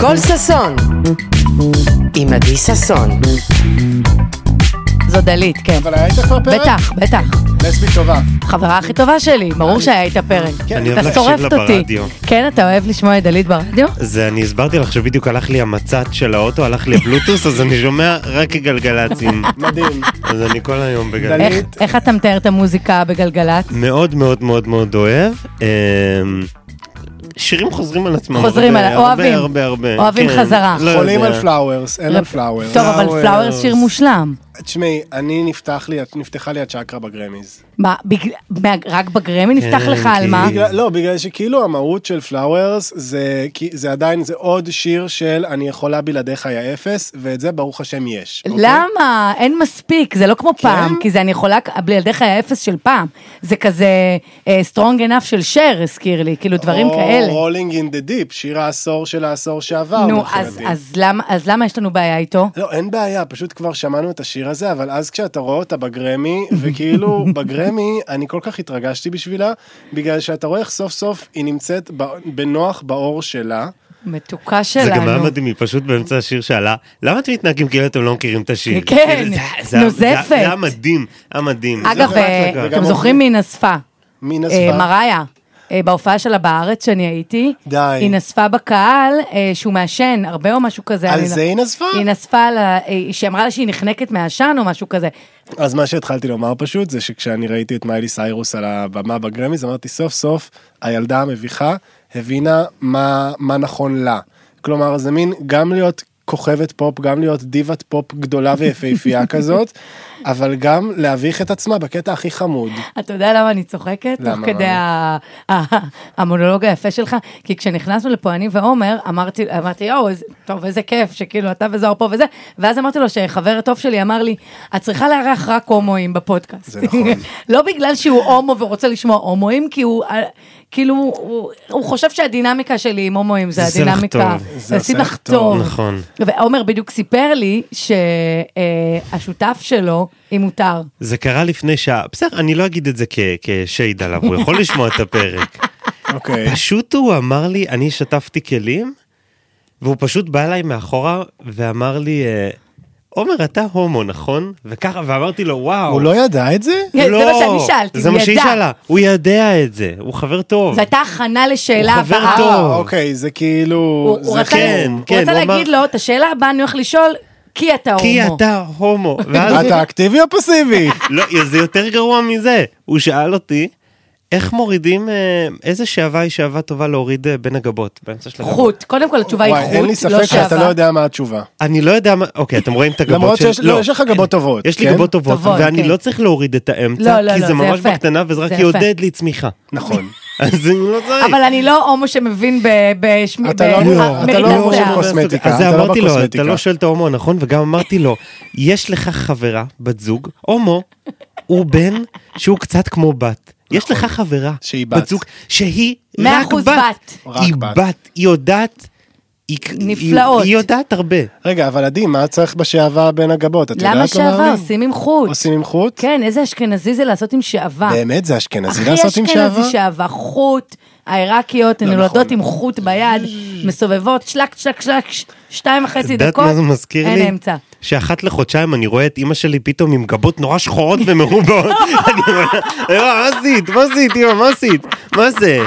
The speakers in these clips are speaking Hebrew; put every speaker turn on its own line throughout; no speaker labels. כל ששון, עם עדי ששון.
זו דלית, כן.
אבל היה איתך כבר פרק?
בטח, בטח.
לסבית טובה.
חברה הכי טובה שלי, ברור שהיה איתה פרק.
כן.
אני לא אוהב
אתה
להקשיב לה
שורפת אותי.
ברדיו.
כן, אתה אוהב לשמוע את דלית ברדיו?
זה, אני הסברתי לך שבדיוק הלך לי המצת של האוטו, הלך לי הבלוטוס, אז אני שומע רק גלגלצים.
מדהים.
אז אני כל היום
דלית.
בגלגלצ.
איך- איך אתה מתאר את המוזיקה בגלגלצ?
מאוד מאוד מאוד מאוד אוהב. אמ, שירים חוזרים על עצמם.
חוזרים
הרבה,
על- אוהבים.
הרבה הרבה הרבה.
אוהבים
כן,
חזרה.
לא
חולים
יודע.
על פלאוורס, אין על
רפ-
פלאוורס.
טוב, אבל
Flowers.
פלאוורס שיר מושלם.
תשמעי, אני נפתח לי, נפתחה לי הצ'קרה בגרמיז.
מה, בגלל- מה- רק בגרמי נפתח
כן,
לך על
כי-
מה?
בגלל- לא, בגלל שכאילו המהות של פלאוורס זה כי- זה עדיין, זה עוד שיר של אני יכולה בלעדיך יא אפס, ואת זה ברוך השם יש. אוקיי?
למה? אין מספיק, זה לא כמו
כן.
פעם, כי זה אני יכולה, בלי ילדיך היה אפס של פעם. זה כזה סטרונג אנף של שר, הזכיר לי, כאילו דברים כאלה.
או רולינג אין דה דיפ, שיר העשור של העשור שעבר.
נו,
מבחינתי.
אז- אז למה- אז למה יש לנו בעיה איתו?
לא, אין בעיה, פשוט כבר שמענו את השיר הזה, אבל אז כשאתה רואה אותה בגרמי, וכאילו בגרמי, אני כל כך התרגשתי בשבילה, בגלל שאתה רואה איך סוף סוף היא נמצאת ב- בנוח באור שלה.
מתוקה
זה גם היה
שלנו.
מדהים, היא פשוט באמצע השיר שאלה, למה אתם מתנהגים כאילו אתם לא מכירים את השיר?
כן,
כאילו, זה- זה- זה-
נוזפת.
זה היה מדהים, היה מדהים.
אגב,
זה היה
אה,
אחלה
וגם
אתם זוכרים מי נאספה?
מן
אה,
הספר.
מריה. אה, בהופעה שלה בארץ שאני הייתי,
די.
היא נזפה בקהל אה, שהוא מעשן הרבה או משהו כזה.
על
אני לא-
זה היא נזפה?
היא נזפה, על ה- אה, שהיא אמרה לה שהיא נחנקת מהעשן או משהו כזה.
אז מה שהתחלתי לומר פשוט, זה שכשאני ראיתי את מיילי סיירוס על הבמה בגרמי, אז אמרתי סוף סוף, הילדה המביכה הבינה מה, מה נכון לה. כלומר, זה מין גם להיות כוכבת פופ, גם להיות דיבת פופ גדולה ויפהפייה כזאת, אבל גם להביך את עצמה בקטע הכי חמוד.
אתה יודע למה אני צוחקת?
למה,
תוך כדי
למה?
ה- ה- המונולוג היפה שלך, כי כשנכנסנו לפה אני ועומר, אמרתי, אמרתי, יואו, איזה- טוב, איזה כיף, שכאילו אתה וזוהר פה וזה, ואז אמרתי לו שחבר טוב שלי אמר לי, את צריכה לארח רק הומואים בפודקאסט.
זה נכון.
לא בגלל שהוא הומו ורוצה לשמוע הומואים, כי הוא... אה, כאילו, הוא, הוא חושב שהדינמיקה שלי עם הומואים זה
זה עושה לך
הדינמיקה.
טוב.
זה עושה לך טוב.
נכון.
ועומר בדיוק סיפר לי שהשותף שלו, אם מותר,
זה קרה לפני שעה, בסדר, אני לא אגיד את זה כ- כשייד עליו, הוא יכול לשמוע את הפרק.
אוקיי.
פשוט הוא אמר לי, אני שטפתי כלים, והוא פשוט בא אליי מאחורה ואמר לי, אה, עומר, אתה הומו, נכון? וככה, ואמרתי לו, וואו.
הוא לא ידע את זה?
זה מה שאני שאלתי,
זה
הוא
מה שהיא
ידע.
שאלה, הוא יודע את זה, הוא חבר טוב.
זו הייתה הכנה לשאלה
הוא חבר
הבאה.
טוב.
אה, אוקיי, זה כאילו...
לא. הוא-
זה
הוא רצה
כאילו-
כן,
הוא
כן,
רצה
הוא אמר-
להגיד לו את השאלה הבאה אני הולך לשאול כי אתה הומו.
כי אתה הומו. ואז,
אתה אקטיבי או פסיבי?
לא, זה יותר גרוע מזה. הוא שאל אותי, איך מורידים, אה, איזה שעבה היא שעבה טובה להוריד אה, בין הגבות, באמצע של הגבות.
חוט. קודם כל התשובה היא
וואי, אין לי
חוט, לא
ספק שאתה לא
שעבר.
יודע מה התשובה.
אני לא יודע מה, אוקיי, אתם רואים את הגבות
למרות
של-
שיש לא, יש לך גבות טובות,
יש לי
כן?
גבות טובות,
טובות,
ואני
כן.
לא צריך להוריד את האמצע,
לא, לא,
כי
לא, זה
זה ממש
יפה.
בקטנה, וזה רק
זה יפה.
יעודד לי צמיחה.
נכון.
אז אני לא צריך.
אבל אני לא הומו שמבין ב- בשמ-
אתה לא-
במרידת
לא, אתה לא
שיער.
הומו שבו- בקוסמטיקה,
אז
אתה לא
אמרתי לו,
בקוסמטיקה.
אתה לא שואל את ההומו נכון? וגם אמרתי לו, יש לך חברה, בת זוג, הומו, הוא בן שהוא קצת כמו בת. יש לך חברה,
נכון. שהיא בת.
זוג, שהיא
מאה
רק
אחוז בת.
בת.
רק
היא
בת.
בת, היא יודעת. היא-
נפלאות.
היא היא יודעת הרבה.
רגע, אבל עדי, מה צריך בשעבה בין הגבות? את יודעת
למה שעבר?
לומר לי?
עושים עם חוט.
עושים עם חוט?
כן, איזה אשכנזי זה לעשות עם שעבה.
באמת זה אשכנזי
הכי
לעשות עם שעבה?
אשכנזי שעבה, חוט. העיראקיות הן נולדות
נכון.
עם חוט ביד, מסובבות, שלק, שלק, שלק, ש- שתיים וחצי
יודעת
דקות,
מה זה מזכיר לי?
אין אמצע.
שאחת לחודשיים אני רואה את אימא שלי פתאום עם גבות נורא שחורות ומרובעות. אני אומר, "אה, מה עשית? מה עשית, אימא? מה עשית? מה זה?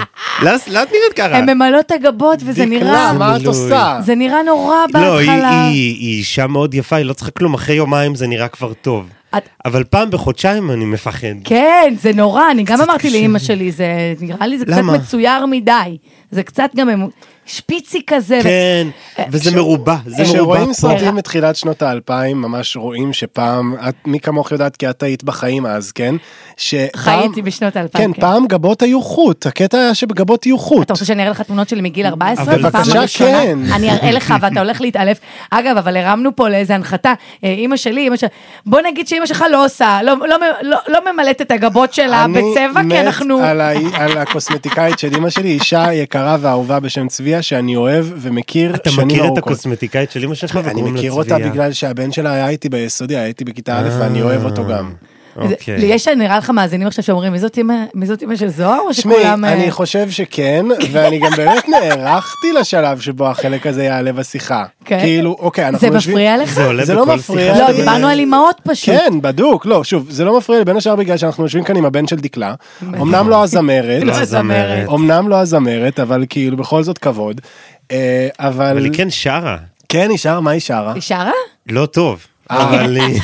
לס- למה את נראית
אה.
ככה?
הן ממלאות את הגבות וזה
כן.
דקלה,
נראה...
זה
מה את
מילוי.
עושה?
זה נראה נורא
אה. לא, היא,
בהתחלה.
היא, היא אישה מאוד יפה, היא לא צריכה כלום, אחרי יומיים זה נראה כבר טוב.
את-
אבל פעם בחודשיים אני מפחד.
כן, זה נורא, אני גם אמרתי
קשה.
לאימא שלי, זה נראה לי זה קצת
למה?
מצויר מדי. זה קצת גם הם- שפיצי כזה. ו-
כן,
אה,
וזה מרובע, זה מרובע
כן.
כשרואים
פה.
סרטים מתחילת שנות האלפיים, ממש רואים שפעם, את, מי כמוך יודעת כי את היית בחיים אז, כן? שפעם-
חייתי בשנות האלפיים,
כן,
כן.
פעם גבות היו חוט, הקטע היה שבגבות יהיו חוט.
אתה רוצה שאני אראה לך תמונות שלי מגיל 14?
אבל
פעם
בבקשה,
הראשונה?
כן.
אני אראה לך ואתה הולך להתעלף. אגב, אבל הרמנו פה לאיזה הנחתה. אה, אימא שלי, אימא שלך, בוא נגיד שאימא שלך לא עושה, לא- לא מ- לא- לא ממלאת את הגבות שלה בצבע, כי אנחנו...
אני מת על ה- על הקוסמטיקאית של אמא שלי, אישה יקרה ואהובה בשם צביה, שאני אוהב ומכיר
אתה
שנים
מכיר את
ארוכות.
הקוסמטיקאית של אמא שלך
לא אני
וקוראים לה
מכיר
צביה. אה.
אותה בגלל שהבן שלה היה איתי ביסודי, היה איתי בכיתה א' ואני אוהב אותו גם.
זה-
אוקיי.
יש, נראה לך, מאזינים עכשיו שאומרים, "מי זאת אמא- מי זאת אמא של זוהר, או
שמי,
שכולם... אה,
אני חושב שכן, ואני גם באמת נערכתי לשלב שבו החלק הזה יעלה בשיחה.
כן?
כאילו, אוקיי, אנחנו
זה מפריע לך?
זה עולה
זה לא
בכל
מפריע
שיחה.
לא,
אני-
דיברנו על אימהות פשוט.
כן, בדוק, לא, שוב, זה לא מפריע לי, בין השאר בגלל שאנחנו יושבים כאן עם הבן של דקלה, אמנם לא הזמרת,
לא
הזמרת.
הזמרת.
אמנם לא הזמרת, אבל כאילו בכל זאת כבוד, אה, אבל
אבל היא כן שרה.
כן, היא שרה, מה היא שרה?
היא שרה?
לא טוב. אבל היא-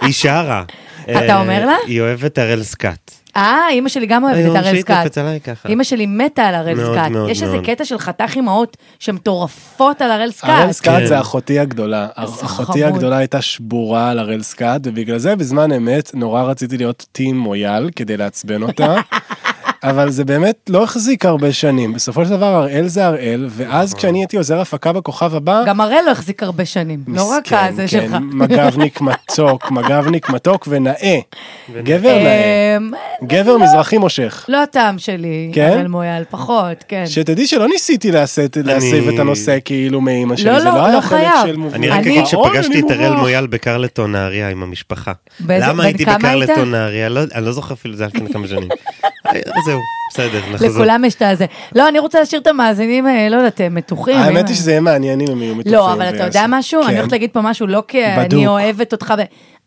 היא שרה. אה,
אתה אומר לה?
היא אוהבת הראל סקאט.
אה, אימא שלי גם אוהבת את
היום
הראל
שהתנפץ
סקאט.
עליי ככה.
אימא שלי מתה על הראל
מאוד,
סקאט.
מאוד,
יש איזה
מאוד.
קטע של חתך אימהות שהן מטורפות על הראל
הראל
סקאט.
סקאט
כן.
זה אחותי הגדולה. אחותי
חמוד.
הגדולה הייתה שבורה על הראל סקאט, ובגלל זה בזמן אמת נורא רציתי להיות טים מויאל כדי לעצבן אותה. אבל זה באמת לא החזיק הרבה שנים. בסופו של דבר הראל זה הראל, ואז כשאני הייתי עוזר הפקה בכוכב הבא,
נכון. גם הראל לא החזיק הרבה שנים, לא רק
מסכן,
הזה
כן,
שלך.
מג"בניק מתוק, מג"בניק מתוק ונאה. גבר נאה.
אמ,
גבר מזרחי מושך.
לא הטעם שלי,
כן?
הראל מויאל, פחות, כן.
שתדעי שלא ניסיתי להסית- להסב את הנושא כאילו מאימא שלי,
לא,
זה
לא,
לא היה
לא
חלק
חייב.
של מובן.
אני רק
אני-
אגיד
"אוי, אני
שפגשתי את הראל
מובך".
מויאל בקרלטון נהריה עם המשפחה.
באיזה-
למה
בן
הייתי
כמה היית?
בקרלטון נהריה? לא- אני לא זוכר אפילו, זה היה לפני כמה שנים. אה, זהו, בסדר, נחזור.
לכולם יש את הזה. לא, אני רוצה להשאיר את המאזינים, אה, לא יודעת, הם מתוחים. אה. אם-
האמת היא שזה יהיה מעניין אם הם יהיו מתוחים.
לא, אבל אתה יודע
ויעשו-
משהו? אני
כן.
הולכת להגיד פה משהו, לא כי
בדוק.
אני אוהבת אותך. ו-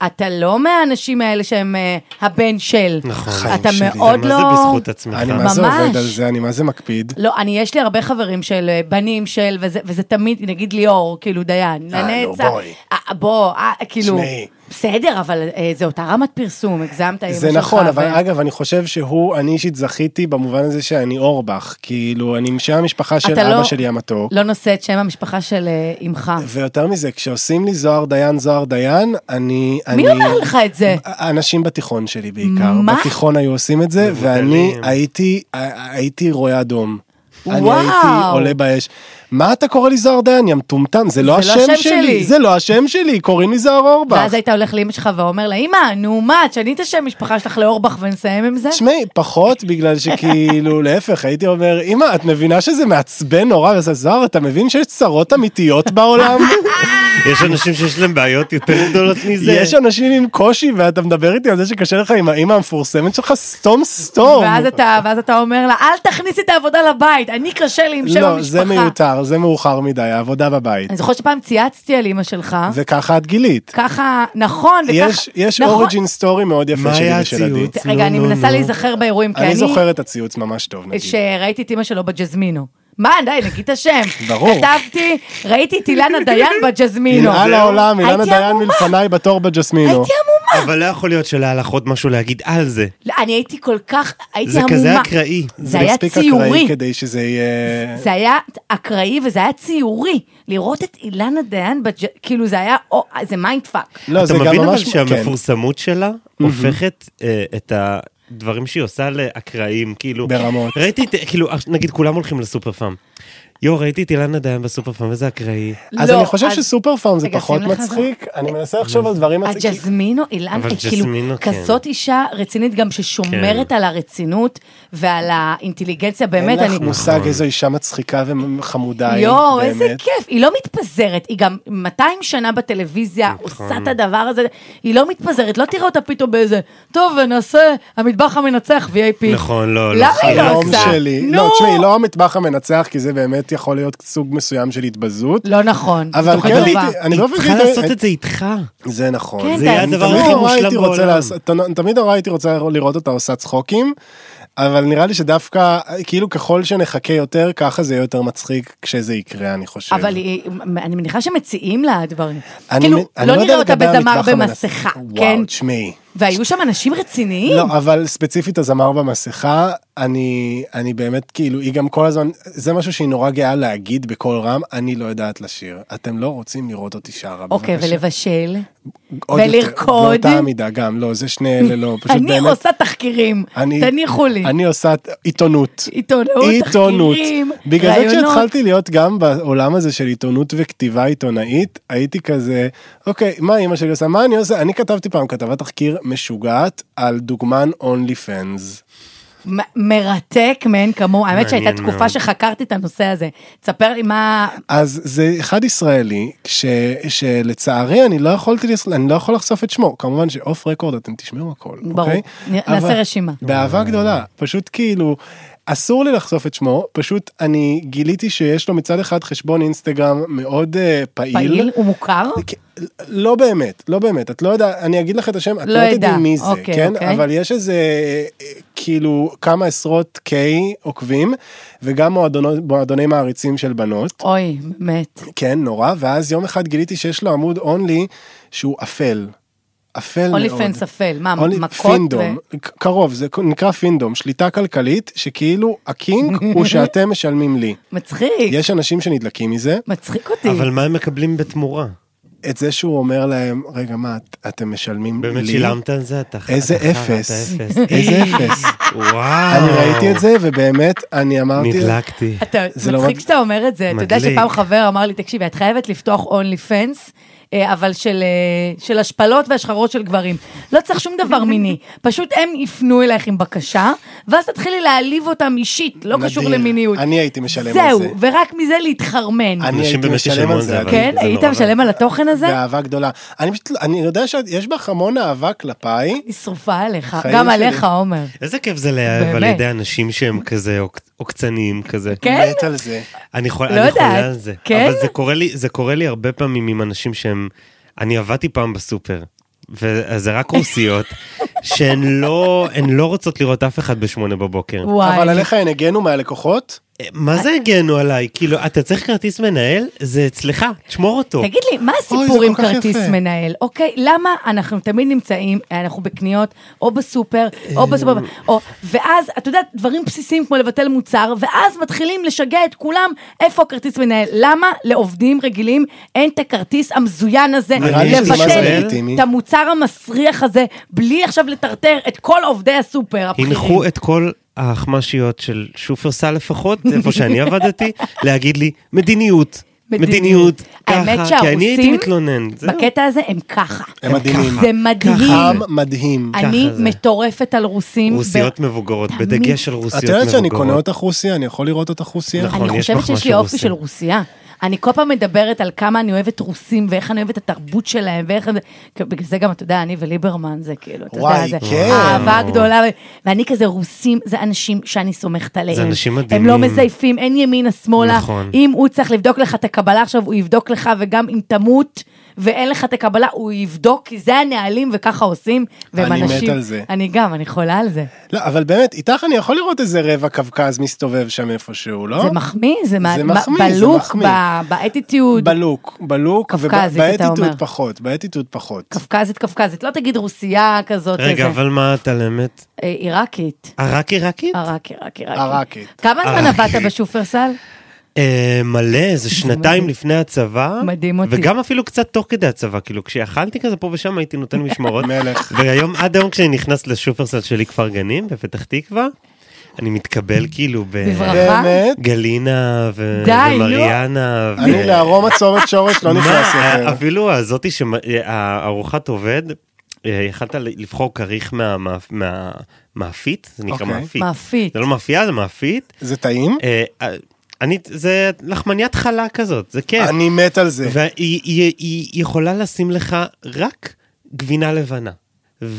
אתה לא מהאנשים האלה שהם אה, הבן של.
נכון.
אתה
חיים שלי.
מאוד
מה
לא...
זה בזכות עצמך?
אני מה זה
ממש.
עובד על זה, אני מה זה מקפיד.
לא, אני, יש לי הרבה חברים של אה, בנים של, וזה, וזה תמיד, נגיד ליאור, כאילו דיין,
אה, נו,
לנצח.
בואי.
אה, בוא, אה, כאילו,
שמעי.
בסדר, אבל אה, זה אותה רמת פרסום, הגזמת, אמא
זה
שלך,
נכון, אבל
ו-
אגב, אני חושב שהוא, אני אישית זכיתי במובן הזה שאני אורבך. כאילו, אני משם המשפחה של
אתה
אבא
לא-
שלי המתוק.
לא נושא את שם המשפחה של אה, אמך.
ויותר מזה, כשעושים לי זוהר דיין, זוהר דיין, אני...
מי
אני-
אומר לך את זה?
אנשים בתיכון שלי בעיקר.
אה. מה?
בתיכון היו עושים את זה, ואני
מבוטלים.
הייתי, הייתי רואה אדום. אני
וואו.
הייתי עולה באש. מה אתה קורא לי זוהר דיין, יא מטומטם? זה לא השם שלי. זה לא השם שלי, קוראים לי זוהר אורבך.
ואז היית הולך לאמא שלך ואומר לה, אמא, נו מה, תשני את השם משפחה שלך לאורבך ונסיים עם זה?
תשמעי, פחות בגלל שכאילו, להפך, הייתי אומר, אמא, את מבינה שזה מעצבן נורא? ואז זוהר, אתה מבין שיש צרות אמיתיות בעולם?
יש אנשים שיש להם בעיות יותר גדולות מזה.
יש אנשים עם קושי, ואתה מדבר איתי על זה שקשה לך עם האמא המפורסמת שלך, סתום סתום.
ואז אתה, ואז אתה אומר לה, אל תכניסי את העבודה לבית, אני קשה לי עם שם המשפחה.
לא, זה מיותר, זה מאוחר מדי, העבודה בבית.
אני זוכרת שפעם צייצתי על אמא שלך,
וככה את גילית.
ככה, נכון, וככה,
יש- יש
נכון.
אוריג'ין סטורי מאוד יפה
מה
שלי
היה
ושל עדי.
הציוץ?
רגע,
נו,
אני
נו,
מנסה
נו.
להיזכר באירועים, כי
אני
אני,
זוכר את הציוץ ממש טוב, נגיד.
שראיתי את אמא שלו בג'זמינו. מה, די, נגיד את השם.
ברור.
כתבתי, ראיתי את אילנה דיין בג'זמינו.
נראה לעולם, אילנה
לא. הייתי
דיין
המומה.
מלפניי בתור בג'סמינו.
הייתי המומה.
אבל לא יכול להיות שלהיה לך עוד משהו להגיד על זה.
לא, אני הייתי כל כך, הייתי
זה
המומה.
כזה אקראי.
זה היה
מספיק אקראי
ציורי.
כדי שזה יהיה...
זה היה אקראי וזה היה ציורי. לראות את אילנה דיין, בג'... כאילו זה היה, או, זה מיינד פאק.
לא,
אתה
זה גם
מבין אבל
ממש... כן.
שהמפורסמות שלה הופכת אה, את ה... דברים שהיא עושה לאקראיים, כאילו,
ברמות.
ראיתי, את- כאילו, נגיד כולם הולכים לסופר פארם. יואו, ראיתי את אילנה דיין בסופר פארם, איזה אקראי.
אז
לא,
אני חושב
אז-
שסופר פארם זה
רגע,
פחות
שים לך את זה.
מצחיק, אני מנסה לחשוב על דברים מצחיקים.
הג'זמינו, אילנה,
אבל
היא כאילו,
ג'זמינו, כן.
כזאת אישה רצינית גם ששומרת על הרצינות ועל האינטליגנציה, באמת,
אין
אני...
לך מושג איזו אישה מצחיקה וחמודה היא,
יואו, איזה
באמת.
כיף, היא לא מתפזרת, היא גם 200 שנה בטלוויזיה,
נכון.
עושה את הדבר הזה, היא לא מתפזרת, לא תראה אותה פתאום באיזה, טוב, נעשה המטבח המנצח VIP.
נכון, לא, לא,
למה היא לא
חלום
עושה?
שלי.
נו!
לא, תשמעי, לא המטבח המנצח, כי זה באמת יכול להיות סוג מסוים של התבזות.
לא נכון,
אבל
בתוך
כן,
הדבר.
הייתי- אני
היא
באופן
צריכה
כללי-
לעשות את זה איתך.
זה נכון.
כן,
זה יהיה
תעשו.
הדבר
תמיד
הכי
נורא
מושלם
הייתי רוצה
בעולם.
לעשות- תנ- תמיד נורא הייתי רוצה לראות אותה עושה צחוקים, אבל נראה לי שדווקא, כאילו ככל שנחכה יותר, ככה זה יהיה יותר מצחיק כשזה יקרה, אני חושב.
אבל היא- אני מניחה שמציעים לה דברים.
אני מ-
כאילו,
אני
לא
יודע
נראה אותה
לגבי
בזמר
המטבח המנס-
במסכה, כן?
וואו, תשמעי.
והיו שם אנשים רציניים.
לא, אבל ספציפית הזמר במסכה, אני, אני באמת כאילו, היא גם כל הזמן, זה משהו שהיא נורא גאה להגיד בקול רם, אני לא יודעת לשיר. אתם לא רוצים לראות אותי שרה,
אוקיי,
בבקשה.
ולבשל.
עוד יותר,
ולרקוד.
באותה המידה גם, לא, זה שני אלה לא, פשוט
אני
באמת.
עושה תחקירים, תניחו לי.
אני עושה עיתונות.
עיתונאות, תחקירים,
בגלל זה
ראיונות.
כשהתחלתי להיות גם בעולם הזה של עיתונות וכתיבה עיתונאית, הייתי כזה, אוקיי, מה אימא שלי עושה? מה אני עושה? אני כתבתי פעם כתבת תחקיר משוגעת על דוגמן אונלי פנס.
מ- מרתק מאין כמוהו. האמת שהייתה
מעניין
תקופה
מאוד.
שחקרתי את הנושא הזה. תספר לי מה...
אז זה אחד ישראלי ש, שלצערי אני לא יכולתי לס- אני לא יכול לחשוף את שמו כמובן שאוף רקורד אתם תשמעו הכל.
ברור.
אוקיי?
נ- נעשה
אבל-
רשימה.
באהבה גדולה פשוט כאילו אסור לי לחשוף את שמו פשוט אני גיליתי שיש לו מצד אחד חשבון אינסטגרם מאוד אה, פעיל.
פעיל ומוכר?
כן, לא באמת, לא באמת, את לא יודעת, אני אגיד לך את השם, את
לא
לא,
אדע.
תדעי מי זה,
אוקיי,
כן?
אוקיי.
אבל יש איזה אה, כאילו כמה עשרות קיי עוקבים, וגם מועדונו- מועדוני מעריצים של בנות.
אוי, באמת.
כן, נורא, ואז יום אחד גיליתי שיש לו עמוד אונלי שהוא אפל. אפל מאוד.
אונלי פנס אפל, מה,
Only-
מכות?
פינדום, ו... קרוב, זה נקרא פינדום, שליטה כלכלית, שכאילו הקינג הוא שאתם משלמים לי.
ו- מצחיק,
יש אנשים שנדלקים מזה,
מצחיק אותי.
אבל מה הם מקבלים בתמורה?
את זה שהוא אומר להם, רגע, מה, את- אתם משלמים לי?
באמת שילמת על זה? אתה ח-
איזה
אתה חרא,
אפס.
אתה
איזה אפס.
וואו.
אני ראיתי את זה, ובאמת, אני אמרתי...
נדלקתי.
אתה
זה לא
מצחיק
רק-
שאתה אומר את זה. אתה יודע
מדליק.
שפעם חבר אמר לי, תקשיבי, את חייבת לפתוח אונלי פנס. אבל של, אה, של השפלות והשחרות של גברים. לא צריך שום דבר מיני. פשוט הם יפנו אלייך עם בקשה, ואז תתחילי להעליב אותם אישית, לא
נדיר.
קשור למיניות.
אני הייתי משלם על זה.
זהו, ורק מזה להתחרמן.
אני
אנשים
הייתי
באמת
משלם
ישלמו
על
על זה,
זה,
אבל-
כן?
זה
היית
נורא.
משלם על התוכן הזה?
באהבה גדולה. אני פשוט, אני יודע שיש בך המון אהבה כלפיי.
אני שרופה עליך,
חיים
גם
שלי.
עליך, עומר.
איזה כיף זה לאהב על
באמת.
ידי אנשים שהם כזה עוק- עוקצניים כזה.
כן?
מת על זה.
אני חול-
לא
אני חולה
יודעת.
על זה.
כן?
אבל זה קורה לי, זה קורה לי הרבה פעמים עם אנשים שהם... אני עבדתי פעם בסופר, וזה רק רוסיות, שהן לא, הן לא רוצות לראות אף אחד בשמונה בבוקר.
וואי.
אבל עליך הן הגנו מהלקוחות?
מה זה הגנו עליי? כאילו, אתה צריך כרטיס מנהל? זה אצלך, תשמור אותו.
תגיד לי, מה
אוי,
הסיפור
זה
עם
כל כך
כרטיס
יפה.
מנהל? אוקיי, למה אנחנו תמיד נמצאים, אנחנו בקניות, או בסופר,
אה.
או בסופר, או, ואז, אתה יודע, דברים בסיסיים כמו לבטל מוצר, ואז מתחילים לשגע את כולם, איפה הכרטיס מנהל? למה לעובדים רגילים אין את הכרטיס המזוין הזה,
נראה
לי שזה משהו
לבטל
לגיטימי.
את המוצר המסריח הזה, בלי עכשיו לטרטר את כל עובדי הסופר הבכירים?
הנחו את כל האחמ"שיות של שופרסל לפחות, איפה שאני עבדתי, להגיד לי, מדיניות, מדיניות,
האמת
ככה, כי אני הייתי
שהרוסים,
מתלונן. זהו.
בקטע הזה הם ככה.
הם מדהימים.
זה מדהים.
עם מדהים.
אני
ככה זה.
מטורפת על רוסים.
רוסיות מבוגרות,
תמיד.
בדגש על
את
רוסיות מבוגרות.
יודעת שאני קונה אותך רוסיה? אני יכול לראות אותך רוסיה?
נכון.
אני
יש
חושבת
בך
שיש
משהו
לי אופי
רוסי.
של רוסייה. אני כל פעם מדברת על כמה אני אוהבת רוסים, ואיך אני אוהבת את התרבות שלהם, ואיך... בגלל זה גם, אתה יודע, אני וליברמן זה כאילו, אתה יודע,
וואי,
זה
כן.
אהבה גדולה. ואני כזה, רוסים זה אנשים שאני סומכת עליהם.
אנשים
הם לא
מדהימים.
מזייפים, אין ימינה, שמאלה.
נכון.
אם הוא צריך לבדוק לך את הקבלה עכשיו, הוא יבדוק לך, וגם אם תמות ואין לך את הקבלה, הוא יבדוק, כי זה הנהלים וככה עושים. והם
אני מת
אנשים-
על זה.
אני גם, אני חולה על זה.
לא, אבל באמת, איתך אני יכול לראות איזה רבע קווקז מסתובב שם איפשהו, לא?
זה מחמיא, זה מה-
זה
מה-
מחמיא, זה
בלוק,
מחמיא.
ב- באטיטיוד.
בלוק, בלוק,
קווקזית, אתה אומר.
ובאטיטוד פחות, באטיטוד פחות.
קפקזית קפקזית, לא תגיד רוסייה כזאת.
רגע,
איזה-
אבל מה את על אמת?
אה, עיראקית.
עיראקי עיראקי?
עיראקי, עיראקי, עיראקי.
עיראקית.
כמה זמן
עיראקית.
עבדת בשופרסל?
אה, מלא, זה שנתיים
מדהים.
לפני הצבא.
מדהים אותי.
וגם אפילו קצת תוך כדי הצבא, כאילו כשיכלתי כזה פה ושם הייתי נותן משמרות.
מלך.
והיום, עד היום כשאני נכנס לשופרסל שלי כפר גנים בפתח תקווה, אני מתקבל כאילו ב...
בברכה.
באמת?
גלינה ו...
די, נו.
ומריאנה. ו-
אני לארום הצומת שורש לא נכנס
מה, אה,
יותר.
אפילו הזאתי שהארוחת עובד, אה, יכלת ל- לבחור כריך מה- מה- מה- מאפית, זה נקרא
אוקיי.
מאפית.
מאפית.
זה לא מאפייה, זה מאפית.
זה טעים?
אה, אה, אני, זה לחמניית חלה כזאת, זה כיף.
אני מת על זה.
והיא היא, היא יכולה לשים לך רק גבינה לבנה.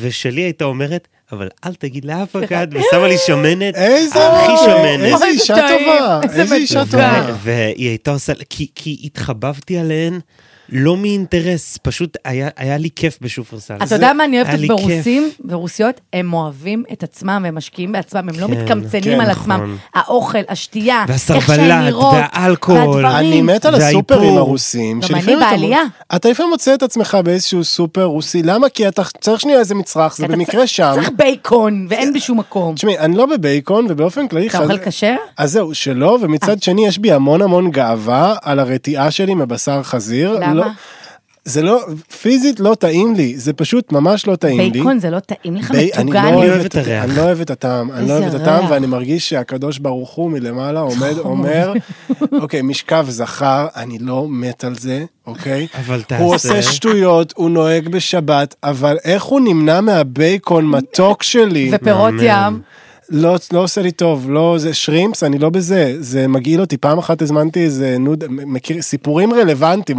ושלי הייתה אומרת, אבל אל תגיד לאף אחד, ושמה לי שמנת,
אה, איזה
הכי שמנת.
איזה
אוי,
אישה
זה טעים.
טובה,
איזה
איזה אישה
מתוקה.
טובה.
ו- והיא הייתה עושה, כי, כי התחבבתי עליהן לא מאינטרס, פשוט היה, היה לי כיף בשופרסל.
אתה
זה-
יודע מה אני
היה
אוהבת
לי
ברוסים? ברוסיות, הם אוהבים את עצמם, הם משקיעים בעצמם, הם לא
כן,
מתקמצנים
כן,
על
נכון.
עצמם. האוכל, השתייה, איך שהן
והסרבלת,
נראות,
והאלכוהול.
והדברים.
אני מת על
והאיפור.
הסופרים הרוסיים.
גם
שלפעמים
אני
אתה-
בעלייה.
אתה לפעמים מוצא את עצמך באיזשהו סופר רוסי, למה? כי אתה צריך שנייה איזה מצרך, זה
אתה
במקרה שם.
צריך בייקון, ואין בשום מקום.
תשמעי, אני לא בבייקון, ובאופן כללי...
אתה
חז-
אוכל אה. כשר?
אז זהו, שלא, ומצד שני יש בי המון המון גאווה על הרתיעה שלי מבשר חזיר.
למה?
לא- זה לא, פיזית לא טעים לי, זה פשוט ממש לא טעים לי.
בייקון זה לא טעים לך?
די- אני
מטוגן?
לא
אוהב
אוהב
את
את
הריח.
אני לא אוהב את הטעם, אני
איזה
לא אוהב את הטעם,
ריח.
ואני מרגיש שהקדוש ברוך הוא מלמעלה עומד, אומר, אוקיי, משכב זכר, אני לא מת על זה, אוקיי?
אבל תעשה.
הוא עושה שטויות, הוא נוהג בשבת, אבל איך הוא נמנע מהבייקון מתוק שלי?
לא
ופירות
מהמם.
ים?
לא, לא עושה לי טוב, לא, זה שרימפס, אני לא בזה, זה מגעיל אותי. פעם אחת הזמנתי איזה נוד, מכיר, סיפורים רלוונטיים,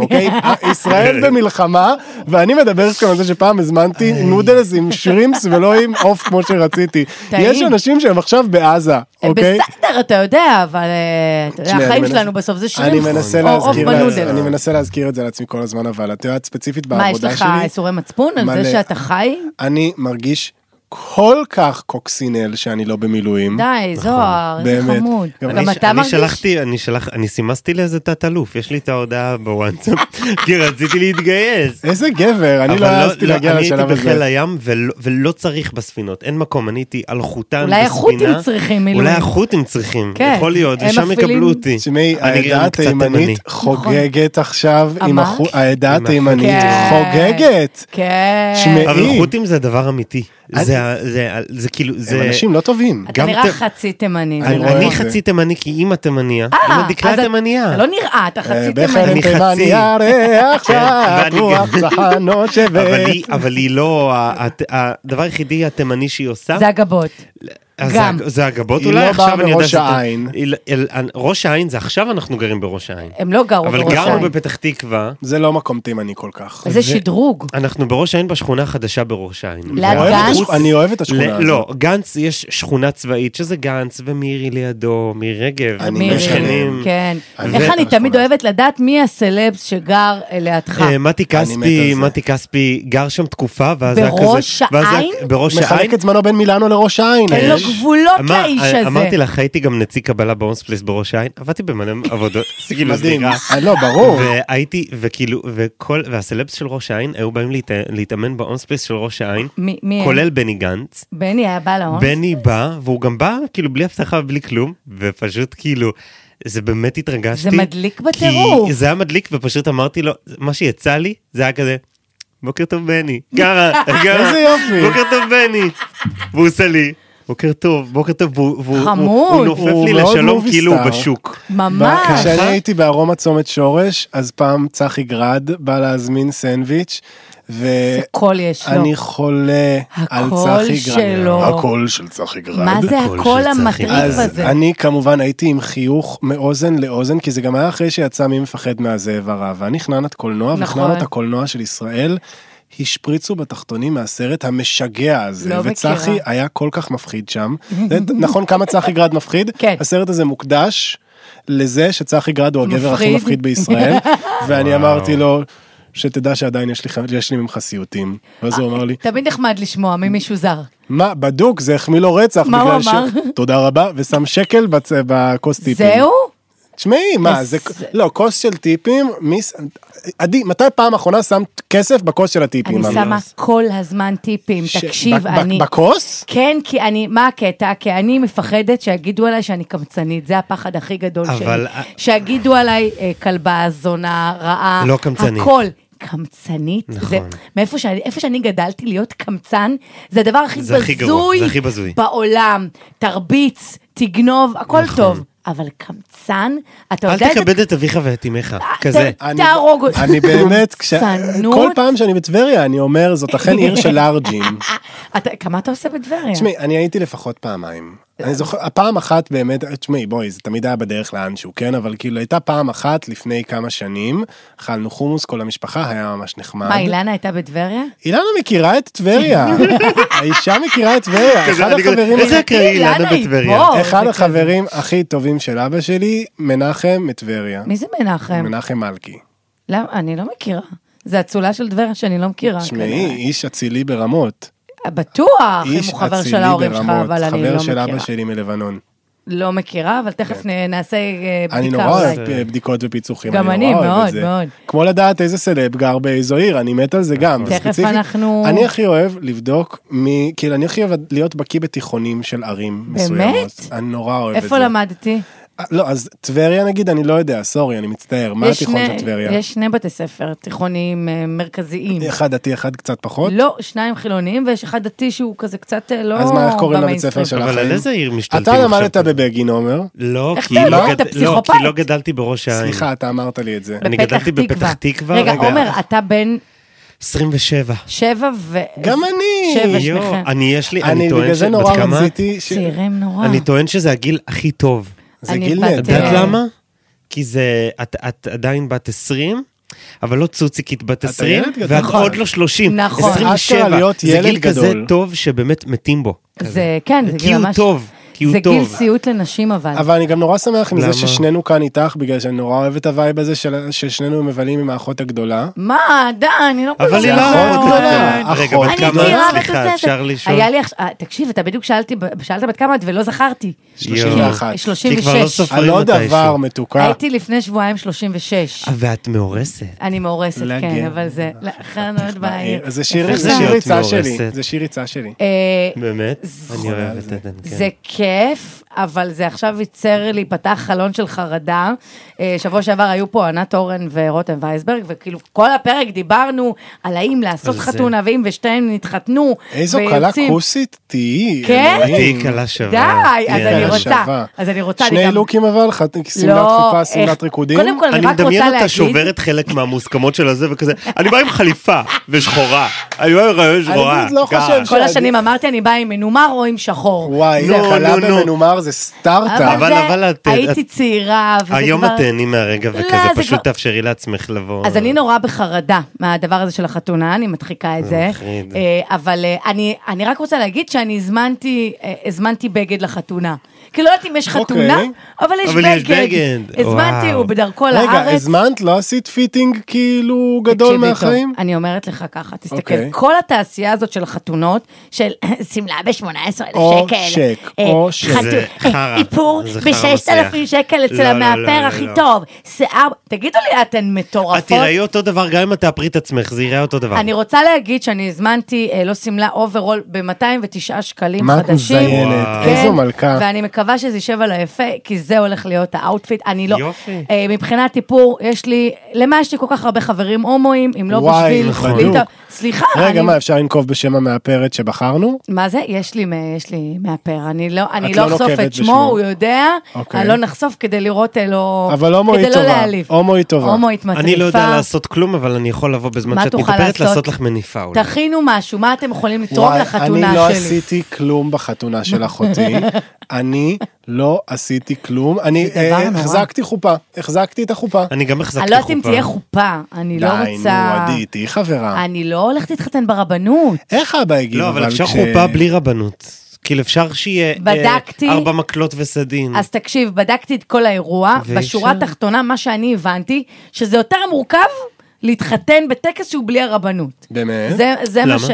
אוקיי? ישראל במלחמה, ואני מדבר איתכם על זה שפעם הזמנתי נודלס עם שרימפס ולא עם עוף כמו שרציתי.
טעים.
יש אנשים שהם עכשיו בעזה, אוקיי?
בסדר, אתה יודע, אבל אה, אתה יודע,
תשמעי, אני
החיים
מנסה-
שלנו בסוף זה
אני
שרימפס,
מנסה
או עוף
להזכיר לעצמי-
בנודל.
אני מנסה להזכיר את זה לעצמי כל הזמן, אבל את יודעת ספציפית
מה, יש
בעבודה
לך
שלי,
איסורי מצפון על
מלא.
זה שאתה חי?
אני מרגיש כל כך קוקסינל שאני לא במילואים.
די, זוהר, איזה
באמת.
חמוד.
גם
גם
אני-
אתה
אני
מרגיש?
שלחתי, אני שלח, אני סימסתי לאיזה תת-אלוף, יש לי את ההודעה בוואטסאפ, כי רציתי להתגייס.
איזה גבר, אני
אבל
לא העזתי להגיע
אני
לשלב
הייתי בחיל
הזה.
הים ולא- ולא צריך בספינות, אין מקום, אני הייתי על חותם בספינה.
אולי החות'ים צריכים מילואים.
אולי החות'ים צריכים,
כן,
יכול להיות,
הם
ושם
מפעילים-
יקבלו אותי.
תשמעי,
אני גם
העדה
קצת תימני.
התימנית חוגגת עכשיו, עם
נכון. אמרת? כן.
החו- העדה
עם
התימנית
החות'ים.
חוגגת.
כן.
תשמעי,
אבל
אי.
חות'ים זה דבר אמיתי.
אל-
זה ה- זה ה- זה כאילו,
הם
זה...
אנשים לא טובים.
אתה
גם
נראה
ת-
חצי תימני. זה
אני-
לא-
רואה
אני
את זה.
חצי תימני כי אימא תימניה,
אה,
אימא דקלה
אז אתה-
תימניה.
אתה לא נראה, אתה חצי
בחרם
תימני.
אני חצי. כן,
תימן ירח שעת
ואני
רוח
גם-
צחה
אבל
נושבת.
היא- אבל היא לא, ה- הת- הדבר היחידי התימני שהיא עושה,
זה הגבות.
אז
גם.
זה- זה הגבות
היא
אולי,
לא
עכשיו
באה
אני יודע
מראש
שאתה-
העין.
היא- לא- אל- אל- ראש העין זה עכשיו אנחנו גרים בראש העין.
הם לא גרו
אבל
בראש העין.
גרנו בפתח תקווה,
זה לא מקום תימני כל כך.
איזה שדרוג.
אנחנו בראש העין בשכונה החדשה בראש העין.
ליד
והחוץ-
גנץ?
אני אוהב את השכונה
ל-
הזאת.
לא, גנץ יש שכונה צבאית שזה גנץ ומירי לידו, מירי רגב,
אני
מירי.
הם שכנים.
כן. איך
אני-
אני
אנחנו
תמיד
לא-
אוהבת לדעת מי הסלבס שגר לידך.
אה, מתי
אני מת
כספי,
על זה.
מתי כספי גר שם תקופה, ואז היה כזה...
בראש
ואז היה-
העין?
בראש העין. כן,
מחלק את זמנו בין מילאנו לראש העין.
אין לו
האיש.
גבולות
אמר-
לאיש הזה.
אמרתי לך, הייתי גם נציג קבלה בהומס פלייס בראש העין, עבדתי במלא עבודות, זה כאילו
מדהים.
סליחה.
אה, לא, ברור.
והייתי, וכאילו, וכל, והסלבס של ראש העין היו באים להת- להתאמן בהומס פלייס של ראש העין,
מי- מי הם?
כולל בני גנץ.
בני היה בעל ההון.
בני בא, והוא גם בא, כאילו, בלי הבטחה ובלי כלום, ופשוט כאילו... זה באמת התרגשתי.
זה מדליק
כי
בטירוף.
זה היה מדליק ופשוט אמרתי לו, מה שיצא לי זה היה כזה, בוקר טוב בני, גרה, גרה,
איזה יופי.
בוקר טוב בני, והוא עושה לי, בוקר טוב, בוקר טוב, והוא- והוא
חמוד.
הוא נופף
הוא
לי
מאוד
לשלום
מובי
כאילו הוא
סטאר.
בשוק.
ממש.
כשאני
ככה?
הייתי בארומה צומת שורש, אז פעם צחי גרד בא להזמין סנדוויץ', ואני
קול יש לא. לו.
חולה על
הקול
צחי
שלו.
גרד. הקול של צחי גרד.
מה זה
קול
הקול
של צחי.
המטריף
אז
הזה?
אני כמובן הייתי עם חיוך מאוזן לאוזן, כי זה גם היה אחרי שיצא מי מפחד מהזאב הרע, ואני חננת קולנוע,
נכון.
וחננת הקולנוע של ישראל. השפריצו בתחתונים מהסרט המשגע הזה,
לא מכירה.
וצחי היה כל כך מפחיד שם. זה נכון כמה צחי גרד מפחיד?
כן.
הסרט הזה מוקדש לזה שצחי גרד הוא הגבר הכי
מפחיד.
מפחיד בישראל, ואני
וואו.
אמרתי לו, שתדע שעדיין יש לי ח- יש לי ממך סיוטים. ואז
אה,
הוא אמר לי,
תמיד נחמד לשמוע ממישהו זר.
מה, בדוק, זה החמיא לו רצח.
מה הוא
בגלל
אמר?
תודה רבה, ושם שקל בצ... בכוס טיפים.
זהו?
תשמעי, מה,
אז-
זה... לא, כוס של טיפים, מיס... עדי, מתי פעם אחרונה שמת כסף בכוס של הטיפים?
אני
אמי?
שמה כל הזמן טיפים,
ש-
תקשיב,
ב- ב-
אני...
בכוס?
כן, כי אני, מה הקטע? כי אני מפחדת שיגידו עליי שאני קמצנית, זה הפחד הכי גדול
אבל-
שלי. שיגידו עליי אה, כלבה, זונה, רעה,
לא קמצנית.
הכל. קמצנית,
נכון.
זה מאיפה שאני, איפה שאני גדלתי להיות קמצן, זה הדבר הכי
זה הכי גרוע,
בזוי
זה הכי בזוי.
בעולם. תרביץ, תגנוב, הכל טוב, אבל קמצן, אתה
נכון. אל
יודע איזה...
תכבד את אביך ואת
אה,
אמך, כזה.
ת- תהרוג אותי.
אני באמת, כש...
קמצנות.
כל פעם שאני בטבריה, אני אומר, זאת אכן עיר של לארג'ים.
אה, אתה- כמה אתה עושה בטבריה?
תשמעי, אני הייתי לפחות פעמיים.
אה.
אני זוכר, הפעם אחת באמת, תשמעי, בואי, זה תמיד היה בדרך לאנשהו, כן? אבל כאילו, הייתה פעם אחת לפני כמה שנים, אכלנו חומוס, כל המשפחה, היה ממש נחמד.
מה, אילנה הייתה בטבריה?
אילנה מכירה את טבריה. האישה מכירה את טבריה.
כזה,
אחד
אני כזה,
החברים...
איזה אקראי
אילנה
אילנה
היא
בטבריה.
פה.
אחד
זה
החברים הכי טובים של אבא שלי, מנחם מטבריה.
מי זה מנחם?
מנחם מלכי.
למה? אני לא מכירה. זה אצולה של דברה שאני לא מכירה.
תשמעי,
כנראה. אה,
איש אצילי ברמות.
בטוח, אם
איש
הוא חבר של
אצילי
ההורים שלך,
ברמות.
אבל אני לא
חבר של אבא
מכירה.
שלי מלבנון.
לא מכירה, אבל תכף נ- נעשה אה,
אני
בדיקה
נורא
אולי.
אוהב אה, בדיקות ופיצוחים.
גם
נורא
אני,
אוהב את
מאוד,
זה.
מאוד.
כמו לדעת איזה סלב גר באיזו עיר, אני מת על זה
נכון.
גם.
תכף
וספציפית,
אנחנו-
אני הכי אוהב לבדוק, מ- כאילו, אני הכי אוהב להיות בקיא בתיכונים של ערים
באמת?
מסוימות. אני נורא אוהב את זה.
איפה למדתי?
אה, לא, אז טבריה נגיד, אני לא יודע, סורי, אני מצטער. מה
יש
התיכון
שני-
של טבריה?
יש שני בתי ספר תיכוניים אה, מרכזיים.
אחד דתי, אחד קצת פחות?
לא, שניים חילוניים ויש אחד דתי שהוא כזה קצת אה, לא...
אז מה, איך קוראים לבית
במיינסטרים.
ספר שלך?
אבל על איזה עיר משתלטים
אתה
עכשיו?
למדת בבגין, עומר.
לא,
איך
כי
אתה
לא
אמרת?
גד-
אתה
לא,
פסיכופת.
כי לא גדלתי בראש העין.
סליחה, אתה אמרת לי את זה.
אני
בפתח
גדלתי בפתח
תקווה.
תקווה,
רגע,
רגע.
עומר, אתה בן
27.
שבע ו...
גם אני!
שבע
יו,
שניכם.
אני יש לי,
אני
אני
בגלל
טוען
זה
שבת
נורא
כמה?
רציתי, ש-
צעירים נורא.
אני טוען שזה הגיל הכי טוב.
זה
אני
גיל
בת-
את
נהדר.
יודעת
כן.
למה? כי זה, את, את עדיין בת 20, אבל לא צוציקית בת 20,
ילד גדול.
ואת
נכון.
עוד לא 30.
נכון.
אשכרה
27.
להיות
זה
ילד
גיל כזה
גדול.
טוב שבאמת מתים בו.
זה, כן, זה
כי
גיל
הוא
ממש...
טוב, כי הוא
זה
טוב.
גיל סיוט לנשים אבל.
אבל אני גם נורא שמח מזה
למה?
ששנינו כאן איתך, בגלל שאני נורא אוהב את הווייב הזה של- ששנינו מבלים עם האחות הגדולה.
מה, די, אני לא
אבל
כזאת.
היא לא...
אחות גדולה,
אה, רגע,
אחות
בת
אוקיי. אני
כמה-
צעירה
כמה?
בתוספת.
סליחה, אפשר לשאול?
היה לי עכשיו... אה, תקשיב, אתה בדיוק שאלתי, ב- שאלת בת כמה את ולא זכרתי.
יואו.
31.
כי כבר לא
36.
סופרים
על עוד
מתישהו.
דבר מתוקה.
הייתי לפני שבועיים 36.
אה, ואת מאורסת.
אני מאורסת, כן,
לגן.
אבל זה... חנות בעיר.
זה שיר
איך
זה
אה, זה
שיר
להיות
ריצה שלי,
מאורסת?
זה שיר ריצה שלי.
אה,
באמת?
זה-
אני אוהבת את כן.
זה כיף, אבל זה עכשיו ייצר לי, פתח חלון של חרדה. אה, שבוע שעבר היו פה ענת אורן ורותם וייסברג, וכאילו כל הפרק דיברנו על האם לעשות
על זה.
חתונה, ואם ושתיהם נתחתנו.
איזו קלה
ויוצאים-
כוסית תהיי.
כן?
אלוהים.
תהיי קלה שווה.
די, אז
תהיי
אני
קלה
רוצה,
שווה.
שווה.
אז אני רוצה, אני
שני
גם-
לוקים אבל, חת- שמלת
לא,
חופה,
איך-
שמלת ריקודים.
קודם כל, אני
אני
רק רוצה
מדמיין אותה
להגיד,
שוברת חלק מהמוסכמות של הזה וכזה, אני בא עם חליפה ושחורה. אני בא עם חליפה ושחורה.
באמת לא
ככה.
חושב
כל השנים אמרתי, אני באה עם מנומר או עם שחור.
וואי,
נו,
זה קלה
נו, נו.
במנומר זה סטארט-אפ.
לא, אבל-
זה-
אבל את-
הייתי
את-
צעירה, וזה כבר...
היום את תהני מהרגע
לא,
וכזה,
זה
פשוט
כבר-
תאפשרי לעצמך לבוא.
אז אני נורא בחרדה מהדבר הזה של החתונה, אני מדחיקה את זה.
מחריד.
אה, אבל אה, אני- אני רק רוצה להגיד שאני הזמנתי, אה, הזמנתי בגד לחתונה. כאילו, לא יודעת אם יש חתונה,
אוקיי.
אבל יש
אבל יש
בגד.
בגד,
הזמנתי,
וואו.
הוא בדרכו לארץ.
רגע, הזמנת? לא עשית פיטינג כאילו גדול
תקשיבי
מהחיים?
טוב, אני אומרת לך ככה, תסתכל,
אוקיי.
כל התעשייה הזאת של חתונות, של שמלה ב-18,000 שקל.
או שק,
אה,
או שק.
חתו-
זה
אה,
חרא.
איפור
זה חרא
ב-6,000
מסריח.
שקל
לא,
אצל
לא,
המאפר
לא,
הכי
לא.
טוב. שיער, תגידו לי, אתן
את
מטורפות?
תראי אותו דבר, גם אם את תאפרי את עצמך, זה ייראה אותו דבר.
אני רוצה להגיד שאני הזמנתי, אה, לא שמלה, אוברול ב-209 שקלים
מה את
חדשים. כן,
מזיינת?
וואו.
איזו מלכה.
ואני מקווה שזה יישב על היפה, כי זה הולך להיות האאוטפיט. אני לא...
יופי.
אה, מבחינת איפור, יש לי... למה יש לי כל כך הרבה חברים הומואים, אם לא
וואי,
בשביל...
נכון.
ואם אתה- סליחה,
רגע,
אני...
מה, אפשר לנקוב בשם המאפרת שבחרנו?
מה זה? יש לי, מ- יש לי מהפר, אני לא, אני
את
לא
לא
אחשוף
נוקבת
את שמו,
בשמו.
הוא יודע,
אוקיי.
אני לא נחשוף כדי לראות אה, לא...
אבל הומואית
כדי לא
טובה,
להעליב.
הומואית טובה.
הומואית מטריפה.
אני לא יודע לעשות כלום, אבל אני יכול
מה
לבוא בזמן שאת
תוכל
מדברת,
לעשות?
לעשות לך מניפה אולי.
תכינו משהו, מה אתם יכולים לתרום
וואי,
לחתונה
אני לא
שלי?
עשיתי כלום בחתונה של אחותי. אני לא עשיתי כלום. אני
זה דבר
אה,
נורא.
החזקתי חופה, החזקתי את החופה.
אני גם
אני
החזקתי
לא
חופה.
יודעת אם תהיה חופה, אני לא
די, נו,
רוצה...
עדי, תהיי חברה.
אני לא הולכת להתחתן ברבנות.
איך אבא הגיב?
לא, אבל אפשר
כש-
חופה בלי רבנות. כאילו אפשר שיהיה... אה,
בדקתי.
ארבע מקלות וסדין.
אז תקשיב, בדקתי את כל האירוע,
ואי
בשורה
אפשר.
התחתונה, מה שאני הבנתי, שזה יותר מורכב להתחתן בטקס שהוא בלי הרבנות.
באמת?
זה, זה מה
למה?
ש...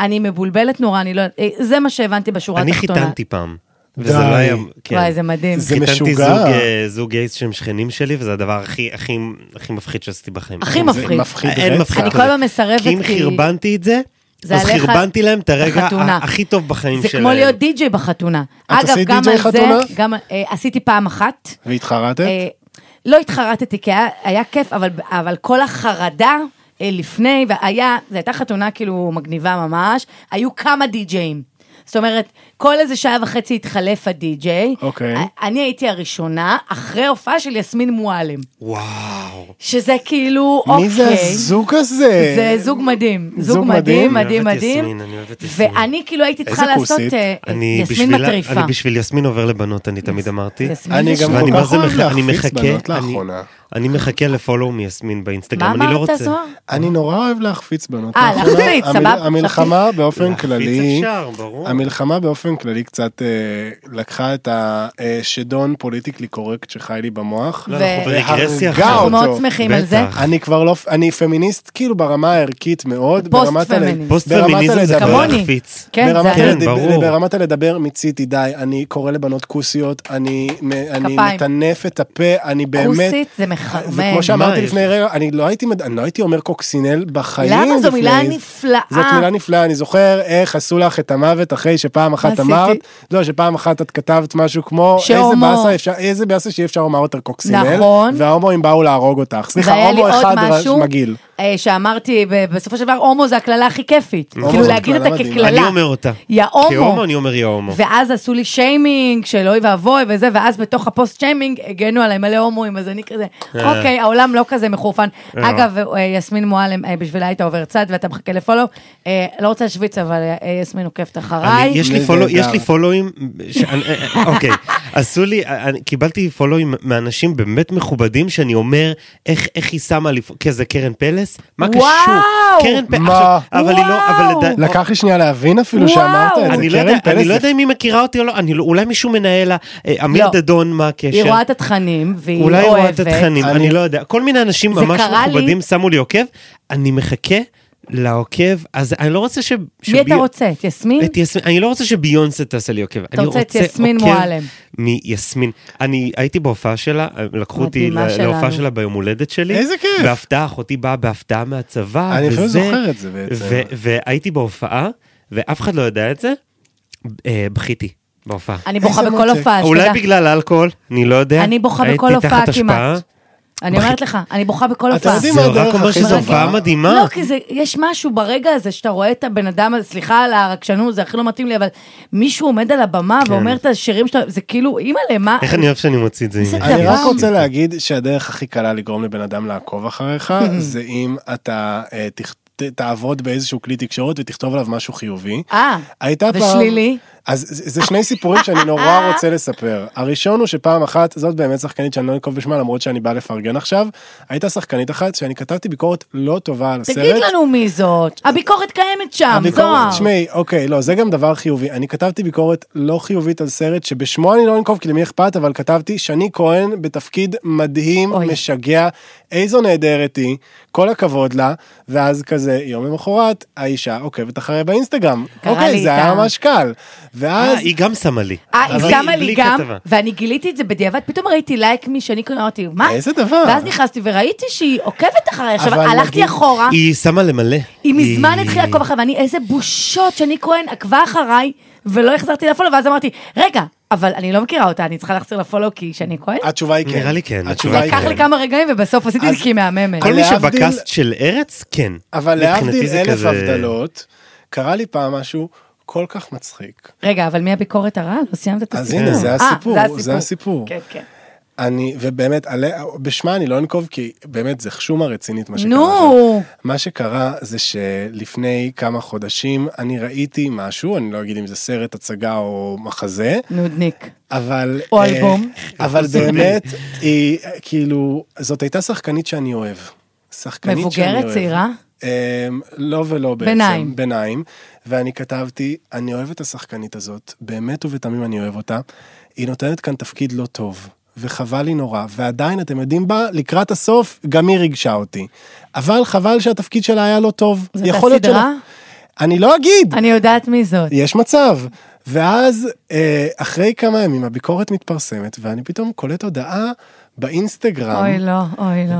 אני מבולבלת נורא, אני לא... אה, זה מה שהבנתי בשורה
אני
התחתונה.
חיתנתי פעם. וזה
די.
לא היה... כן.
וואי, זה מדהים.
זה-
חיתנתי
משוגע.
זוג, אה, זוג גייס שהם שכנים שלי, וזה הדבר הכי הכי הכי מפחיד שעשיתי בחיים. אה,
הכי
זה
מפחיד.
מפחיד
אין
רצח.
מפחיד
אני
כזה.
כל הזמן מסרבת,
כי אם
כי-
חרבנתי את זה,
זה
אז
עליך-
חרבנתי להם את הרגע
בחתונה.
ה- הכי טוב בחיים
זה
שלהם.
כמו להיות די-ג'יי בחתונה. אגב,
עשית
גם
די-ג'יי
על זה,
חתונה?
גם, אה, עשיתי פעם אחת.
והתחרטת?
אה, לא התחרטתי, כי היה, היה כיף, אבל, אבל כל החרדה אה, לפני, והיה, זו הייתה חתונה כאילו מגניבה ממש, היו כמה די-ג'אים. זאת אומרת, כל איזה שעה וחצי התחלף הדי-ג'יי.
אוקיי.
א- אני הייתי הראשונה, אחרי הופעה של יסמין מועלם.
וואו.
שזה כאילו,
מי זה
אוקיי.
הזוג הזה?
זה זוג מדהים, זוג
זוג
מדהים, מדהים,
מדהים.
אני אוהב את
מדהים.
יסמין, אני אוהב את יסמין.
ואני כאילו הייתי
איזה
צריכה לעשות
כוסית.
אה, אה,
אני
יסמין
בשביל-
מטריפה.
אני בשביל יסמין עובר לבנות, אני תמיד אמרתי.
יסמין
אני
זה
גם
שטות.
ואני
כל
מה
כך
זה
אוהב
מח- אני
להחפיץ בנות
מחכה, אני-
לאחרונה.
אני מחכה לפולו מיסמין
מה
באינסטגרם, אני לא
אמרת
רוצה.
זוהר?
אני נורא אוהב להחפיץ בנות.
אה,
לאחרונה.
להחפיץ,
המל-
סבבה.
המלחמה באופן
להחפיץ
כללי,
אפשר, ברור.
המלחמה באופן כללי קצת אה, לקחה את השדון פוליטיקלי קורקט שחי לי במוח.
לא,
ו-
אנחנו ברגרסיה
והרגה
עכשיו.
אנחנו מאוד
אה, אותו.
שמחים על
בטח.
זה.
אני כבר לא, אני פמיניסט כאילו ברמה הערכית מאוד,
פוסט
ברמת הל-
פמיניסט.
פוסט
ברמת
פמיניזם זה
הלדבר.
כבר
כמוני.
להחפיץ.
כן,
ברמת,
זה-
הלד...
כן, ברור.
ברמת הלדבר מיציתי, די, אני קורא לבנות כוסיות, אני, מ- אני
כפיים.
מטנף את הפה, אני באמת...
כוסית זה מחרמן.
וכמו שאמרתי
מה,
לפני
יש-
רגע, אני לא הייתי, מד- אני לא הייתי אומר קוקסינל בחיים.
למה? זו
לפני
מילה
זה.
נפלאה.
זאת מילה נפלאה, אני זוכר איך עשו לך את המוות אחרי שפעם אחת
עשיתי?
אמרת, לא, שפעם אחת את כתבת משהו כמו, איזה
שהומו-
באסה אפשר, איזה באסה שאי אפשר לומר יותר קוקסינל,
נכון.
וההומואים באו להרוג אותך. סליחה,
והיה לי
הומו
עוד
אחד רש-
משהו,
מגעיל.
אה, שאמרתי, ב- בסופו של דבר, הומו זה הקללה הכי כיפית.
הומו
כאילו
זו
להגיד
הקללה
אותה
מדהימה.
כקללה.
אני אומר אותה.
יא הומו.
כהומו אני אומר יא הומו.
ואז עשו לי שיימינג של אוי ואבוי וזה, ואז בתוך הפוסט שיימינג הגנו עליי מלא הומואים, אז אני כזה,
אה.
אוקיי, העולם לא כזה מחורפן.
אה.
אגב, אה, יסמין מועלם, אה, בשבילה היית עובר צד ואתה מחכה לפולו. אה, לא רוצה להשוויץ, אבל אה, יסמין עוקבת
אני-
אחריי.
יש לי
נהדר.
פולו- יש לי פולואים, ש- אני- אה, אוקיי, עשו לי, אה, אני- קיבלתי פולואים מאנשים באמת מכובדים שאני אומר, איך איך היא שמה לי, פ- כזה קרן פלס? מה קשור?
וואו!
קרן פלס,
מה?
אבל היא לא, אבל
וואו!
לדע-
לקח לי שנייה להבין אפילו
וואו.
שאמרת את זה.
אני לא
קרן
יודע- אני
פלס
לא יודע אם היא מכירה אותי או לא, אני לא- אולי מישהו מנהל לה, אה, אמיר
לא.
דדון, מה
היא
הקשר?
רואה את התכנים, והיא
אולי
אוהבת.
רואה את התכנים,
אני-
אני לא יודע. כל מיני אנשים
זה
ממש
קרה לי-
מכובדים שמו לי עוקב, אני מחכה לעוקב, אז אני לא רוצה ש...
מי אתה
שבי-
רוצה? את יסמין?
את יסמין, אני לא רוצה שביונסה תעשה לי עוקב. אני
רוצה את יסמין
עוקב
מועלם.
מיסמין. אני הייתי בהופעה שלה, לקחו אותי
מדהימה
ל-
שלנו.
להופעה שלה ביום הולדת שלי.
איזה כיף.
בהפתעה, אחותי באה בהפתעה מהצבא.
אני אפילו
וזה.
זוכר את זה בעצם.
ו- והייתי בהופעה, ואף אחד לא יודע את זה, אה, בכיתי בהופעה.
אני בוכה
איזה
בכל
מותק.
הופעה,
אולי
אה, שתדע.
בגלל האלכוהול, אני לא יודע.
אני בוכה
הייתי
בכל הופעה
תחת השפעה.
כמעט. אני אומרת לך, אני בוכה בכל
אתם
הופעה.
יודעים מה
זה
הדרך
רק אומר
הכי
שזו
טובה?
הופעה מדהימה.
לא, כי זה, יש משהו ברגע הזה שאתה רואה את הבן אדם, הזה, סליחה על הרגשנות, זה הכי לא מתאים לי, אבל מישהו עומד על הבמה ואומר את השירים שלו, זה כאילו, אימא'לה, מה...
כן. איך אני אוהב שאני מוציא את זה.
איזה
ממני.
אני
דבר.
רק רוצה להגיד שהדרך הכי קלה לגרום לבן אדם לעקוב אחריך זה אם אתה אה, תכ- ת- תעבוד באיזשהו כלי תקשורת ותכתוב עליו משהו חיובי.
אה,
הייתה פעם...
ושלילי?
אז זה זה שני סיפורים שאני נורא רוצה לספר. הראשון הוא שפעם אחת, זאת באמת שחקנית שאני לא אנקוב בשמה למרות שאני בא לפרגן עכשיו, הייתה שחקנית אחת שאני כתבתי ביקורת לא טובה על הסרט.
תגיד לנו מי זאת. הביקורת קיימת שם,
הביקורת-
אה, זוהר.
תשמעי, אוקיי, לא, זה גם דבר חיובי. אני כתבתי ביקורת לא חיובית על סרט שבשמו אני לא אנקוב, כי למי אכפת, אבל כתבתי שני כהן בתפקיד מדהים,
אוי.
משגע, איזו נהדרת היא, כל הכבוד לה, ואז כזה, יום למחרת, האישה עוקבת אחריה באינסטגרם.
קרה לי
אוקיי, זה היה
איתה.
ממש קל. ואז...
אה, היא גם שמה לי.
אה, היא
אבל
שמה לי
בלי
גם,
כתבה.
ואני גיליתי את זה בדיעבד, פתאום ראיתי לייק משני קוראים, אמרתי, מה?
איזה דבר.
ואז נכנסתי וראיתי שהיא עוקבת אחריי. עכשיו,
אבל
הלכתי
נגיד-
אחורה,
היא שמה למלא.
אה. היא מזמן התחילה לעקוב אחריי, ואני, איזה בושות שאני כהן עקבה אחריי, ולא החזרתי לפולו, ואז אמרתי, רגע, אבל אני לא מכירה אותה, אני צריכה להחזיר לפולו כי שאני כהן?
התשובה היא כן.
נראה לי כן,
התשובה היא
התשובה
לקח
כן.
לי כמה רגעים, ובסוף עשיתי את זה
אז-
כי היא מהממת.
כל מי
להבדיל-
שבקאסט של ארץ, כן.
אבל
מבחינתי
להבדיל
זה
אלף
כזה-
הבדלות, קרה לי פעם משהו כל כך מצחיק.
רגע, אבל מי הביקורת הרעה? לא סיימת את
אז
הסיפור.
הנה, זה
אה,
הסיפור, זה הסיפור.
כן, כן.
אני, ובאמת, עליה- בשמה אני לא אנקוב, כי באמת זה חשומה רצינית מה שקרה.
נו.
שם. מה שקרה זה שלפני כמה חודשים אני ראיתי משהו, אני לא אגיד אם זה סרט, הצגה או מחזה,
נודניק.
אבל...
או
אה,
אלבום.
אבל באמת, היא, כאילו, זאת הייתה שחקנית שאני אוהב. שחקנית שאני אוהב.
מבוגרת, צעירה?
אמ, לא ולא בעצם.
ביניים.
ביניים. ואני כתבתי, אני אוהב את השחקנית הזאת, באמת ובתמים אני אוהב אותה. היא נותנת כאן תפקיד לא טוב, וחבל לי נורא, ועדיין, אתם יודעים מה, לקראת הסוף, גם היא ריגשה אותי. אבל חבל שהתפקיד שלה היה לא טוב.
זאת
יכול להיות
הסדרה?
שלא- אני לא אגיד,
אני יודעת מי זאת.
יש מצב. ואז אה, אחרי כמה ימים הביקורת מתפרסמת, ואני פתאום קולט הודעה באינסטגרם.
אוי לא, אוי לא.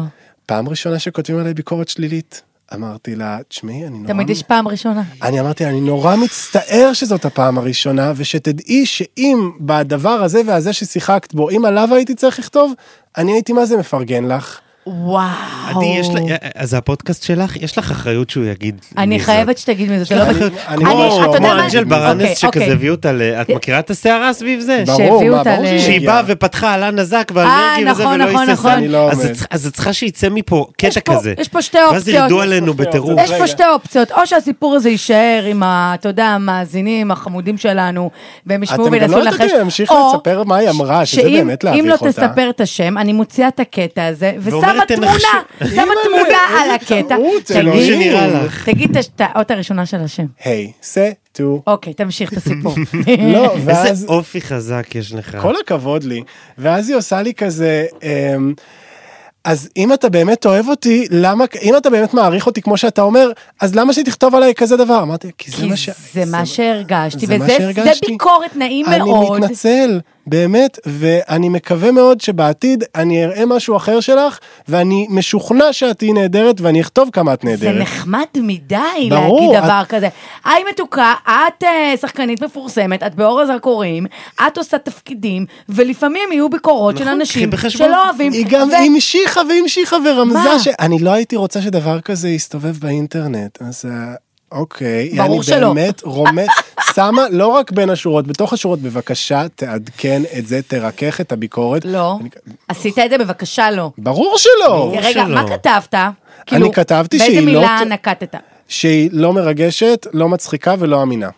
פעם ראשונה שכותבים עליי ביקורת שלילית. אמרתי לה, תשמעי, אני נורא...
תמיד יש פעם ראשונה.
אני אמרתי, לה, אני נורא מצטער שזאת הפעם הראשונה, ושתדעי שאם בדבר הזה והזה ששיחקת בו, אם עליו הייתי צריך לכתוב, אני הייתי מה זה מפרגן לך.
וואו.
עדי, יש לה- אז הפודקאסט שלך, יש לך אחריות שהוא יגיד מי
אני
זאת.
חייבת שתגיד מי זאת. זה לא
אני-
בטוח.
אני-
כמו
אתה יודע
כמו
מה?
אנג'ל
אוקיי,
ברנס שכזה
אוקיי.
הביאו אותה, ל- את מכירה את הסערה סביב זה?
ברור,
שהביאו
מה,
אותה
ברור
ל-
שהיא
שהגיע.
באה ופתחה על הנזק ועל
אה,
מרגי וזה
נכון,
ולא
נכון,
היססה.
נכון.
אני לא
אז
עומד.
את צריכה- אז את צריכה שייצא מפה
יש
קטע
פה-
כזה.
יש פה שתי
ואז
אופציות.
ירדו עלינו
אופציות.
בטירוף.
יש פה שתי אופציות, או שהסיפור הזה יישאר עם, ה- אתה יודע, המאזינים החמודים שלנו, והם ישמעו
אתם גם
וינסו
לא
לנחש,
יודעים, להמשיך
או
לספר מה היא אמרה, שזה
שאם-
באמת להביך
אם לא
אותה.
תספר את השם, אני מוציאה את הקטע הזה, ושמה
ואומרת,
תמונה,
"תנחשו".
שמה
אימא'לה,
תמונה
איזה
על הקטע.
טעות, לא
תגיד-
אלוהים.
שנראה לך.
תגיד את האות הראשונה של השם.
היי, סה, טו.
אוקיי, תמשיך את הסיפור. אה,
לא,
איזה
ואז...
אופי חזק יש לך.
כל הכבוד לי. ואז היא עושה לי כזה... אמ, אז אם אתה באמת אוהב אותי, למה, אם אתה באמת מעריך אותי כמו שאתה אומר, אז למה שתכתוב עליי כזה דבר? אמרתי, כי זה
כי
מה ש...
זה מה שהרגשתי,
זה מה
וזה זה
שהרגשתי.
ביקורת נעים
אני
מאוד.
מתנצל, באמת, ואני מקווה מאוד שבעתיד אני אראה משהו אחר שלך, ואני משוכנע שאת תהיי נהדרת, ואני אכתוב כמה את
זה
נהדרת.
נחמד מדי
ברור,
להגיד
את-
דבר כזה. היי מתוקה, את אה, שחקנית מפורסמת, את באור הזרקורים, את עושה תפקידים, ולפעמים יהיו ביקורות של
נכון, קחי
אנשים
בחשבון.
שלא אוהבים.
היא גם
ו-
המשיכה והמשיכה ורמזה
מה?
ש... אני לא הייתי רוצה שדבר כזה יסתובב באינטרנט, אז אה, אוקיי.
ברור
אני
שלא.
באמת רומז, שמה לא רק בין השורות, בתוך השורות, בבקשה תעדכן את זה, תרכך את הביקורת.
לא.
אני-
עשית את זה? בבקשה לא.
ברור שלא.
ברור
רגע,
שלא.
מה כתבת? כאילו,
כתבתי שהיא
באיזה
לא
מילה
ת-
נקטת?
שהיא לא מרגשת, לא מצחיקה ולא אמינה.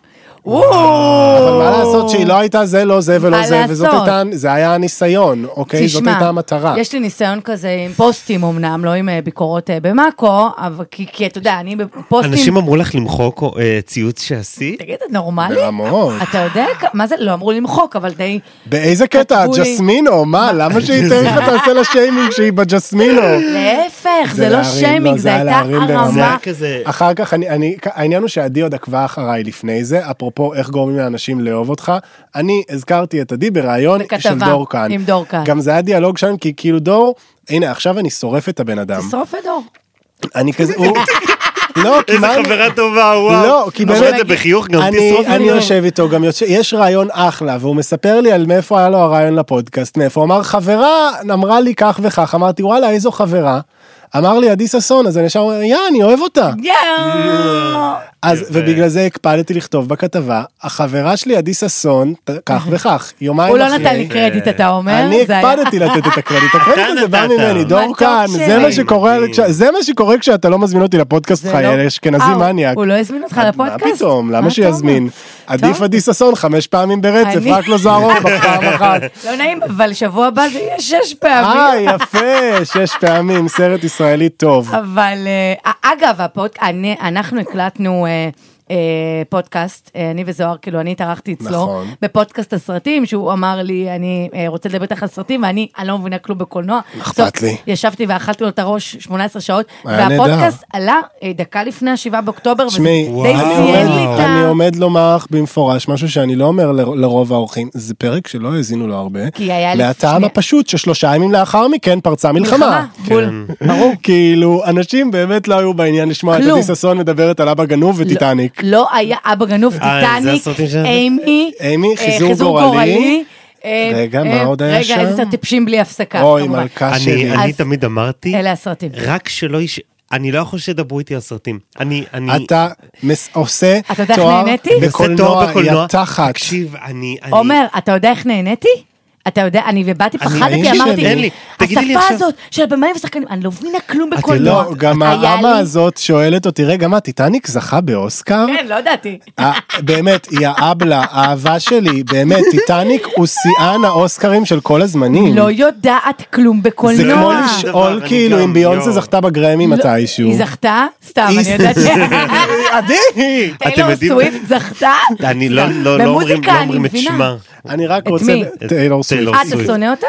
אבל
וואו.
מה לעשות שהיא לא הייתה זה, לא זה ולא
מה
זה, וזאת
לעשות?
הייתה, זה היה הניסיון, אוקיי? זאת
תשמע,
הייתה המטרה.
יש לי ניסיון כזה עם פוסטים אמנם, לא עם אה, ביקורות אה, במאקו, אבל כי, כי אתה יודע, אני בפוסטים...
אנשים אמרו לך למחוק אה, ציוץ שעשית?
תגיד, את נורמלי?
ברמות.
אתה יודע כ- מה זה? לא אמרו למחוק, אבל די...
באיזה קטע?
אה, כתבו לי-
ג'סמינו, מה? למה שהיא תכף תעשה לה שיימינג שהיא בג'סמינו?
להפך, זה לא
להרים,
שיימינג, זה
לא, זה היה
הייתה
להרים ברמה.
זה
הרמה.
היה כזה...
אחר כך, אני, אני, העניין הוא שעדי עוד עקבה אחריי לפני זה, אפרופו איך גורמים לאנשים לאהוב אותך, אני הזכרתי את עדי בריאיון
בכתבה
של דור כאן.
עם דור כאן.
גם זה היה דיאלוג שם, כי כאילו דור, הנה עכשיו אני שורף את הבן אדם.
תשרוף את דור.
אני כזה, הוא... לא, כי
איזה
מה... אני-
חברה טובה, וואו.
לא, כי
אמרת
באמת-
את זה בחיוך, גם
אני-
תשרוף
אני
לי.
יושב איתו, גם יוצא- יש רעיון אחלה, והוא מספר לי על מאיפה היה לו הרעיון לפודקאסט, מאיפה. הוא אמר, חברה אמרה לי כך וכך, אמרתי, וואלה, איזו חברה. אמר לי, עדי ששון, אז אני ישר אומר, יא, אני אוהב אותה.
יואו.
אז,
יפה.
ובגלל זה הקפדתי לכתוב בכתבה, החברה שלי, עדי ששון, ת- כך וכך, יומיים
הוא לא
אחרי.
נתן לי קרדיט, אתה אומר?
אני
זה היה-
הקפדתי לתת את הקרדיט, הקרדיט
אתה
הזה בא
נתת.
ממני, דור
מתוק
כאן,
שלי.
זה מה שקורה
מדהים.
כש- זה מה שקורה כשאתה לא מזמין אותי לפודקאסט
זה
שלך,
לא-
יא אשכנזי
אה,
מניאק.
הוא לא הזמין אותך לפודקאסט?
מה פתאום,
מה
למה
אתה
שיזמין?
אומר?
עדיף
טוב.
עדי ששון חמש פעמים ברצף,
אני-
רק לא זוהרון בפעם אחת.
לא נעים, אבל שבוע הבא זה יהיה שש
אה,
פעמים.
יפה, שש פעמים, סרט ישראלי טוב.
אבל אה, אגב, הפודק- אני- אנחנו הקלטנו... אה, אה, פודקאסט, אה, אני וזוהר, כאילו אני התארחתי אצלו,
נכון.
בפודקאסט הסרטים, שהוא אמר לי, אני אה, רוצה לדבר איתך על סרטים, ואני אני לא מבינה כלום בקולנוע.
אכפת
בסוף
לי.
ישבתי ואכלתי לו את הראש 18 שעות,
היה
והפודקאסט עלה אה, דקה לפני השבעה באוקטובר, וזה
תשמעי,
די
וואו.
אני
ציין לי
עומד-
את
אני
ה...
עומד לומר לך במפורש משהו שאני לא אומר ל- לרוב האורחים, זה פרק שלא האזינו לו הרבה,
כי היה לי
מהטעם
שני-
הפשוט ששלושה ימים לאחר מכן פרצה מלחמה.
בול.
כן.
ברור. כאילו, אנשים באמת לא היו בעניין לשמוע את
כלום.
עדי ששון מדברת על אבא גנוב וטיטניק.
לא היה אבא גנוב,
אה, זה
טיטניק,
הסרטים שלנו?
אימי,
אימי,
אה,
חיזור גורלי.
אה,
רגע, מה
אה,
עוד היה שם?
רגע, איזה סרט טיפשים בלי הפסקה,
אוי,
כמובן.
מלכה שלי.
אני אני
אז-
תמיד אמרתי,
אלה הסרטים.
רק שלא יש... אני לא יכול שתדברו איתי על סרטים. אני... אני...
אתה מס- עושה
אתה יודע איך
תואר
נהניתי?
אני עושה תואר
בקולנוע, יא תחת.
תקשיב, אני... אני-
עומר, אתה יודע איך נהניתי? אתה יודע, אני ובאתי,
אני-
פחדתי,
אין לי,
אמרתי,
אין
לי. תגידי לי
השפה
עכשיו-
הזאת של הבמאים ושחקנים, אני לא מבינה כלום
את
בקולנוע.
לא, גם
היה
האמה
לי-
הזאת שואלת אותי, רגע, מה, טיטניק זכה באוסקר?
כן, לא ידעתי.
אה, באמת, יא אבלה, האהבה שלי, באמת, טיטניק הוא שיאן האוסקרים של כל הזמנים.
לא יודעת כלום
זה
בקולנוע.
כמו
לא.
לשאול
דבר,
כאילו
אני
אם
גם,
ביונסה
יואו.
זכתה בגרמי
לא-
מתישהו.
היא זכתה? סתם,
היא-
אני יודעת. אה,
עדי!
טיילור
יודעים-
סוויפט זכתה?
אני לא-
סתם.
לא לא אומרים
במוזיקה
לא
אני
אומרים את
מבינה.
שמה.
אני רק
את
רוצה...
מי?
טיילור סוויפט.
טיילור
אה, אתה
סוויפט.
שונא אותה?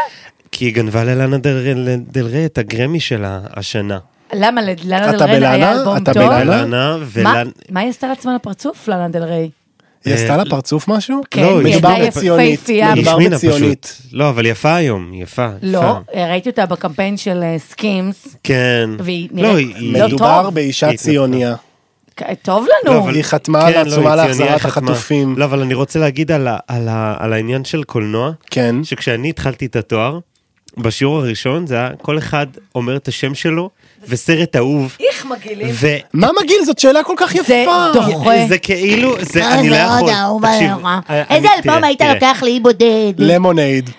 כי היא גנבה ללנה דל- דלרי את הגרמי שלה השנה.
למה ללנה
אתה
דל ריי היה
בלנה?
אלבום
אתה
טוב?
בלנה?
ללנה
מה-
ולנ...
מה היא עשתה לעצמה לפרצוף, לנה דל ריי?
היא
אה,
עשתה לה פרצוף משהו?
כן, היא
הייתה
מדובר
יפה-
בציונית.
יפהפייה.
היא
מדובר
השמינה פשוט.
בציונית.
לא, אבל יפה היום, היא יפה.
לא,
יפה.
אה, ראיתי אותה בקמפיין של אה, סקימס.
כן.
והיא
לא,
נראית-
היא-
לא
מדובר
טוב.
באישה
היא התנפלה.
ציוניה.
כ- טוב
לא,
לנו.
אבל-
היא חתמה על
כן, לא,
העצומה
היא
להחזרת
ציוניה, חתמה.
החטופים.
לא, אבל אני רוצה להגיד על ה- על ה- על העניין של קולנוע,
כן.
שכשאני התחלתי את התואר, בשיעור הראשון זה היה כל אחד אומר את השם שלו וסרט אהוב.
איך מגעילים.
ו-
מה מגעיל? זאת שאלה כל כך
זה
יפה.
דוחה.
זה כאילו, זה,
אה,
אני לא יכול. תקשיב, אה, אני-
איזה
אני-
אלבום
תראה,
היית
תראה.
לוקח לאי בודד?
למונייד.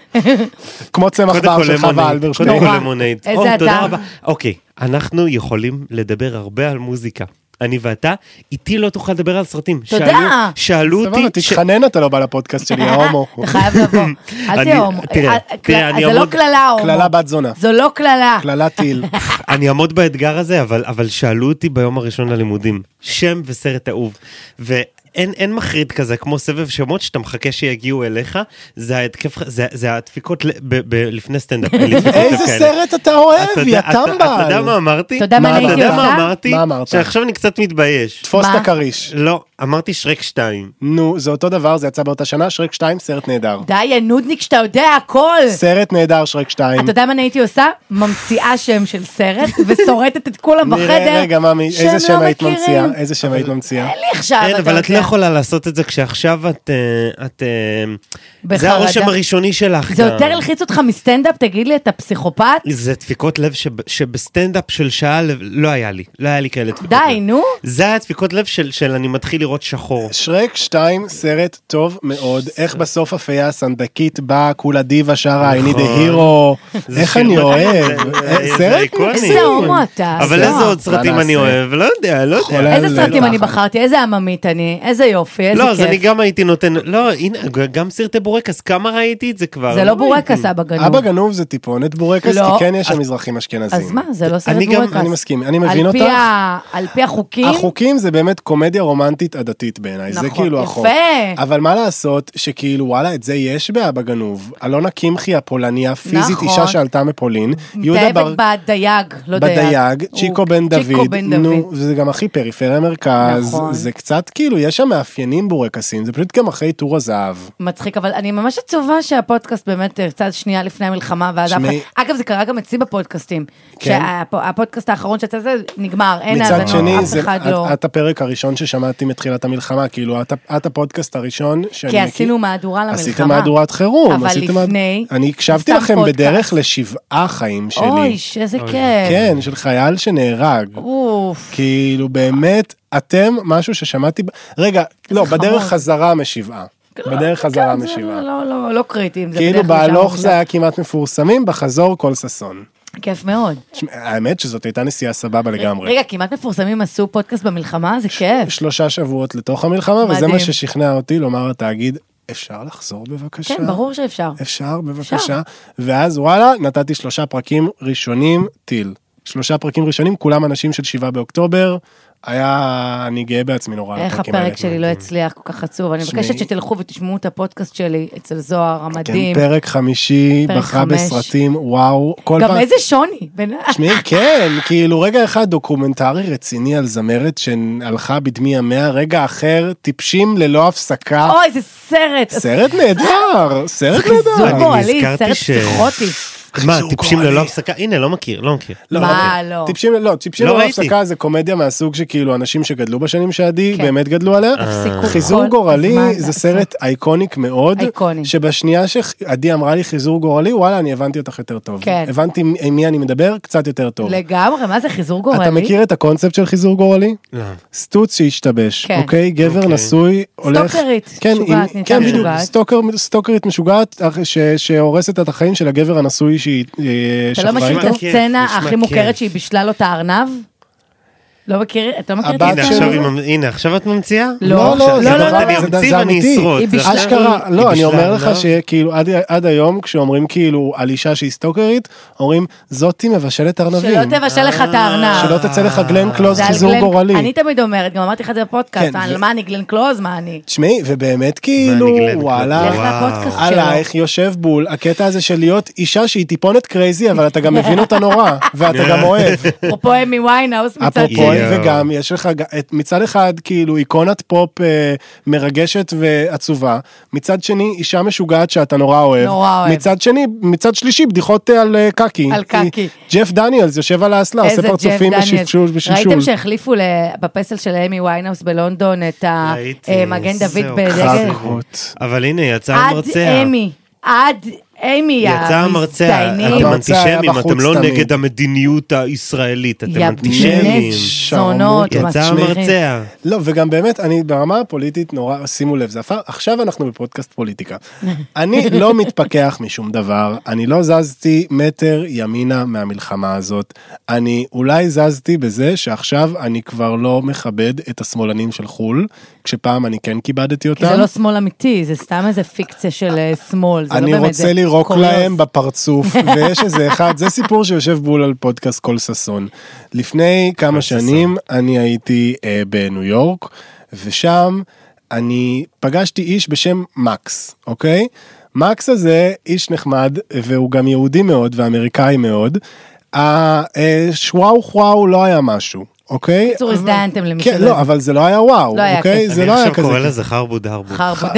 כמו צמח
קודם
בר
כל
של חווה
למונייד,
אלברשטיין.
קודם כל
נורא.
למונייד.
איזה
אוי,
אתה.
תודה רבה. אוקיי, אנחנו יכולים לדבר הרבה על מוזיקה. אני ואתה, איתי לא תוכל לדבר על סרטים.
תודה.
שאלו- שאלו
סבבה,
אותי, ש-
תתחנן אתה לא בא לפודקאסט שלי, ההומו.
אתה חייב לבוא. אל
אני-
תהיה הומו.
תראה,
אה,
תראה,
אה,
אני
זה לא
אעמוד-
קללה הומו.
קללה בת זונה.
זו לא קללה.
קללת טיל.
אני אעמוד באתגר הזה, אבל, אבל שאלו אותי ביום הראשון ללימודים, שם וסרט אהוב. ו... אין, אין מחריד כזה כמו סבב שמות שאתה מחכה שיגיעו אליך, זה ההתקף, זה, זה הדפיקות ל, ב, ב, לפני סטנדאפ. אין לי דפיקות
איזה
כאלה.
סרט אתה אוהב,
אתה יודע-
יא
אתה-
טמבל.
אתה יודע מה אמרתי?
אתה יודע מה
מה
אני
אתה
הייתי
יודע מה
עושה?
אמרתי?
מה אמרת?
שעכשיו אני קצת מתבייש.
תפוס
מה?
את הכריש.
לא, אמרתי שרק 2.
נו, זה אותו דבר, זה יצא באותה שנה, שרק 2, סרט נהדר.
די, יא נודניק, שאתה יודע הכל.
סרט נהדר, שרק 2.
אתה יודע מה אני הייתי עושה? ממציאה שם של סרט ושורטת את כולם בחדר.
נראה רגע, ממי,
שהם
איזה שם
לא
היית
מכירים.
ממציאה? איזה שם היית ממציאה?
אין לי עכשיו,
כן,
אה, אתה
אבל את לא
יודע.
יכולה לעשות את זה כשעכשיו את... אה, את אה,
בחרדה.
זה הרושם הראשוני שלך.
זה
גם.
יותר הלחיץ אותך מסטנדאפ? תגיד לי, אתה פסיכופת?
זה דפיקות לב שב, שבסטנדאפ של שעה לב, לא היה לי, לא היה לי כאלה דפיקות לב.
די, נו.
זה היה דפיקות לב של, של אני מתחיל לראות שחור.
שרק 2 סרט טוב מאוד, איך בסוף הפיה הסנדקית באה, כולה דיבה שרה, I need
נכון.
a hero,
זה
איך
שיר
אני
מדהים,
אוהב,
זה-
אה,
זה
סרט
איקוני.
איזה הומו אתה.
אבל
לא.
איזה עוד סרטים
מה
אני
נעשה?
אוהב? לא יודע, לא
חולה
יודע.
על
איזה
לא,
סרטים
לא,
אני
אחת.
בחרתי? איזה עממית אני? איזה יופי, איזה
לא, אז אני
כיף.
גם הייתי נותן, לא, הנה, גם סרטי בורקס, כמה ראיתי את זה כבר?
זה לא
ראיתי.
בורקס אבא גנוב.
אבא גנוב זה טיפונת בורקס,
לא.
כי כן יש שם מזרחים אשכנזים.
אז מה, זה לא סרט
אני גם-
בורקס.
אני מסכים, אני
על
מבין
פי
אותך.
ה- על פי החוקים,
החוקים זה באמת קומדיה רומנטית עדתית בעיניי, זה
נכון,
כאילו
יפה.
החוק. אבל מה לעשות שכאילו וואלה את זה יש באבא גנוב. אלונה קמחי הפולניה, פיזית
נכון.
אישה שעלתה מפולין, יהודה בר...
מתאהבת בדייג, לא דייג.
בדייג,
הוא-
צ'יקו בן
צ'יקו
דוד,
בן
נו,
דוד.
זה גם הכי פריפריה מרכז,
נכון.
זה קצת כאילו, יש שם מאפיינים בורקסים, זה פשוט גם אחרי טור הזהב.
מצחיק, אבל אני ממש עצובה שהפודקאסט באמת יצא שנייה לפני המלחמה, ואז אף אחד...
שמעי-
אגב, זה קרה גם אצלי בפודקאסטים.
כן.
שהפודקאסט האחרון שיצא זה נגמר, אין
מצד
האזנות,
שני,
אף
זה-
אחד
את-
לא.
את הפרק הראשון ששמעתי מתחילת המלחמה, כאילו, את- את הפודקאסט הראשון שאני
כי
מכיר.
עשינו מהדורה למלחמה.
עשיתם מהדורת חירום.
אבל
עשיתם מה-
לפני,
אני הקשבתי
סתם
לכם
פודקאסט.
בדרך לשבעה חיים שלי.
אוי, איזה
אוי.
כיף.
כן, של חייל שנהרג.
אוף.
כאילו, באמת, אתם משהו ששמעתי... ב- רגע, לא,
חמוד.
בדרך חזרה משבעה. בדרך חזרה
כן, זה
משבעה.
לא, לא, לא קריטי. אם זה
כאילו
בדרך משם
בהלוך
משם.
זה היה כמעט מפורסמים, בחזור כל ששון.
כיף מאוד.
שמע, האמת שזאת הייתה נסיעה סבבה לגמרי.
רגע, כמעט מפורסמים עשו פודקאסט במלחמה? זה כיף.
שלושה שבועות לתוך המלחמה, וזה
מדהים.
מה ששכנע אותי לומר התאגיד, אפשר לחזור בבקשה?
כן, ברור שאפשר.
אפשר, בבקשה. ואז וואלה, נתתי שלושה פרקים ראשונים, טיל. שלושה פרקים ראשונים, כולם אנשים של שבעה באוקטובר. היה, אני גאה בעצמי נורא על
איך
הפרקים האלה.
הפרק שלי לא הצליח, כל כך עצוב. אני
שמעי.
מבקשת שתלכו ותשמעו את הפודקאסט שלי אצל זוהר
כן,
המדהים.
פרק חמישי,
פרק
בחרה
חמש.
בסרטים, וואו. כל
גם
פעם-
איזה שוני. בין-
תשמעי, כן, כאילו רגע אחד דוקומנטרי רציני על זמרת שהלכה בדמי המאה, רגע אחר, טיפשים ללא הפסקה.
אוי, זה סרט.
סרט נהדר, סרט
זוג
נהדר.
בו.
גורלי,
נזכרתי
סרט
ש-
פסיכוטי.
מה,
חיזוק
טיפשים
גורלי.
ללא הפסקה? הנה, לא מכיר, לא מכיר.
לא,
מה,
אוקיי.
לא?
טיפשים, לא, טיפשים
לא
ללא
ראיתי.
הפסקה זה קומדיה מהסוג שכאילו אנשים שגדלו בשנים שעדי
כן.
באמת גדלו עליה.
תפסיקו
חיזור
כל
גורלי
הזמן
זה
לעשות.
סרט אייקוניק מאוד,
אייקוני.
שבשנייה שעדי אמרה לי חיזור גורלי, וואלה, אני הבנתי אותך יותר טוב.
כן.
הבנתי עם עם מי אני מדבר, קצת יותר טוב.
לגמרי, מה זה חיזור גורלי?
אתה מכיר את הקונספט של חיזור גורלי?
לא.
סטוץ שהשתבש,
כן.
אוקיי? גבר
אוקיי.
נשוי, הולך...
סטוקרית,
כן,
משוגעת,
עם-
נהייתה
כן, בדיוק,
משוגעת.
סטוקר, סטוקרית משוגעת אך- ש- שהורסת את החיים של הגבר הנשוי שהיא אה,
אתה לא
שכבה
מכיר את
איתו.
כיף,
הסצנה
נשמע
הכי
כיף.
מוכרת שהיא בישלה לו את הארנב? לא מכיר? אתה לא מכיר את
הבת
הנה,
אה,
עכשיו
אה,
היא
הסצנה?
אה.
ממ- הנה, עכשיו את ממציאה?
לא, לא,
עכשיו,
לא,
אמרת
לא,
לי,
לא.
זה-
אמציא
זה
ואני
אמיתי.
אשרוד.
היא
זה
בישלה.
עכשיו-
אשכרה, לא,
היא
אני
בישלה,
אומר
לא?
לך שכאילו עד- עד היום כשאומרים כאילו על אישה שהיא סטוקרית, אומרים זאתי מבשלת
שלא
ארנבים.
תבשל לך את הארנב.
שלא תצא לך
אה.
גלן קלוז
זה על
חיזור
גלן- אני
גורלי.
תמיד אומרת, גם אמרתי לך את זה בפודקאסט,
כן,
על
ו-
מה אני גלן קלוז, מה אני?
תשמעי, ובאמת כאילו,
גלן קלוז?
וואלה.
לך
וואו.
לפודקאסט שלו.
עלייך יושב בול הקטע הזה של להיות אישה שהיא טיפונת קרייזי אבל אתה גם מבין אותה נורא ואתה גם אוהב.
אפרופו אמי ויינהאוס מצד
אפרופו
שני.
יואו.
וגם יש לך ג- את- מצד אחד כאילו איקונת פופ אה, מרגשת ועצובה מצד שני אישה משוגעת שאתה נורא אוהב
נורא אוהב.
מצד שני מצד שלישי בדיחות אה, על אה, קקי
על קקי.
ג'ף דניאלס יושב על האסלה עושה
איזה
פרצופים
ג'ף דניאל.
בשלשול בשלשול
ראיתם שהחליפו ל- בפסל של אמי ויינהאוס בלונדון את
ראיתי,
המגן
זהו,
דוד
חד
בדגל?
וחלק.
אבל הנה, יצא
עד
המרצע.
אמי, עד אמי
יצא המרצע,
המזדיינים.
אתם
המרצע היה
אנטישמים,
בחוץ
אתם לא
תמיד.
נגד המדיניות הישראלית, אתם
יא
אנטישמים.
בני זונות,
שרמוטה.
יצא
מצמירים.
המרצע.
כן.
לא, וגם באמת, אני ברמה הפוליטית נורא, שימו לב, זה הפך, עכשיו אנחנו בפודקאסט פוליטיקה. אני לא מתפכח משום דבר, אני לא זזתי מטר ימינה מהמלחמה הזאת. אני אולי זזתי בזה שעכשיו אני כבר לא מכבד את השמאלנים של חו"ל, כשפעם אני כן כיבדתי אותם.
כי זה לא שמאל אמיתי, זה סתם איזה פיקציה של אה, שמאל. זה לא
אני
באמת,
רוצה
זה
לירוק
קוריוז.
להם בפרצוף, ויש איזה אחד, זה סיפור שיושב בול על פודקאסט כל ששון. לפני כמה שנים אני הייתי אה, בניו יורק, ושם אני פגשתי איש בשם מקס, אוקיי? מקס הזה איש נחמד, והוא גם יהודי מאוד ואמריקאי מאוד. השוואו חוואו לא היה משהו, אוקיי?
בקיצור,
אבל-
הזדהנתם למי
כן,
שלא-
לא, אבל זה לא היה וואו,
לא היה
אוקיי?
כיף.
זה
אני
לא היה
עכשיו
כזה. אה,
קורא לזה חרבו דרבו.
חרבו.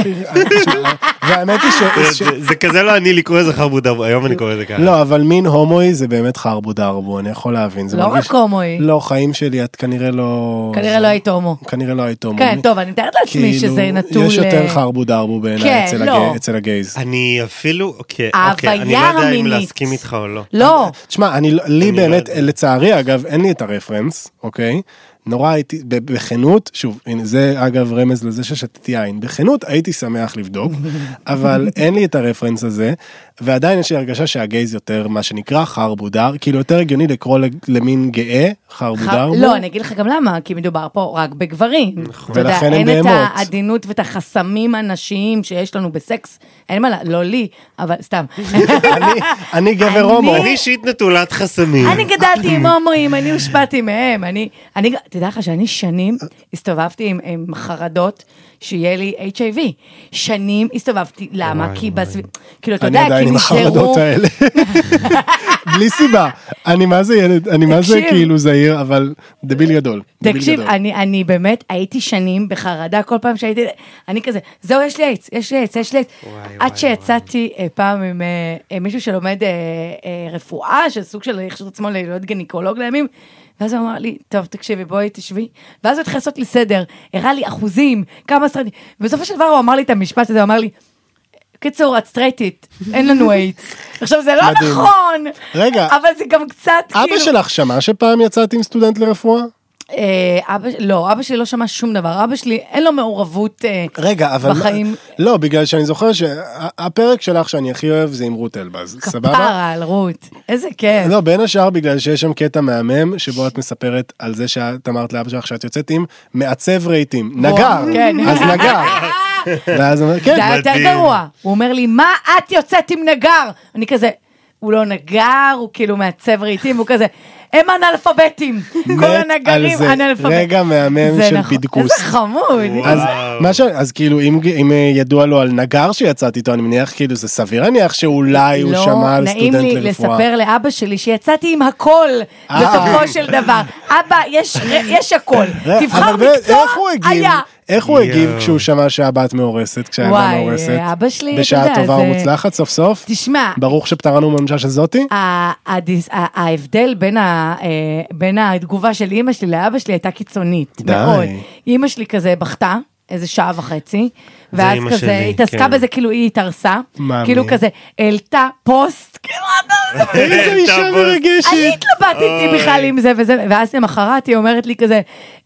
והאמת היא
זה-
ש... ש-
זה- זה כזה לא אני לקרוא לזה חרבו דרבו, היום אני קורא לזה ככה.
כן.
לא, אבל מין הומואי זה באמת חרבו דרבו, אני יכול להבין. זה
לא
מרגיש-
רק הומואי.
לא, חיים שלי, את כנראה לא...
כנראה לא היית הומו.
כנראה לא היית הומו.
כן, טוב, אני מתארת לעצמי שזה נטול...
יש יותר
אה,
חרבו דרבו בעיניי
כן,
אצל
לא.
הגיי- אצל הגייז.
אני אפילו, אוקיי, אוקיי, אני לא
ההוויה
יודע אם
המינית.
להסכים איתך או לא.
לא,
תשמע, אני, לא- לי
אני לא
באמת,
יודע.
לצערי אגב, אין לי את הרפרנס, אוקיי? נורא הייתי, ב- בכנות, שוב, הנה זה אגב רמז לזה ששתתי יין, בכנות הייתי שמח לבדוק, אבל אין לי את הרפרנס הזה, ועדיין יש לי הרגשה שהגייז יותר, מה שנקרא חרבודר, כאילו יותר הגיוני לקרוא ל- למין גאה, חרבודר.
ח- לא, אני אגיד לך גם למה, כי מדובר פה רק בגברים. אתה יודע,
נכון. ולכן הם
אין את
בהמות.
העדינות ואת החסמים הנשיים שיש לנו בסקס, אין מה, לה- לא לי, אבל סתם.
אני, אני גבר
אני-
הומו.
אני אישית נטולת חסמים.
אני גדלתי עם הומואים, אני הושפעתי מהם, אני, אני, תדע לך שאני שנים הסתובבתי עם, עם חרדות שיהיה לי HIV. שנים הסתובבתי, למה?
וואי,
כי
וואי.
בסביב, כאילו, אתה
אני
יודע,
עדיין
כי
עם
נשארו,
החרדות האלה. בלי סיבה. אני מה זה ילד, אני מה זה
תקשיב.
כאילו זהיר, אבל דביל גדול. דביל
תקשיב,
גדול.
אני, אני באמת הייתי שנים בחרדה, כל פעם שהייתי, אני כזה, זהו, יש לי עץ, יש לי עץ, יש לי עץ.
וואי, וואי,
עד שיצאתי אה, פעם עם אה, אה, מישהו שלומד אה, אה, רפואה, של סוג של הכשיר את עצמו להיות גניקולוג לימים, ואז הוא אמר לי, טוב, תקשיבי, בואי תשבי. ואז הוא התחיל לעשות לי סדר, הראה לי אחוזים, כמה סרטים, ובסופו של דבר הוא אמר לי את המשפט הזה, הוא אמר לי, קיצור, את סטרייטית, אין לנו איידס. עכשיו, זה לא
מדהים.
נכון!
רגע.
אבל זה גם קצת, כאילו-
אבא שלך שמע שפעם יצאת עם סטודנט לרפואה?
אה, אבא, לא, אבא שלי לא שמע שום דבר, אבא שלי אין לו מעורבות אה,
רגע, אבל...
בחיים.
לא, בגלל שאני זוכר שהפרק שלך שאני הכי אוהב זה עם רות אלבז, סבבה?
כפרה על רות, איזה כיף.
לא, בין השאר בגלל שיש שם קטע מהמם, שבו את מספרת על זה שאת אמרת לאבא שלך שאת יוצאת עם מעצב רהיטים, נגר,
כן.
אז נגר. ואז הוא אומר, כן,
זה היה יותר
מדהים.
גרוע. הוא אומר לי, מה את יוצאת עם נגר? אני כזה, הוא לא נגר, הוא כאילו מעצב רהיטים, הוא כזה, הם אנאלפביתים. כל
על
הנגרים
זה.
אנאלפביתים.
רגע מהמם
זה
של
נכון.
פדקוס.
איזה חמוד.
אז,
וואו.
מה ש... אז כאילו אם, אם אה, ידוע לו על נגר שיצאת איתו אני מניח כאילו זה סביר להניח שאולי הוא שמע על סטודנט
לא נעים לי
לרפואה.
לספר לאבא שלי שיצאתי עם הכל
אה.
בסופו של דבר. אבא, יש- יש הכל. תבחר
אה, אבל באמת,
מקצוע,
איך הוא הגיב,
היה.
איך הוא הגיב
יואו.
כשהוא שמע שהבת מאורסת, כשהילדה
וואי,
מאורסת,
אבא שלי, אתה
בשעה
יודע,
טובה
זה-
ומוצלחת סוף סוף,
תשמע, אה,
ברוך שפטרנו ממשש הזאתי,
ה- הדיס- ה- ההבדל בין, ה, אה, בין התגובה של אימא שלי לאבא שלי הייתה קיצונית
די.
מאוד. אימא שלי כזה בכתה איזה שעה וחצי, ואז
אימא
כזה
שלי,
התעסקה
כן.
בזה כאילו היא התארסה,
מאמי.
כאילו כזה העלתה פוסט, כאילו אתה מבין?
איזה אישה
אה, טוב,
אני
מרגשת,
התלבטתי
אוי.
בכלל עם זה וזה, ואז למחרת היא אומרת לי כזה,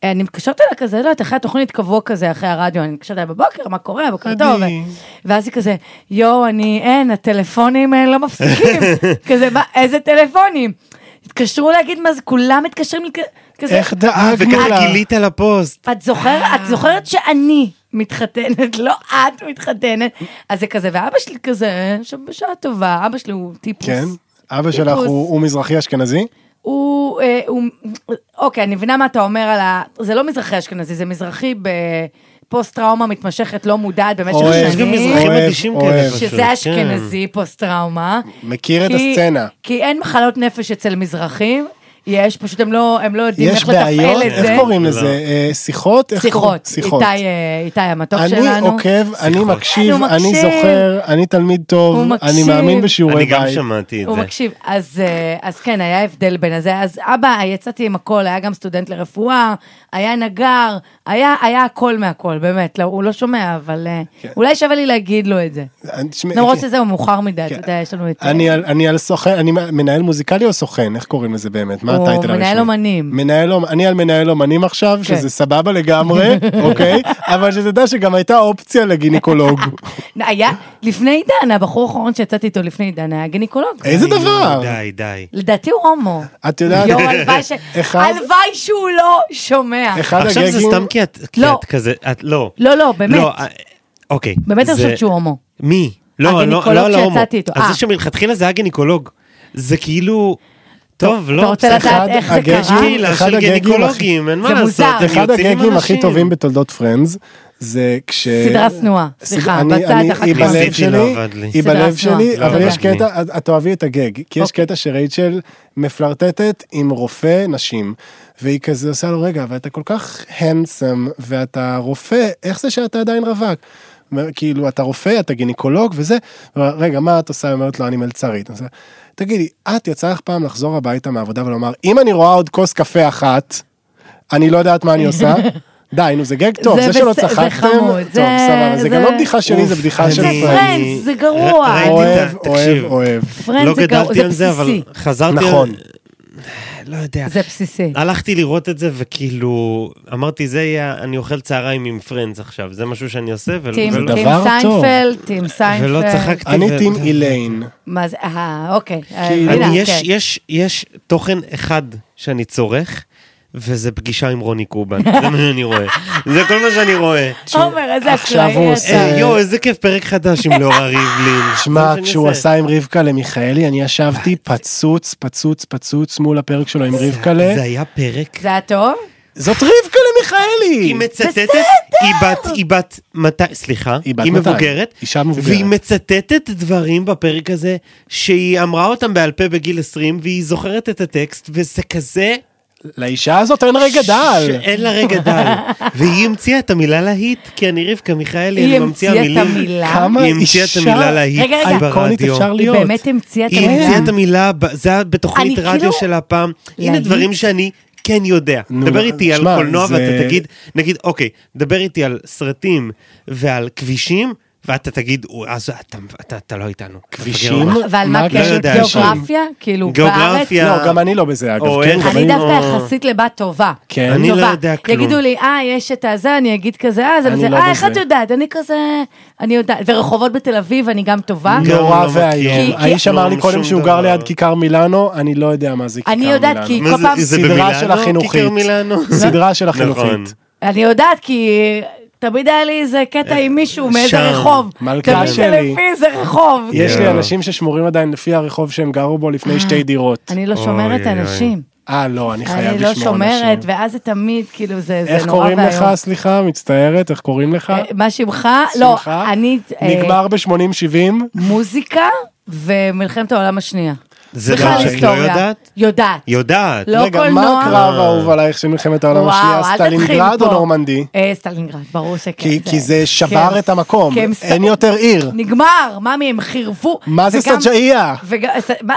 "אה, אני מתקשרת אליה כזה, לא יודעת, אחרי התוכנית קבוע כזה, אחרי הרדיו, אני מתקשרת אליה בבוקר, מה קורה, בוקר טוב,
עדי.
ו- ואז היא כזה, יואו, אני, אין, הטלפונים אה, לא מפסיקים, כזה, "מה, איזה טלפונים? התקשרו להגיד מה זה, כולם מתקשרים, לכ- כזה,
איך דאגנו
וככה
לה,
גילית לפוסט.
את זוכרת, את זוכרת שאני מתחתנת, לא את מתחתנת, אז זה כזה, ואבא שלי כזה, שם בשעה טובה, אבא שלי הוא טיפוס.
כן, אבא שלך
טיפוס.
הוא הוא מזרחי אשכנזי,
הוא, אה, הוא, אוקיי, אני מבינה מה אתה אומר על ה... זה לא מזרחי אשכנזי, זה מזרחי בפוסט טראומה מתמשכת, לא מודעת במשך
אוהב,
שנים.
יש גם מזרחים
אוהב,
אדישים
אוהב.
כאלה פשוט. כן.
שזה אשכנזי פוסט טראומה.
כן. מכיר את הסצנה.
כי אין מחלות נפש אצל מזרחים, יש, פשוט הם לא, הם לא יודעים
יש
איך לתפעל
בעיות,
את זה.
איך קוראים
לא.
לזה, אה, שיחות, איך קוראים-
שיחות, איתי, אה, איתי המתוק
אני אוקיי,
שלנו.
עוקב, אני
שיחות.
מקשיב,
הוא
אני
מקשיב.
זוכר, אני תלמיד טוב,
הוא
אני
מקשיב.
מאמין בשיעורי
אני
בית.
גם שמעתי את
הוא
זה.
מקשיב, אז, אה, אז כן, היה הבדל בין הזה. אז אבא, יצאתי עם הכל, היה גם סטודנט לרפואה, היה נגר, היה, היה הכל מהכל, באמת, לא, הוא לא שומע, אבל אה,
כן.
אולי שווה לי להגיד לו את זה.
אני- תשמעי,
למרות
כן.
שזהו מאוחר מדי, אתה
כן.
יודע, יש לנו את...
אני על, אני על סוכן, אני מנהל מוזיקלי או סוכן? איך קוראים לזה באמת? מה
הוא
הטייטל הרשמי?
מנהל אומנים.
מנהל, אומ- אני על מנהל אומנים עכשיו,
כן.
שזה סבבה לגמרי, אוקיי? אבל שתדע שגם הייתה אופציה לגינקולוג.
אה, היה, לפני עידן, הבחור האחרון שיצאתי איתו לפני עידן היה גינקולוג.
איזה
די,
דבר?
לא- די, די.
לדעתי הוא הומו.
את
לא
יודעת,
יואו, הלוואי ש-
אחד-
הלוואי שהוא לא שומע.
אחד
עכשיו זה
הגגים,
סתם כי את כי
לא.
את כזה, את לא.
לא, לא, באמת.
לא, אה, אוקיי.
באמת אני
זה-
חושבת שהוא הומו.
מי? לא, לא, לא,
הגינקולוג
לא, לא, הומו.
שיצאתי איתו,
אז
אה.
זה שמלכתחילה זה היה גינקולוג. זה כאילו... טוב, לא,
אתה רוצה
בסדר.
לדעת איך זה
הגגים-
קרה?
קהילה
אחד
של
הגגים הכי-
גניקולוגים, אין מה
זה
לעשות,
מוזר.
הם יוצאים
אחד
עם
הגגים הכי
אנשים.
טובים בתולדות פרנדס, זה כש...
סדרה שנואה. סליחה,
אני-
בצד
אני-
אחר
היא
כך.
בלב
ניסיתי, לא
שלי,
עבד לי.
היא
סדרה
בלב
שנואה.
שלי,
לא
אבל יש
עבד לי.
קטע, את- את אוהבי את הגג, כי יש
אוקיי.
קטע שרייצ'ל מפלרטטת עם רופא נשים, והיא כזה עושה לו, רגע, אבל אתה כל כך הנסם, ואתה רופא, איך זה שאתה עדיין רווק? אומר, כאילו, אתה רופא, אתה גינקולוג וזה, אבל, רגע, מה את עושה? היא אומרת לו, אני מלצרית. אז, תגידי, את יצא לך פעם לחזור הביתה מהעבודה ולומר, אם אני רואה עוד כוס קפה אחת, אני לא יודעת מה אני עושה. די, נו, זה גג טוב,
זה
זה שלא
בס- זה
צחקתם,
חמוד,
טוב,
זה-
סבבה,
זה-
זה גם לא בדיחה שלי,
אוף,
זה בדיחה
אני-
של
זה
פרנק.
פרנדס, זה גרוע.
ר- ראיתי
אוהב,
את ה-
אוהב,
תקשיב.
אוהב.
פרנד
לא
זה גרוע,
גדלתי
זה
על זה, אבל
בסיסי.
חזרתי... על-
נכון.
לא יודע.
זה בסיסי.
הלכתי לראות את זה וכאילו אמרתי זה יהיה אני אוכל צהריים עם פרנדס עכשיו זה משהו שאני עושה ולא,
טים
ולא,
טים
דבר טוב.
סיינפלד, טים סיינפלד.
ולא צחקתי.
אני
ו-
טים איליין.
מה זה, אה, אוקיי. אה,
כאילו-
הנה,
אני, יש,
כן.
יש, יש תוכן אחד שאני צורך וזה פגישה עם רוני קובן זה מה שאני רואה זה כל מה שאני רואה.
עומר, איזה
עכשיו
אקראי
הוא
אתה.
עושה-
אה, יואו איזה כיף פרק חדש עם לאורה ריבלין. זה
שמע,
מה שאני
כשהוא
עושה.
עשה עם רבקה למיכאלי, אני ישבתי פצוץ, פצוץ, פצוץ מול הפרק שלו עם רבקלה.
זה היה פרק
זה היה טוב?
זאת רבקה למיכאלי!
היא מצטטת, היא בת, היא בת, מתי, סליחה,
היא בת
היא
מאתיים.
מבוגרת,
אישה מבוגרת.
והיא מצטטת דברים בפרק הזה, שהיא אמרה אותם בעל פה בגיל 20, והיא זוכרת את הטקסט, וזה כזה,
לאישה הזאת אין רגע דל.
שאין לה רגע דל, והיא המציאה את המילה להיט, כי אני רבקה מיכאלי,
היא
אני ממציאה
המציאה את
מילים,
המילה.
כמה
היא המציאה את
אישה
המילה להיט
רגע, רגע.
איקונית
ברדיו.
אפשר
היא
להיות.
באמת המציאה את
היא המציאה את
המילה.
המילה, ב- זה היה בתוכנית
אני
רדיו
כאילו-
שלה פעם. הנה
להיט.
דברים שאני כן יודע.
נו,
דבר איתי על
שמע,
קולנוע
זה-
ואתה תגיד, נגיד, אוקיי, דבר איתי על סרטים ועל כבישים, ואתה תגיד, "או, אז אתה- אתה- אתה לא איתנו. אתה
כבישים?
מפגר ממש."
ועל מה
מה
הקשר?
הקשר?
לא יודע,
גיאוגרפיה? כאילו, בארץ?
גיאוגרפיה.
לא, גם אני לא בזה, אגב.
או
כן,
אין.
גם
אני
אבל-
דווקא יחסית לבת טובה.
כן.
אני לא
טובה.
יודע כלום.
יגידו לי, אה, יש את הזה, אני אגיד כזה, אה, זה
אני
וזה,
לא
אה, איך
בזה.
את יודעת? אני כזה, אני יודעת. ורחובות בתל אביב, אני גם טובה.
גם
נורא
לא
ואיום.
מכיר.
האיש אמר לי
כלום,
קודם
שום
שהוא
דבר.
גר ליד כיכר מילאנו, אני לא יודע מה זה כיכר
אני
מילאנו.
יודעת, כי
מה
כל
זה-
פעם-
זה
סדרה
במילאנו?
של החינוכית.
כיכר מילאנו?
סדרה של
נכון.
החינוכית.
אני יודעת, כי תמיד היה לי איזה קטע עם מישהו מאיזה
שם,
רחוב.
מלכה
תמיד זה
שלי.
לפי איזה רחוב.
יש לי
יואו.
אנשים ששמורים עדיין לפי הרחוב שהם גרו בו לפני שתי דירות.
אני לא שומרת
אוי, אוי.
אנשים.
אה, לא, אני
אני
חייב
לא
לשמור
שומרת,
אנשים.
ואז זה תמיד, כאילו, זה זה
איך
נורא ואיום.
קוראים לך? סליחה, מצטערת, איך קוראים לך?
אה, מה שמך? לא,
שמחה?
אני... אה,
נגמר ב-80-70?
מוזיקה ומלחמת העולם השנייה.
זה
בכלל
דבר שאת לא
היסטוריה.
יודעת?
יודעת.
יודעת.
לא
רגע,
קולנוע.
מה הקרב האהוב עלייך של מלחמת העולם השנייה?
וואו, אל תתחיל
סטלינגרד או
פה.
נורמנדי?
אה, סטלינגרד, ברור שכן.
כי- כי זה שבר
כן.
את המקום,
כי הם ס-
אין יותר עיר.
נגמר, ממי, הם חירבו.
מה זה
וגם-
סג'איה?
וגם- ס- מה מה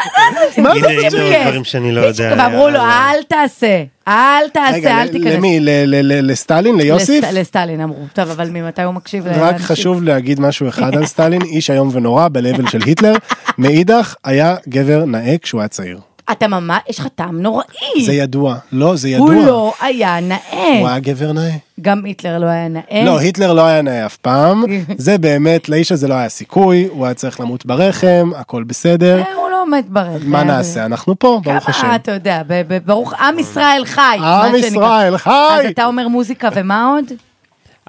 זה?
מה
הנה,
זה
הנה עוד
כיף.
דברים שאני לא
בדיוק,
יודע.
ואמרו לו, אל תעשה, אל
רגע,
תעשה, אל
ל-
תיכנס.
למי? ל- ל- ל- לסטלין? ליוסיף?
לסט- לסטלין אמרו. טוב, אבל ממתי הוא מקשיב?
רק
לאנשים?
חשוב להגיד משהו אחד על סטלין, איש איום ונורא ב-level של היטלר, מאידך היה גבר נאה כשהוא היה צעיר.
אתה ממש, יש לך טעם נוראי.
זה ידוע. לא, זה ידוע.
הוא לא היה נאה.
הוא היה גבר נאה.
גם היטלר לא היה נאה.
לא, היטלר לא היה נאה אף פעם. זה באמת, לאיש הזה לא היה סיכוי, הוא היה צריך למות ברחם, הכל בסדר.
אה, הוא לא עומד ברכב.
מה נעשה? אנחנו פה, ברוך השם.
אה, אתה יודע, ב- ב- ברוך, עם ישראל חי. מה
עם
שנקרא.
ישראל,
אז
חי!
אתה אומר מוזיקה ומה עוד?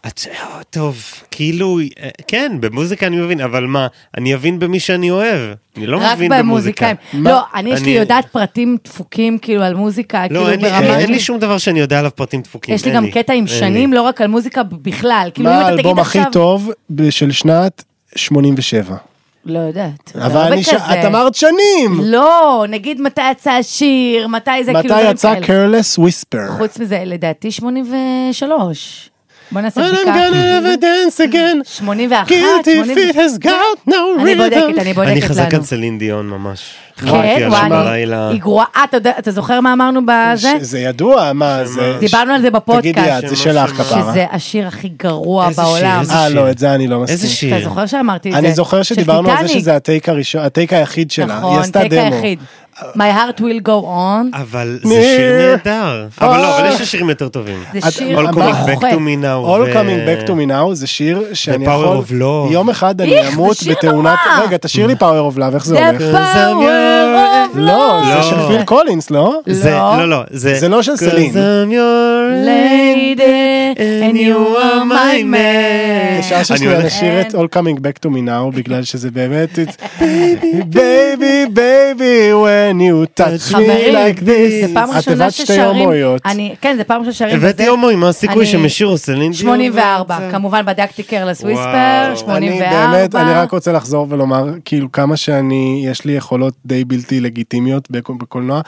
את- אה, טוב, כאילו, אה, כן, במוזיקה אני מבין, אבל מה, אני אבין במי שאני אוהב. אני לא
רק
מבין במוזיקה.
במוזיקאים. לא, אני יש לי
אני-
יודעת פרטים דפוקים כאילו על מוזיקה, כאילו
לא, אין לי-
ברמה...
אין לי-
של-
אין לי שום דבר שאני יודע עליו פרטים דפוקים.
יש לי
אין
גם קטע עם
אין
שנים,
לי.
לא רק על מוזיקה בכלל. כאילו אם
מה
אתה תגיד
האלבום הכי
עכשיו...
טוב ב- של שנת 87?
לא יודעת. זה
אבל
הרבה
אני ש-
כזה.
את אמרת שנים!
לא, נגיד מתי יצא השיר, מתי זה, כאילו...
מתי
דברים
יצא
כאלה.
careless whisper?
חוץ מזה, לדעתי 83. בוא נעשה
And I'm
בדיקה.
gonna never dance again.
81,
guilty
80.
feet has got no rhythm.
אני בודקת, אני
אני
בודקת
חזק
לנו.
על סלין דיון ממש.
כן, וואי,
בלילה.
היא גרועה. אה, אתה יודע- אתה זוכר מה אמרנו בזה?
ש- זה ידוע, מה זה?
דיברנו על זה
תגידי
בפודקאסט.
את, זה
שמה,
שלך
שמה.
כפרה.
שזה השיר הכי גרוע
איזה שיר,
בעולם.
איזה
אה,
שיר.
לא, את זה אני לא מסכים.
איזה שיר.
אתה זוכר שאמרתי את זה?
אני זוכר
של
שדיברנו על זה
טיטניק.
שזה הטייק הראשון, הטייק היחיד שלה. היא
נכון,
עשתה
טייק
דמו. אה,
היחיד. My heart will go on.
אבל זה שיר
ניר.
נהדר. אבל לא, אבל
אה.
יש לה שירים יותר טובים.
זה
את-
שיר
All coming
מוחק.
back to me now.
All
ו-
coming back to me now זה שיר שאני
The power
יכול...
of love.
יום אחד
איך,
אני
זה
אמות
שיר
בתאונת...
נורא.
רגע, תשיר לי power of love, איך זה
The
הולך?
power לרוב
לא, זה
לא.
של פיל קולינס, לא?
זה,
לא.
לא, לא, זה...
זה לא של סלין.
Cause I'm your
lady and you are my man.
אפשר שיש
אני
לי
הולך-
לשיר
כן.
את All Coming Back to Me Now, בגלל שזה באמת... בייבי, בייבי, when you touch me
חברים,
like this.
זה פעם
את
ראשונה
הבאת שתי
ששרים,
הומואיות.
אני- כן זה פעם ראשונה ששרים,
הבאתי
וזה-
הומואים, מה הסיכוי
אני-
שהם ישירו סלין? דיון?
84, כמובן בדקתי קרלס
וואו.
וויספר,
אני
84.
אני באמת, אני רק רוצה לחזור ולומר, כאילו כמה שאני, יש לי יכולות די בלתי לגיטימיות בק- בקולנוע.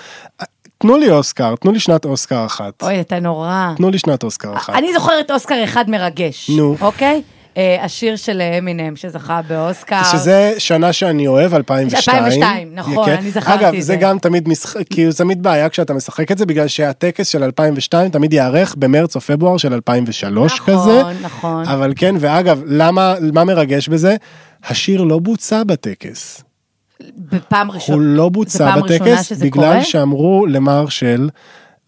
תנו לי אוסקר, תנו לי שנת אוסקר אחת.
אוי, אתה נורא.
תנו לי שנת אוסקר אחת.
אני זוכרת אוסקר אחד מרגש.
נו.
אוקיי? אה, השיר של אמינם שזכה באוסקר.
שזה שנה שאני אוהב, 2002.
2002, נכון, אני זכרתי
אגב,
את
זה
זה.
גם תמיד משחק, כאילו תמיד בעיה כשאתה משחק את זה, בגלל שהטקס של 2002 תמיד ייערך במרץ או פברואר של 2003
נכון,
כזה.
נכון.
אבל כן, ואגב, למה, מה מרגש בזה? השיר לא בוצע בטקס.
בפעם ראשונה.
הוא לא
זה
בוצע
פעם ראשונה
בטקס,
שזה
בגלל
קורה?
שאמרו למרשל,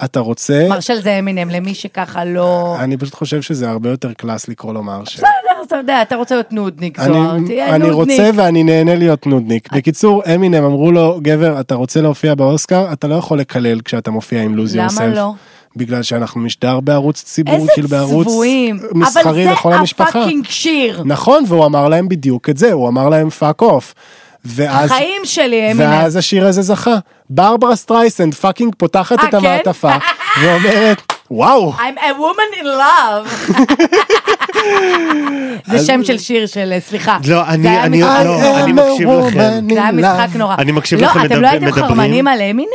אתה רוצה...
מרשל זה אמינם, למי שככה לא...
אני פשוט חושב שזה הרבה יותר קלאס לקרוא לו מרשל.
בסדר, אתה יודע, אתה רוצה להיות נודניק זוהר,
אני-
תהיה
אני
נודניק.
רוצה ואני נהנה להיות נודניק. בקיצור, אמינם אמרו לו, גבר, אתה רוצה להופיע באוסקר, אתה לא יכול לקלל כשאתה מופיע עם לוז
למה
יורסלף.
לא?
בגלל שאנחנו משדר בערוץ ציבור,
איזה
כאילו בערוץ
צבועים.
מסחרי לכל המשפחה.
אבל זה הפאקינג שיר.
נכון, והוא אמר להם בדיוק את זה, הוא אמר להם פאק אוף. ואז,
חיים שלי, אמינם.
ואז השיר הזה זכה. ברברה סטרייסנד פאקינג פותחת
אה,
את
כן?
המעטפה ואומרת, וואו,
I'm a woman in love. זה שם של שיר של, אה, סליחה.
לא, אני-
זה היה
אני-
משחק-
לא, אני
am a
מקשיב לכם.
woman in
אה, זה היה משחק
love.
נורא.
אני מקשיב
לא,
לכם
אתם לא
מדבר-
הייתם
מדברים.
חרמנים על אמינם?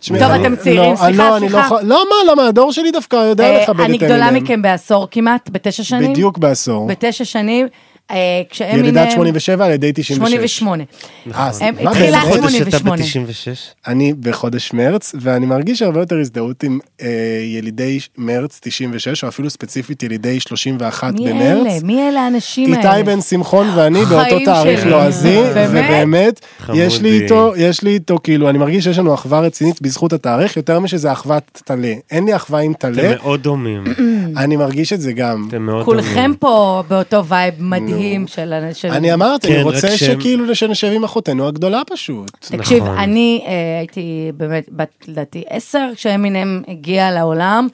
תשמעי,
טוב,
אני-
אתם צעירים,
לא,
סליחה,
לא, אני לא
סליחה.
יכול- לא, מה, למה, הדור שלי דווקא יודע
אה,
לכבד את
אני גדולה
אמינם.
מכם בעשור כמעט, בתשע שנים.
בדיוק בעשור.
בתשע שנים, אה, כשאמינם...
ילידת 87 על ידי 96.
88.
אה,
הם-
מה,
התחילה
באיזה חודש?
חודש אתה
88.
ב-96?
אני בחודש מרץ, ואני מרגיש הרבה יותר הזדהות עם אה, ילידי מרץ 96, או אפילו ספציפית ילידי 31
מי אלה?
במרץ.
מי אלה האנשים האלה?
איתי בן שמחון ואני
חיים
באותו תאריך
שלי.
לועזי,
באמת?
ובאמת,
חמודי.
יש לי איתו, יש לי איתו, כאילו, אני מרגיש שיש לנו אחווה רצינית בזכות התאריך, יותר משזה אחוות טלה. אין לי אחווה עם טלה,
אתם מאוד דומים.
אני מרגיש את זה גם.
אתם מאוד דומים.
כולכם פה באותו וייב מדהים של... של-
אני אמ- אמרתי, אני
כן,
רוצה
רק שהם-
שכאילו שנשב עם אחותנו הגדולה פשוט.
תקשיב,
נכון.
אני אה, הייתי באמת בת, לדעתי, עשר, כשאמינם הגיע לעולם,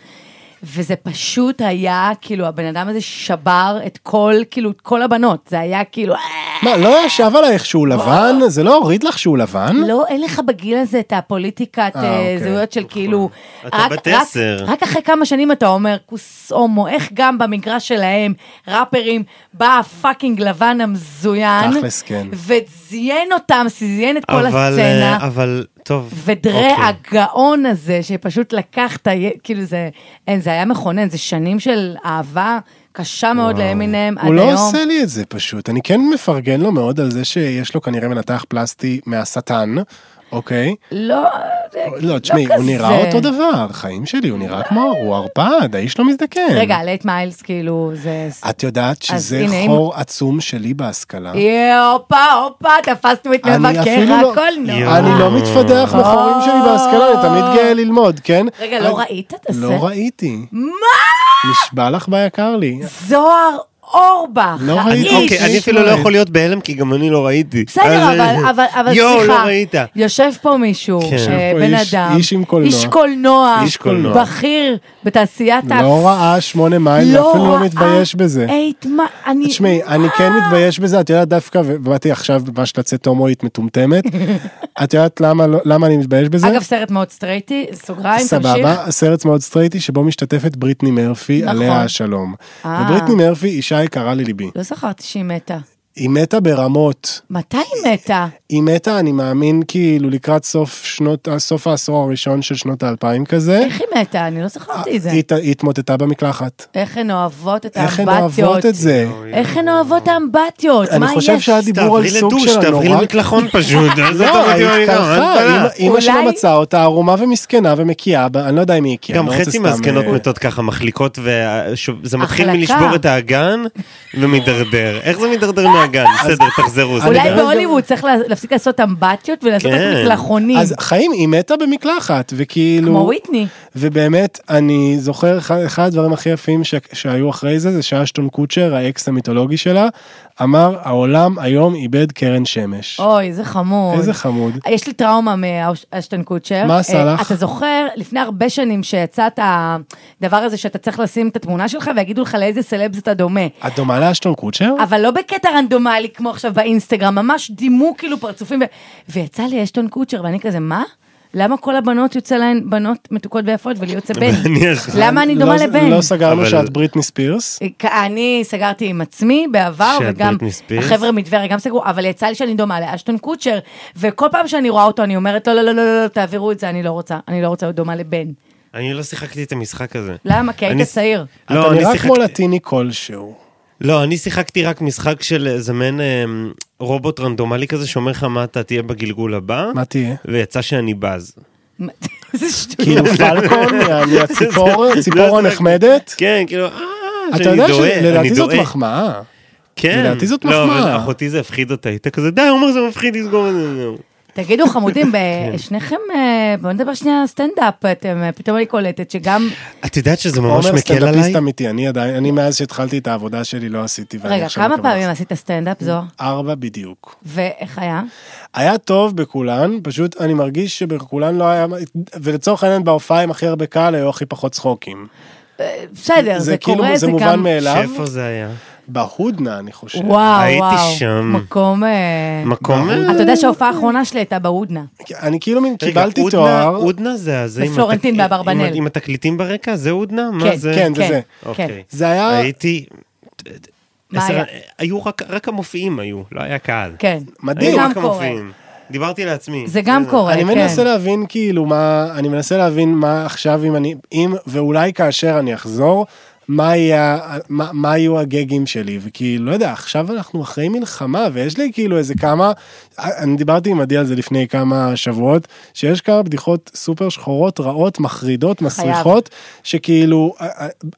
וזה פשוט היה, כאילו, הבן אדם הזה שבר את כל, כאילו, את כל הבנות. זה היה כאילו, "אה,
מה, לא ישב עלייך שהוא לבן? זה לא הוריד לך שהוא לבן?
לא, אין לך בגיל הזה את הפוליטיקת
אה,
אה,
אוקיי.
זהויות של כאילו...
נכון. אתה
רק-
בת
רק-
עשר.
רק אחרי כמה שנים אתה אומר, כוס הומו, איך גם במגרש שלהם, ראפרים, בא הפאקינג לבן המזוין,
תכלס, כן.
וזיין אותם, זיין את כל
אבל, אה,
הסצנה.
אבל, טוב.
ודרה
אוקיי.
הגאון הזה, שפשוט לקח את ה... כאילו זה, אין, זה היה מכונן, זה שנים של אהבה קשה מאוד לאמינם עד
הוא לא
היום.
עושה לי את זה פשוט. אני כן מפרגן לו מאוד על זה שיש לו כנראה מנתח פלסטי מהשטן, אוקיי?
לא, זה
לא, תשמעי, הוא
כזה.
נראה אותו דבר, חיים שלי, הוא נראה כמו, הוא ערפד, האיש לא מזדקן.
רגע, לייט מיילס, כאילו, זה...
את יודעת
אז
שזה
הנה, אם-
חור עצום שלי בהשכלה.
יהיה, הופה, הופה, תפסנו את
אני
מבקר
אפילו לא-
הקולנוע.
אני לא מתפתח בחורים שלי בהשכלה, אני תמיד גאה ללמוד, כן?
רגע, לא
אני-
ראית את הסרט?
לא ראיתי. מה? נשבע לך ביקר לי.
זוהר אורבך,
לא
אני-
ראיתי.
האיש.
אוקיי, אני אפילו לא יכול להיות בהלם, כי גם אני לא ראיתי.
בסדר,
אז,
אבל,
אה,
אבל, אבל
יואו,
סליחה,
לא ראית.
יושב פה מישהו,
כן. יושב
אה,
פה
בן
איש-
אדם,
איש עם קולנוע.
איש קולנוע,
איש קולנוע.
בכיר בתעשיית ה...
לא ראה שמונה מייל,
לא
אפילו לא
ראה אה.
מתבייש בזה.
את מה, אני...
תשמעי, אני כן מתבייש בזה, את יודעת דווקא, ובאתי עכשיו ממש לצאת הומואית מטומטמת, את יודעת למה לא- למה אני מתבייש בזה?
אגב, סרט מאוד סטרייטי, סוגריים, אה, תמשיך.
סבבה, סרט מאוד סטרייטי שבו משתתפת בריטני מרפי,
נכון.
עליה השלום.
אה.
ובריטני מרפי, אישה יקרה לליבי.
לא זכרתי שהיא מתה.
היא מתה ברמות.
מתי היא מתה?
היא מתה, אני מאמין, כאילו לקראת סוף שנות, סוף העשור הראשון של שנות האלפיים כזה.
איך היא מתה? אני לא זכרתי את זה.
אה,
אה,
היא ת- היא התמוטטה במקלחת.
איך הן אוהבות את
איך הן
האמבטיות.
אוהבות את זה?
איך הן אוהבות את האמבטיות?
אני
מה
חושב
יש?
שהיה דיבור על
תעברי
סוג
לדוש,
של
תעברי
הנורא
למקלחון פשוט. אז אתה
לא, היא
מבין, אני לא, אין
התקרחה,
בעיה.
אימא שלה
אולי-
מצאה אותה ערומה ומסכנה ומקיאה, ב- אני לא יודע אם היא הקיאה.
גם
אני לא רוצה
חצי
סתם,
מהזקנות
אה,
מתות ככה מחליקות וזה מתחיל
החלקה.
מלשבור את האגן ומידרדר. איך זה מידרדר מהגן? בסדר, תחזרו. זה
אני
אולי
באמת
בסדר.
גם-
בהוליווד צריך לה- להפסיק לעשות אמבטיות ולעשות רק
כן.
מקלחונים.
אז חיים, היא מתה במקלחת, וכאילו...
כמו וויטני.
ובאמת, אני זוכר, אחד- אחד הדברים הכי יפים ש- שהיו אחרי זה, זה שהיה שטון קוצ'ר, האקס המיתולוגי שלה, אמר, העולם היום איבד קרן שמש.
אוי, זה חמוד.
איזה חמוד.
יש לי טראומה מאשטון קוצ'ר.
מה עשה
אה,
לך?
אתה זוכר, לפני הרבה שנים שיצא את הדבר הזה שאתה צריך לשים את התמונה שלך ויגידו לך לאיזה סלבס אתה דומה.
את דומה לאשטון קוצ'ר?
אבל לא בקטע רנדומלי כמו עכשיו באינסטגרם, ממש דימו כאילו פרצופים. ו... ויצא לי אשטון קוצ'ר, ואני כזה, מה? למה כל הבנות יוצא להן בנות מתוקות ויפות ולי יוצא בן?
ואני אשם.
למה אני דומה
לא-
לבן?
לא סגרנו
אבל-
שאת בריטני ספירס?
אני סגרתי עם עצמי בעבר,
שאת
וגם
בריטני ספירס?
החבר'ה מטבריה גם סגרו, אבל יצא לי שאני דומה לאשטון קוצ'ר, וכל פעם שאני רואה אותו אני אומרת, לא, לא, לא, לא, לא, לא, תעבירו את זה, אני לא רוצה, אני לא רוצה להיות דומה לבן.
אני לא שיחקתי את המשחק הזה.
למה? כי היית
אני-
צעיר.
לא,
אתה
אני
נראה כמו
שיחקתי...
לטיני כלשהו.
לא, אני שיחקתי רק משחק של איזה מעין אה, רובוט רנדומלי כזה שאומר לך מה אתה תהיה בגלגול הבא,
מה תהיה?
ויצא שאני בז.
איזה שטוי.
כאילו פלקון, אני הציפור, ציפור
לא,
הנחמדת?
כן, כאילו, אה,
אתה
שאני
יודע
דואה,
שלדעתי
אני
זאת
דואה.
מחמאה.
כן.
לדעתי זאת
לא,
מחמאה.
אבל אחותי זה הפחיד אותה, הייתה כזה, די, עומר זה מפחיד לסגור את זה.
תגידו, חמודים, ב- שניכם, אה, בואו נדבר שנייה סטנדאפ, אתם, אה, פתאום אני קולטת שגם,
את יודעת שזה ממש
עומר
מקל עליי?
סטנדאפיסט אמיתי, אני עדיין, אני מאז שהתחלתי את העבודה שלי לא עשיתי. ואני
רגע,
עכשיו
כמה
מקבל
פעמים עשית סטנדאפ זו?
ארבע בדיוק.
ואיך היה?
היה טוב בכולן, פשוט אני מרגיש שבכולן לא היה, ולצורך העניין בהופעה עם הכי הרבה קהל היו הכי פחות צחוקים.
בסדר, זה
זה כאילו,
קורה,
זה
זה
מובן
גם...
מאליו,
שאיפה זה היה?
בהודנה אני חושב.
וואו,
הייתי
וואו,
שם.
מקום... אה,
מקום... אה,
אתה יודע שההופעה האחרונה שלי הייתה בהודנה.
אני כאילו מין
רגע,
קיבלתי
אודנה-
תואר,
אודנה זה הזה עם
בפלורנטין
התק-
באברבנל.
עם- עם התקליטים ברקע? זה אודנה?
כן,
מה זה?
כן, זה
כן,
זה.
כן.
אוקיי.
זה היה,
הייתי...
מה
עשר-
היה?
היו רק- רק המופיעים היו, לא היה קהל.
כן.
מדהים.
זה
היו
גם
רק
קורה.
המופיעים. דיברתי לעצמי.
זה גם קורה,
אני
כן.
מנסה להבין כאילו מה, אני מנסה להבין מה עכשיו אם אני, אם ואולי כאשר אני אחזור, מה, יהיה, מה, מה יהיו הגגים שלי, וכאילו, לא יודע, עכשיו אנחנו אחרי מלחמה, ויש לי כאילו איזה כמה, אני דיברתי עם עדי על זה לפני כמה שבועות, שיש כמה בדיחות סופר שחורות, רעות, מחרידות, מסריחות, שכאילו,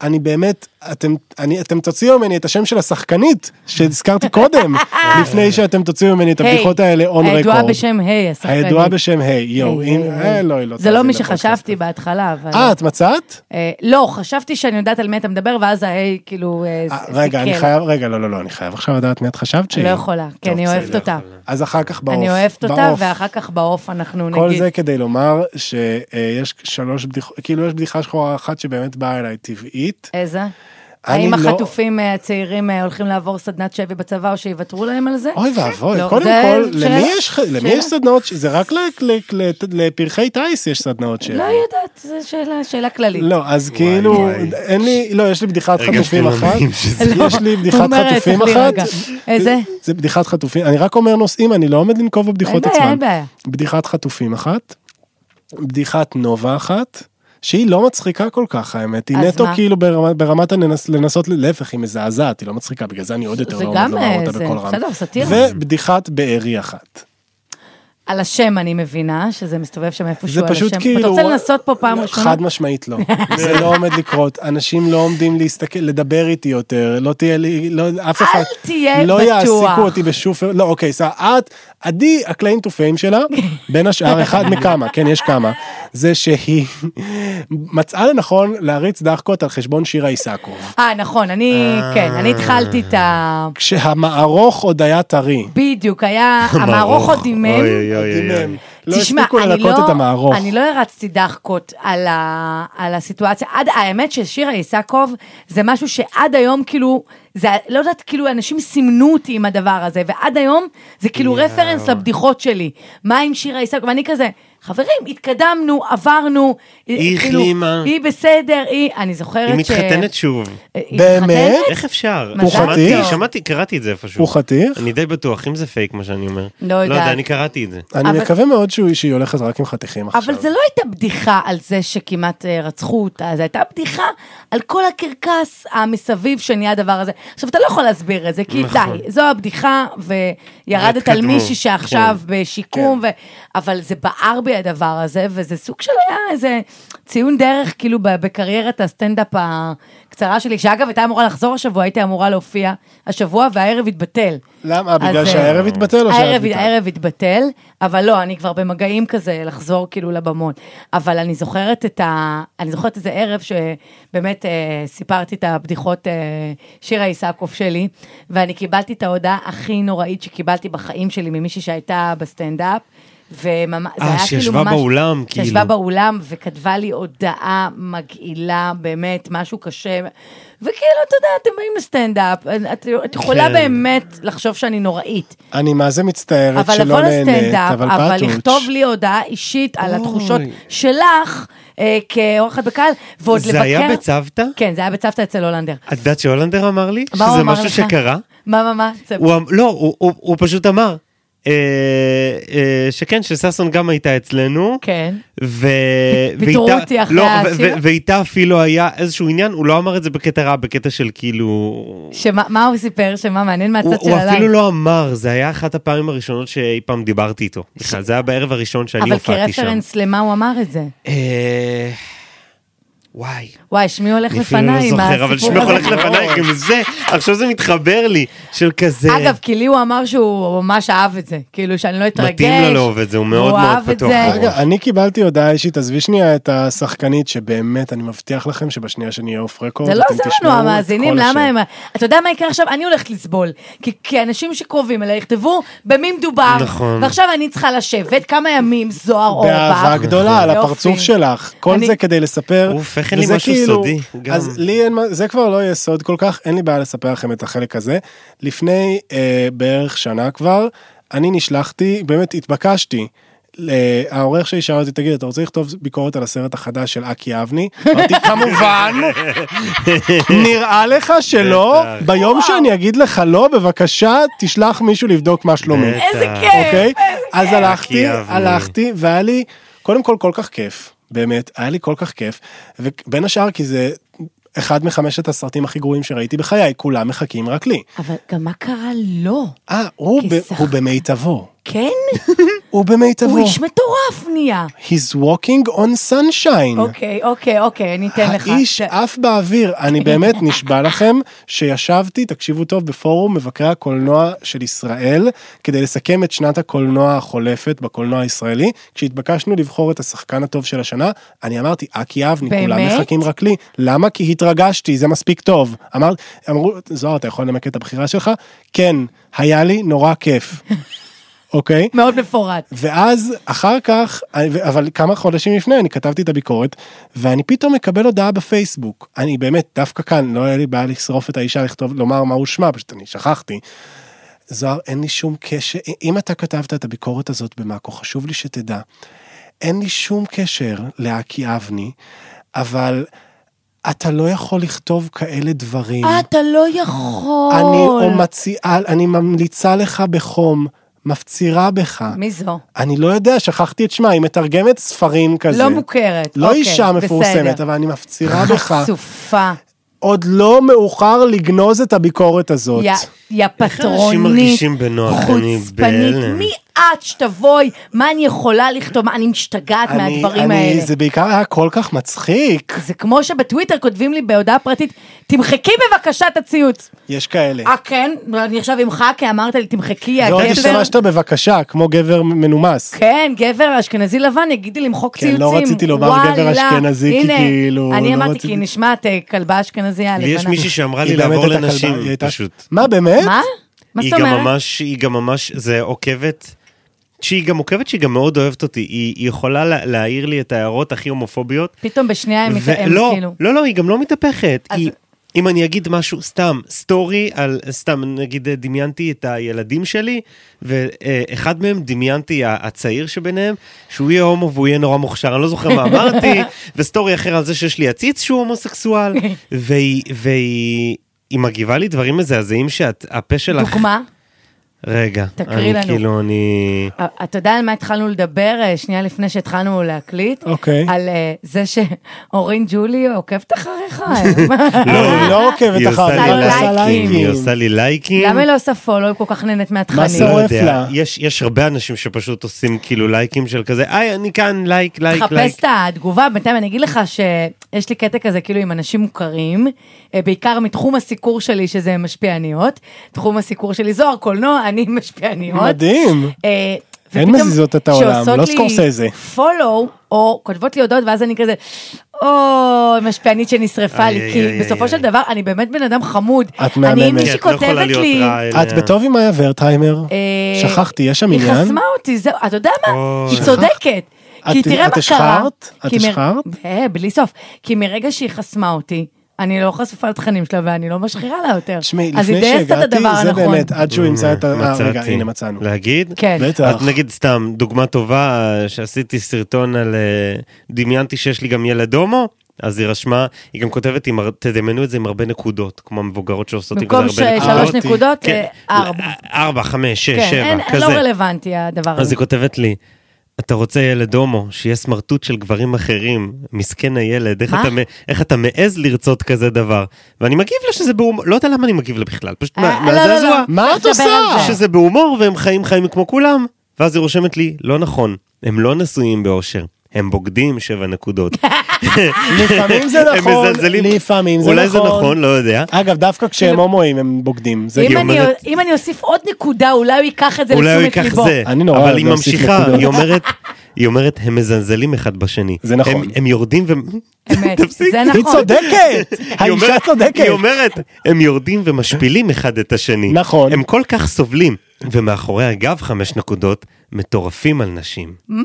אני באמת, אתם, אני, אתם תוציאו ממני את השם של השחקנית שהזכרתי קודם, לפני שאתם תוציאו ממני את
היי,
הבדיחות האלה און רקורד.
הידועה בשם היי, השחקנית.
הידועה בשם היי, יואו,
היי,
אם...
היי,
אה,
היי.
לא, היא לא
זה לא
תאזין
מי
לפודקאסט.
שחשבתי בהתחלה, אבל...
אה, את מצאת?
אה, לא, חשבתי שאני יודעת על מי אתה מדבר, ואז ההי כאילו... אה,
אה,
ס-
רגע, אני
סיכל.
חייב, רגע, לא, לא, לא, אני חייב עכשיו לדעת מי את חשבת שהיא.
לא יכולה, כי
טוב,
אני אוהבת
בסדר.
אותה.
אז אחר כך בעוף.
אני אוהבת אותה,
בעוף.
ואחר כך בעוף אנחנו נגיד...
כל זה כדי לומר שיש שלוש בדיחות, כאילו יש בדיחה שחורה אחת שבאמת באה אליי טבעית.
איזה?
אני
האם
לא-
החטופים אה, הצעירים אה, הולכים לעבור סדנת שבי בצבא או שיוותרו להם על זה?
אוי ואבוי,
לא,
קודם
זה
כל,
שאלה-
למי יש ח- למי
שאלה.
יש סדנאות, ש- זה רק ל- ל- ל- לפרחי טיס יש סדנאות שלי.
לא יודעת, זו שאלה- שאלה כללית.
לא, אז כאילו,
וואי.
אין לי, לא, יש לי בדיחת
הרגשתי
חטופים
ממש
אחת,
שזה-
יש לי בדיחת
לא, אומר,
חטופים
צריך
אחת,
להירגע. איזה?
זה בדיחת חטופים, אני רק אומר נושאים, אני לא עומד לנקוב
אין
בבדיחות
בעיה,
עצמן.
אין בעיה.
בדיחת חטופים אחת, בדיחת נובה אחת, שהיא לא מצחיקה כל כך האמת, היא
אז
נטו
מה?
כאילו ברמת, ברמת הננס, לנסות, להפך היא מזעזעת, היא לא מצחיקה, בגלל זה אני עוד יותר
זה
לא עומד
גם,
לומר אותה
אה, זה-
בקול רם.
בסדר, סאטירה.
ובדיחת בארי אחת.
על השם אני מבינה, שזה מסתובב שם איפשהו
זה
על השם.
פשוט כאילו...
אתה רוצה לנסות פה פעם
לא,
ראשונה?
חד משמעית לא. זה לא עומד לקרות. אנשים לא עומדים להסתכל, לדבר איתי יותר. לא תהיה לי, לא, אף אחד...
תהיה
לא
בטוח.
יעסיקו אותי בשופר... לא, אוקיי, סע, את, עדי, הקלעים to fame שלה, בין השאר, אחד מכמה, כן, יש כמה, זה שהיא מצאה לנכון להריץ דחקות על חשבון שירה איסקוב.
אה, נכון, אני, כן, אני התחלתי את ה...
כשהמערוך עוד היה טרי.
בדיוק, היה, המערוך עוד דימם.
אוי, אוי, אוי, אוי.
דימם. לא הספיקו
אני
לנקות
לא-
את המערוך.
אני לא הרצתי דחקות על, ה, על הסיטואציה. עד, האמת ששירה איסקוב זה משהו שעד היום כאילו, זה, לא יודעת, כאילו אנשים סימנו אותי עם הדבר הזה, ועד היום זה כאילו רפרנס לבדיחות שלי. מה עם שירה איסקוב? ואני כזה, חברים, התקדמנו, עברנו.
היא
כאילו,
החלימה.
היא בסדר, היא, אני זוכרת
היא
ש...
מתחתנת שוב.
היא
באמת?
מתחתנת?
איך אפשר?
מזל
שמעתי,
טוב.
שמעתי, קראתי את זה איפשהו.
הוא חתיך?
אני די בטוח, אם זה פייק מה שאני אומר.
לא יודעת.
אני קראתי את זה.
אני
אבל-
מקווה מאוד שהוא- שהיא הולכת רק עם חתיכים עכשיו.
אבל זה לא הייתה בדיחה על זה שכמעט אה, רצחו אותה, זו הייתה בדיחה על כל הקרקס המסביב שנהיה הדבר הזה. עכשיו, אתה לא יכול להסביר את זה, כי
נכון.
די, זו הבדיחה, וירדת על
התקדמו,
מישהי שעכשיו בשיקום, ו... אבל זה בער בי הדבר הזה, וזה סוג של היה איזה ציון דרך, כאילו, ב- בקריירת הסטנדאפ ה... הקצרה שלי, שאגב, הייתה אמורה לחזור השבוע, הייתי אמורה להופיע השבוע, והערב התבטל.
למה?
אז,
בגלל
אה,
שהערב התבטל או
הערב,
שהערב
הערב התבטל, אבל לא, אני כבר במגעים כזה לחזור כאילו לבמות. אבל אני זוכרת את ה... אני זוכרת איזה ערב שבאמת אה, סיפרתי את הבדיחות אה, שירה איסקוב שלי, ואני קיבלתי את ההודעה הכי נוראית שקיבלתי בחיים שלי ממישהי שהייתה בסטנדאפ. וממש, זה
אה,
היה כאילו
שישבה
ממש...
באולם, כאילו.
שישבה באולם וכתבה לי הודעה מגעילה, באמת, משהו קשה. וכאילו, אתה יודע, אתם באים לסטנדאפ, את, את יכולה
כן.
באמת לחשוב שאני נוראית.
אני מה זה מצטערת
אבל לבוא
שלא נהנית,
לסטנדאפ,
אבל
אבל
פטוץ'.
לכתוב לי הודעה אישית על
אוי.
התחושות שלך אה, כאורחת בקהל, ועוד לבקר...
זה היה בצוותא?
כן, זה היה בצוותא אצל הולנדר.
את יודעת שהולנדר אמר לי?
מה הוא
שזה
אמר
משהו
לך?
שקרה?
מה, מה, מה? זה-
הוא אמ- לא, הוא- הוא הוא פשוט אמר. אה, אה, שכן, שששון גם הייתה אצלנו.
כן.
ו...
פיטרו
ואיתה-
אותי אחרי
לא, ו-
השיר?
ו- ואיתה אפילו היה איזשהו עניין, הוא לא אמר את זה בקטע רע, בקטע של כאילו...
שמה מה הוא סיפר? שמה מעניין מהצד
הוא,
של
הוא
הלייב?
אפילו לא אמר, זה היה אחת הפעמים הראשונות שאי פעם דיברתי איתו. בכלל, זה היה בערב הראשון שאני
אבל
הופעתי שם.
כרפרנס למה הוא אמר את זה?
אה, וואי.
וואי, שמי הולך
אני אפילו
לפניי עם הסיפור
לא
הזה.
זוכר, אבל שמי הולך לפנייך עם זה, עכשיו זה מתחבר לי, של כזה...
אגב, כי לי הוא אמר שהוא ממש אהב את זה, כאילו שאני לא אתרגש.
מתאים לו לאהוב את זה, הוא מאוד
והוא
מאוד
אהב את
פתוח
זה.
לראש.
רגע, אני קיבלתי הודעה אישית, עזבי שנייה את השחקנית, שבאמת, אני מבטיח לכם שבשנייה שאני אהיה אוף רקורד,
זה לא
אתם
עוזר
תשמעו
לנו
את
המאזינים,
כל
למה
השם.
הם... אתה יודע מה יקרה עכשיו? אני הולכת לסבול. כי- כי אנשים שקרובים אליי יכתבו במי מדובר.
נכון.
ועכשיו אני צריכה לשבת כמה ימים, זוהר אורבך.
באהבה גדולה על
יופי.
הפרצוף שלך, כל
אני-
זה כדי לספר.
הוא הופך לי
וזה
משהו
כאילו-
סודי, גם.
אז לי אין, מה- זה כבר לא יהיה סוד כל כך, אין לי בעיה לספר לכם את החלק הזה. לפני אה, בערך שנה כבר, אני נשלחתי, באמת התבקשתי. ל- העורך שלי שאל אותי, תגיד, אתה רוצה לכתוב ביקורת על הסרט החדש של אקי אבני? אמרתי, כמובן, נראה לך שלא?
בטח.
ביום שאני אגיד לך לא, בבקשה, תשלח מישהו לבדוק מה שלומי.
בטח.
איזה כיף.
אוקיי? אז
אה.
הלכתי,
אהבתי.
הלכתי, והיה לי, קודם כל, כל כך כיף, באמת, היה לי כל כך כיף, ובין השאר כי זה אחד מחמשת הסרטים הכי גרועים שראיתי בחיי, כולם מחכים רק לי.
אבל גם מה קרה לו?
אה, הוא
כי
ב-
סך-
הוא במיטבו,
כן?
הוא במיטבו.
הוא איש מטורף נהיה.
He's walking on sunshine.
אוקיי, אוקיי, אוקיי, אני אתן לך.
האיש עף באוויר, אני באמת נשבע לכם שישבתי, תקשיבו טוב, בפורום מבקרי הקולנוע של ישראל, כדי לסכם את שנת הקולנוע החולפת בקולנוע הישראלי. כשהתבקשנו לבחור את השחקן הטוב של השנה, אני אמרתי, אקי אבני, כולם
באמת?
מחכים רק לי. למה? כי התרגשתי, זה מספיק טוב. אמר, אמרו, זוהר, אתה יכול לנמק את הבחירה שלך? כן, היה לי נורא כיף. אוקיי?
מאוד מפורט.
ואז אחר כך, אבל כמה חודשים לפני אני כתבתי את הביקורת, ואני פתאום מקבל הודעה בפייסבוק. אני באמת, דווקא כאן, לא היה לי בעיה לשרוף את האישה, לכתוב, לומר מה הוא שמה, פשוט אני שכחתי. זוהר, אין לי שום קשר, אם אתה כתבת את הביקורת הזאת במאקו, חשוב לי שתדע. אין לי שום קשר לאקי אבני, אבל אתה לא יכול לכתוב כאלה דברים.
אה, אתה לא יכול.
אני מציעה, אני ממליצה לך בחום, מפצירה בך.
מי זו?
אני לא יודע, שכחתי את שמה, היא מתרגמת ספרים כזה.
לא מוכרת.
לא
אוקיי,
אישה
בסדר.
מפורסמת, אבל אני מפצירה בך.
חצופה.
עוד לא מאוחר לגנוז את הביקורת הזאת.
יא- יא
אנשים
פטרונית,
מרגישים בנוח, אני
חוצפנית,
בהלם.
מי את שתבואי, מה אני יכולה לכתוב, מה אני משתגעת
אני-
מהדברים
אני-
האלה.
זה בעיקר היה כל כך מצחיק.
זה כמו שבטוויטר כותבים לי בהודעה פרטית, תמחקי בבקשה את הציוץ.
יש כאלה.
אה כן? אני עכשיו אמחק, כי אמרת לי, תמחקי,
ועוד
הגבר.
השתמשת בבקשה, כמו גבר מנומס.
כן, גבר אשכנזי לבן יגיד לי למחוק
כן,
ציוצים.
לא רציתי לומר גבר
וואלה,
אשכנזי, כי
הנה,
כאילו,
אני
לא
אמרתי,
רציתי.
כי נשמעת אה, כלבה אשכנזייה
לי יש
לבנה.
מישהי שאמרה לי
היא באמת
לעבור
הייתה כלבה,
לנשים,
היא הייתה-
פשוט.
מה, באמת?
מה? מה
היא
זאת
גם
אומרת?
ממש, היא גם ממש, זה עוקבת, שהיא גם עוקבת שהיא גם מאוד אוהבת אותי, היא, היא יכולה לה, להעיר לי את ההערות הכי הומופוביות.
פתאום בשנייה הם מתאם,
ולא,
כאילו.
לא, לא, היא גם לא מתהפכת.
אז-
היא, אם אני אגיד משהו, סתם, סטורי על, סתם, נגיד דמיינתי את הילדים שלי, ואחד מהם דמיינתי ה- הצעיר שביניהם, שהוא יהיה הומו והוא יהיה נורא מוכשר, אני לא זוכר מה אמרתי, וסטורי אחר על זה שיש לי עציץ שהוא הומוסקסואל, והיא, והיא היא מגיבה לי דברים מזעזעים שהפה
לא
שלך...
דוגמה?
רגע,
תקריא
אני
לנו.
כאילו, אני...
אה, אתה יודע על מה התחלנו לדבר אה, שנייה לפני שהתחלנו להקליט?
אוקיי.
על אה, זה שאורין ג'ולי עוקבת אחריך.
לא, היא לא עוקבת
היא
אחריו,
עושה
היא
לי
עושה
לייקים, היא עושה לי לייקים.
למה היא לא עושה פולו? היא כל כך נהנית
מה זה
לא
מהתכנים.
אומר?
יודע.
שורף לה.
יש, יש הרבה אנשים שפשוט עושים כאילו לייקים של כזה, היי, אני כאן, לייק, לייק, לייק.
תחפש את התגובה, בינתיים אני אגיד לך ש... יש לי קטע כזה כאילו עם אנשים מוכרים, אה, בעיקר מתחום הסיקור שלי, שזה משפיעניות. תחום הסיקור שלי זוהר קולנוע, אני משפיעניות.
מדהים.
אה,
אין
ופתאום
מזיזות את העולם,
שעושות
לא
לי
סקורסזה.
follow, או כותבות לי הודעות, ואז אני כזה, או, משפיענית שנשרפה
איי,
לי,
איי,
כי
איי,
בסופו
איי.
של דבר, אני באמת בן אדם חמוד.
את
אני,
מהממת.
אם מישהי
כן, את לא יכולה
כותבת
להיות
לי,
רעה אליה. אה,
את בטוב עם מאיה ורטהיימר?
אה,
שכחתי, יש שם
היא
עניין?
חסמה אותי, זהו, אתה יודע מה?
אוי.
היא צודקת. כי
את-
תראה
את
מה קרה.
השחרת? את
כי מ-
השחרת?
אה, בלי סוף. כי מרגע שהיא חסמה אותי, אני לא חשופה לתכנים שלה ואני לא משחירה לה יותר.
תשמעי,
אז
לפני
היא דייסת את
שהגעתי,
הדבר
זה
הנכון.
באמת, עד שהוא ימצא את ה... אה,
מצאתי.
רגע, הנה מצאנו.
להגיד?
כן.
בטח.
את נגיד סתם, דוגמה טובה, אה, שעשיתי סרטון על... אה, דמיינתי שיש לי גם ילד הומו, אז היא רשמה, היא גם כותבת, עם הר- תדמיינו את זה עם הרבה נקודות, כמו המבוגרות שעושות עם כזה
במקום
הרבה
ש-
נקודות.
שלוש
אה,
נקודות,
כן.
אה, ארבע.
ארבע, חמש, שש,
כן,
שבע,
אין-
כזה.
לא רלוונטי הדבר
אז
הזה.
היא כותבת לי, אתה רוצה ילד הומו, שיהיה סמרטוט של גברים אחרים, מסכן הילד, איך,
מה?
אתה, מ- איך אתה מעז לרצות כזה דבר? ואני מגיב לה שזה בהומור, לא יודע למה אני מגיב לה בכלל, פשוט
אה, לא,
מה,
לא,
מהזעזוע.
לא.
מה
צריך
את עושה?
לדבר על זה.
שזה בהומור והם חיים חיים כמו כולם. ואז היא רושמת לי, לא נכון, הם לא נשואים באושר, הם בוגדים שבע נקודות.
לפעמים זה
הם
נכון,
מזלזלים.
לפעמים זה נכון.
אולי זה נכון, לא יודע.
אגב, דווקא כשהם הומואים הם בוגדים. זה
אם
היא
אני-
אומרת-
אם אני אוסיף עוד נקודה, אולי הוא ייקח את זה
אולי הוא
לתשומת
ייקח
ליבו.
זה,
אני נורא
אבל
אוהב
היא
להוסיף
ממשיכה,
נקודות.
היא אומרת, היא אומרת, הם מזלזלים אחד בשני.
זה נכון.
הם- הם יורדים ו...
אמת,
תפסיק.
זה
היא
נכון.
צודקת!
היא
האישה
אומרת- היא
צודקת!
אומרת, הם יורדים ומשפילים אחד את השני.
נכון.
הם כל כך סובלים, ומאחורי הגב חמש נקודות, מטורפים על נשים. מה?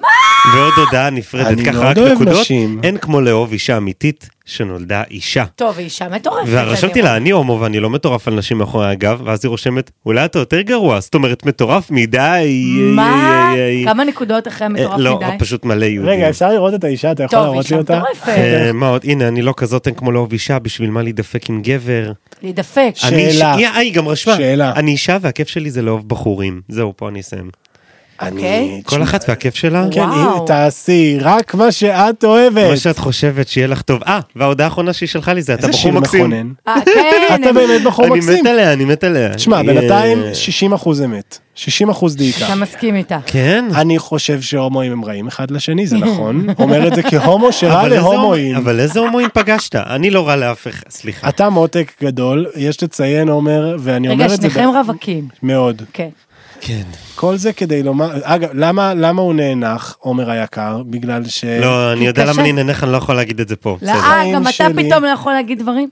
ועוד הודעה נפרדת,
אני
ככה
מאוד
רק
אוהב
נקודות,
נשים.
אין כמו לאהוב אישה אמיתית שנולדה אישה.
טוב, היא אישה מטורפת.
ורשמתי
אני
לה, אני הומו ואני לא מטורף על נשים מאחורי הגב, ואז היא רושמת, אולי אתה יותר גרוע, זאת אומרת מטורף מדי. איי,
מה?
איי, איי, איי."
כמה נקודות אחרי המטורף
אה, לא,
מדי?
פשוט מלא יהודים.
רגע, אפשר לראות את האישה? אתה יכול
טוב,
להראות
אישה
לי אותה? כן.
מטורפת.
אה, מה עוד? הנה, אני לא כזאת אין כמו לאהוב אישה, בשביל מה להידפק עם גבר?
להידפק.
ש-
אני איש-
שאלה.
היא- אה, היא גם רשמה.
שאלה.
אני אישה והכיף שלי זה לאהוב בחורים. זהו, פה אני אסיים.
אני...
כל אחת והכיף שלה.
כן,
אוקיי? וואו.
היא- תעשי רק מה שאת
מה
אוהבת.
שאת חושבת שיהיה לך טוב. אה, וההודעה האחרונה שהיא שלחה לי זה, אתה
איזה
בחור
שיר
מקסים.
מכונן.
אה, כן.
אתה באמת בחור
אני
מקסים.
מת עליה, אני מת עליה.
תשמע,
היא,
בינתיים
אה,
60 אחוז אמת. 60 אחוז דעיקה.
אתה מסכים איתה.
כן?
אני חושב שהומואים הם רעים אחד לשני, זה נכון. אומר את זה כהומו שרע
אבל איזה
להומואים.
אבל איזה הומואים פגשת? אני לא רע לאף אחד, סליחה.
אתה מותק גדול, יש לציין עומר, ואני
רגע,
אומר את זה... ב-
שניכם רווקים.
מאוד.
כן.
כן.
כל זה כדי לומר, אגב, למה, למה הוא נאנח, עומר היקר? בגלל ש...
לא, אני יודע
קשה.
למה אני נניח, אני לא יכול להגיד את זה פה.
לא,
בסדר.
אה,
החיים
גם אתה
שלי.
פתאום לא יכול להגיד דברים?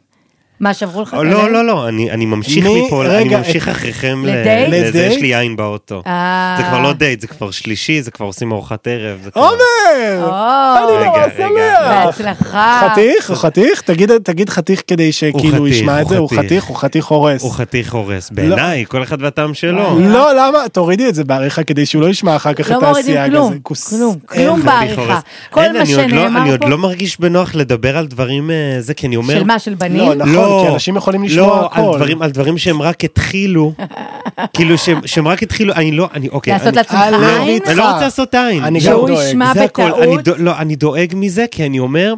מה, שברו לך? את
לא,
הלב?
לא, לא, אני אני ממשיך
מי-
מפה,
רגע,
אני ממשיך
את-
אחריכם ל-
לדייט?
לזה,
לדייט?
יש לי יין באוטו.
אה.
זה כבר לא דייט, זה כבר שלישי, זה כבר עושים ארוחת ערב. זה כבר-
אה,
עומר!
או,
רגע,
נורא
רגע.
שמח.
בהצלחה.
לא. חתיך, הוא חתיך, תגיד, תגיד חתיך כדי שכאילו
חתיך,
ישמע את
הוא
זה, הוא
חתיך.
חתיך, הוא חתיך הורס.
הוא חתיך הורס, בעיניי, כל אחד והטעם שלו.
לא, למה? תורידי את זה בעריכה כדי שהוא לא ישמע אחר כך
לא
את
מורידים
הסייג
כלום,
הזה. כוס- אה,
כלום,
אין.
כלום
חתיך
בעריכה.
הורס.
כל
אין,
מה
אני עוד לא- אני
שנאמר
עוד
פה,
לא מרגיש בנוח לדבר על דברים אה, זה, כי אני אומר...
של מה, של
לא,
בנים?
נכון, כי אנשים יכולים לשמוע
לא, על
הכל.
דברים, על דברים שהם רק התחילו, כאילו שהם, שהם רק התחילו, אני לא, אני, אוקיי.
לעשות
אני-
לעצמך
אה,
לא,
עין?
אני לא רוצה לעשות עין.
אני
זהו,
שהוא
גם דואג,
ישמע
זה הכל, אני
בטעות?
דו- לא, אני דואג מזה, כי אני אומר,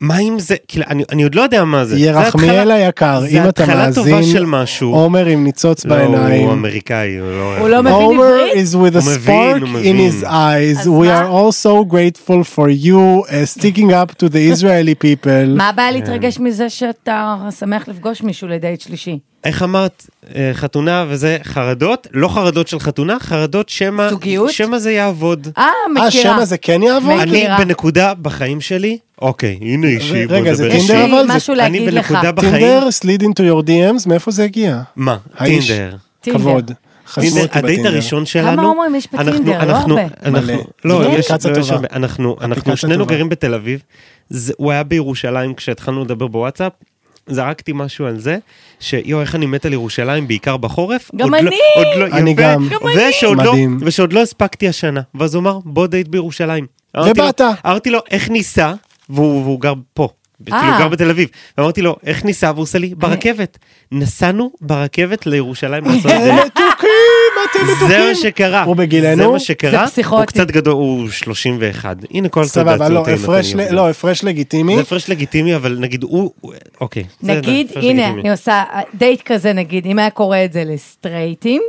מה אם זה, כאילו, אני, אני עוד לא יודע מה זה. זה
ירחמיאל
התחלה-
היקר,
זה
אם אתה
התחלה טובה
מאזין,
של משהו.
עומר עם ניצוץ
לא, הוא
בעיניים.
אמריקאי, הוא לא...
הוא לא מבין
Homer
עברית?
is with a
הוא מבין,
spark
הוא
in his
מבין.
eyes.
אז
We
מה?
are all so grateful for you uh, sticking up to the Israeli people.
מה הבעיה להתרגש מזה שאתה שמח לפגוש מישהו לדייט שלישי?
איך אמרת, אה, חתונה וזה חרדות, לא חרדות של חתונה, חרדות שמא...
זוגיות?
שמא זה יעבוד.
אה, מכירה.
אה, שמא זה כן יעבור?
מכירה.
אני בנקודה בחיים שלי, אוקיי, הנה אישי, בוא
רגע, זה
נדבר
יש
אישי.
טינדר אבל?
לי
זה-
משהו
אני
להגיד לך.
בנקודה בחיים,
טינדר, slid into your DMs, מאיפה זה הגיע?
מה?
האיש.
טינדר.
טינדר.
כבוד. חסמו
טינדר,
אותי
הדייט
בטינדר.
הראשון שלנו,
הומואים יש בטינדר?
אנחנו-
לא
אנחנו-
הרבה.
אנחנו-
מלא.
לא,
זה
יש,
אפליקציה
לא, יש
טובה.
הרבה. אנחנו, אנחנו
אפליקציה
שנינו
טובה.
גרים בתל אביב, זה- הוא היה בירושלים כשהתחלנו לדבר בוואטסאפ, זרקתי משהו על זה, שיואו, איך אני מת על ירושלים, בעיקר בחורף.
גם
עוד לא-
אני!
עוד לא-
אני
יפה.
גם. גם
אני!
ושעוד לא-
מדהים.
ושעוד לא הספקתי השנה, ואז הוא אמר, בוא דייט בירושלים. אמרתי לו-
ובאת.
אמרתי לו, איך ניסע, והוא והוא גר פה. כאילו
אה.
גר בתל אביב, ואמרתי לו, איך ניסע? והוא עושה לי, ברכבת.
כן.
נסענו ברכבת לירושלים לעשות את זה.
אה, אתם מתוקים, אתם מתוקים.
זה מה שקרה.
הוא בגילנו?
זה מה שקרה.
זה פסיכוטי.
הוא קצת גדול, הוא 31. הנה כל
סבבה, לא,
תעודותינו,
הפרש,
אתם
ל-
יודעים.
לא, הפרש לגיטימי.
זה הפרש לגיטימי, אבל נגיד הוא... הוא- אוקיי. בסדר,
נגיד,
הפרש
הנה, אה,
לגיטימי.
אני עושה דייט כזה, נגיד, אם היה קורה את זה לסטרייטים,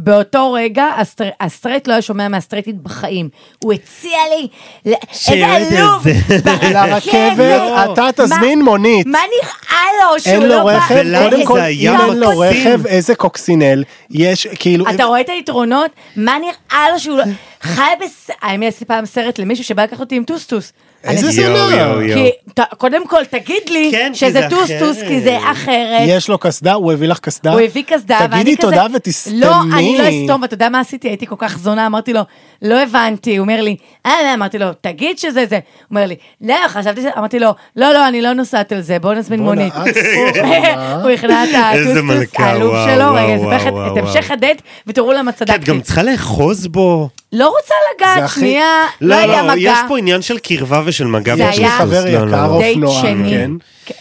באותו רגע הסטר... הסטרייט לא היה שומע מהסטרייטית בחיים. הוא הציע לי, ל- איזה
שירד את
עלוב, כן,
זה.
לרכבת,
לא.
אתה
מה-
תזמין מונית.
מה נראה לו שהוא
אין לו
לא בא?
רכב,
ולמה
קודם
זה
כל,
היה
אם אין לו
מקסים?
רכב, איזה קוקסינל, יש, כאילו,
אתה רואה את היתרונות? מה נראה לו שהוא לא... חי בס... אה, האמת, עשיתי פעם סרט למישהו שבא לקח אותי עם טוסטוס.
איזה
אני-
יואו,
זונה.
יואו, יואו.
כי ת- קודם כל תגיד לי
כן, כי
שזה
זה
טוסטוס,
אחרת.
כי זה אחרת.
יש לו קסדה, הוא הביא לך קסדה?
הוא הביא קסדה, ואני כזה...
תגידי תודה ותסתמי.
לא, אני לא אסתום, ואתה יודע מה עשיתי? הייתי כל כך זונה, אמרתי לו, לא הבנתי. הוא אומר לי, אה, לא, אמרתי לו, תגיד שזה זה. הוא אומר לי, לא, חשבתי שזה... אמרתי לו, לא, לא, אני לא נוסעת על זה, בוא נזמין
בואנה,
מונית.
את
הוא-
זונה.
הוא הכנע את
איזה
הטוסטוס
מלכה,
העלוב
וואו,
שלו,
וואו,
רגע, אני אספר לך
וואו,
את- את
וואו.
המשך הדייט, ותראו למה
כן, את
צדקתי.
גם צריכה לאחוז בו.
לא רוצה
זה
לגעת,
הכי-
שנייה, לא
לא,
היה
לא, יש
מגע.
פה עניין של קרבה ושל מגע.
זה
בטוסטוס.
היה-
חבר
לא, לא,
יקר,
לא.
דייט
אופנוען,
שני.
כן.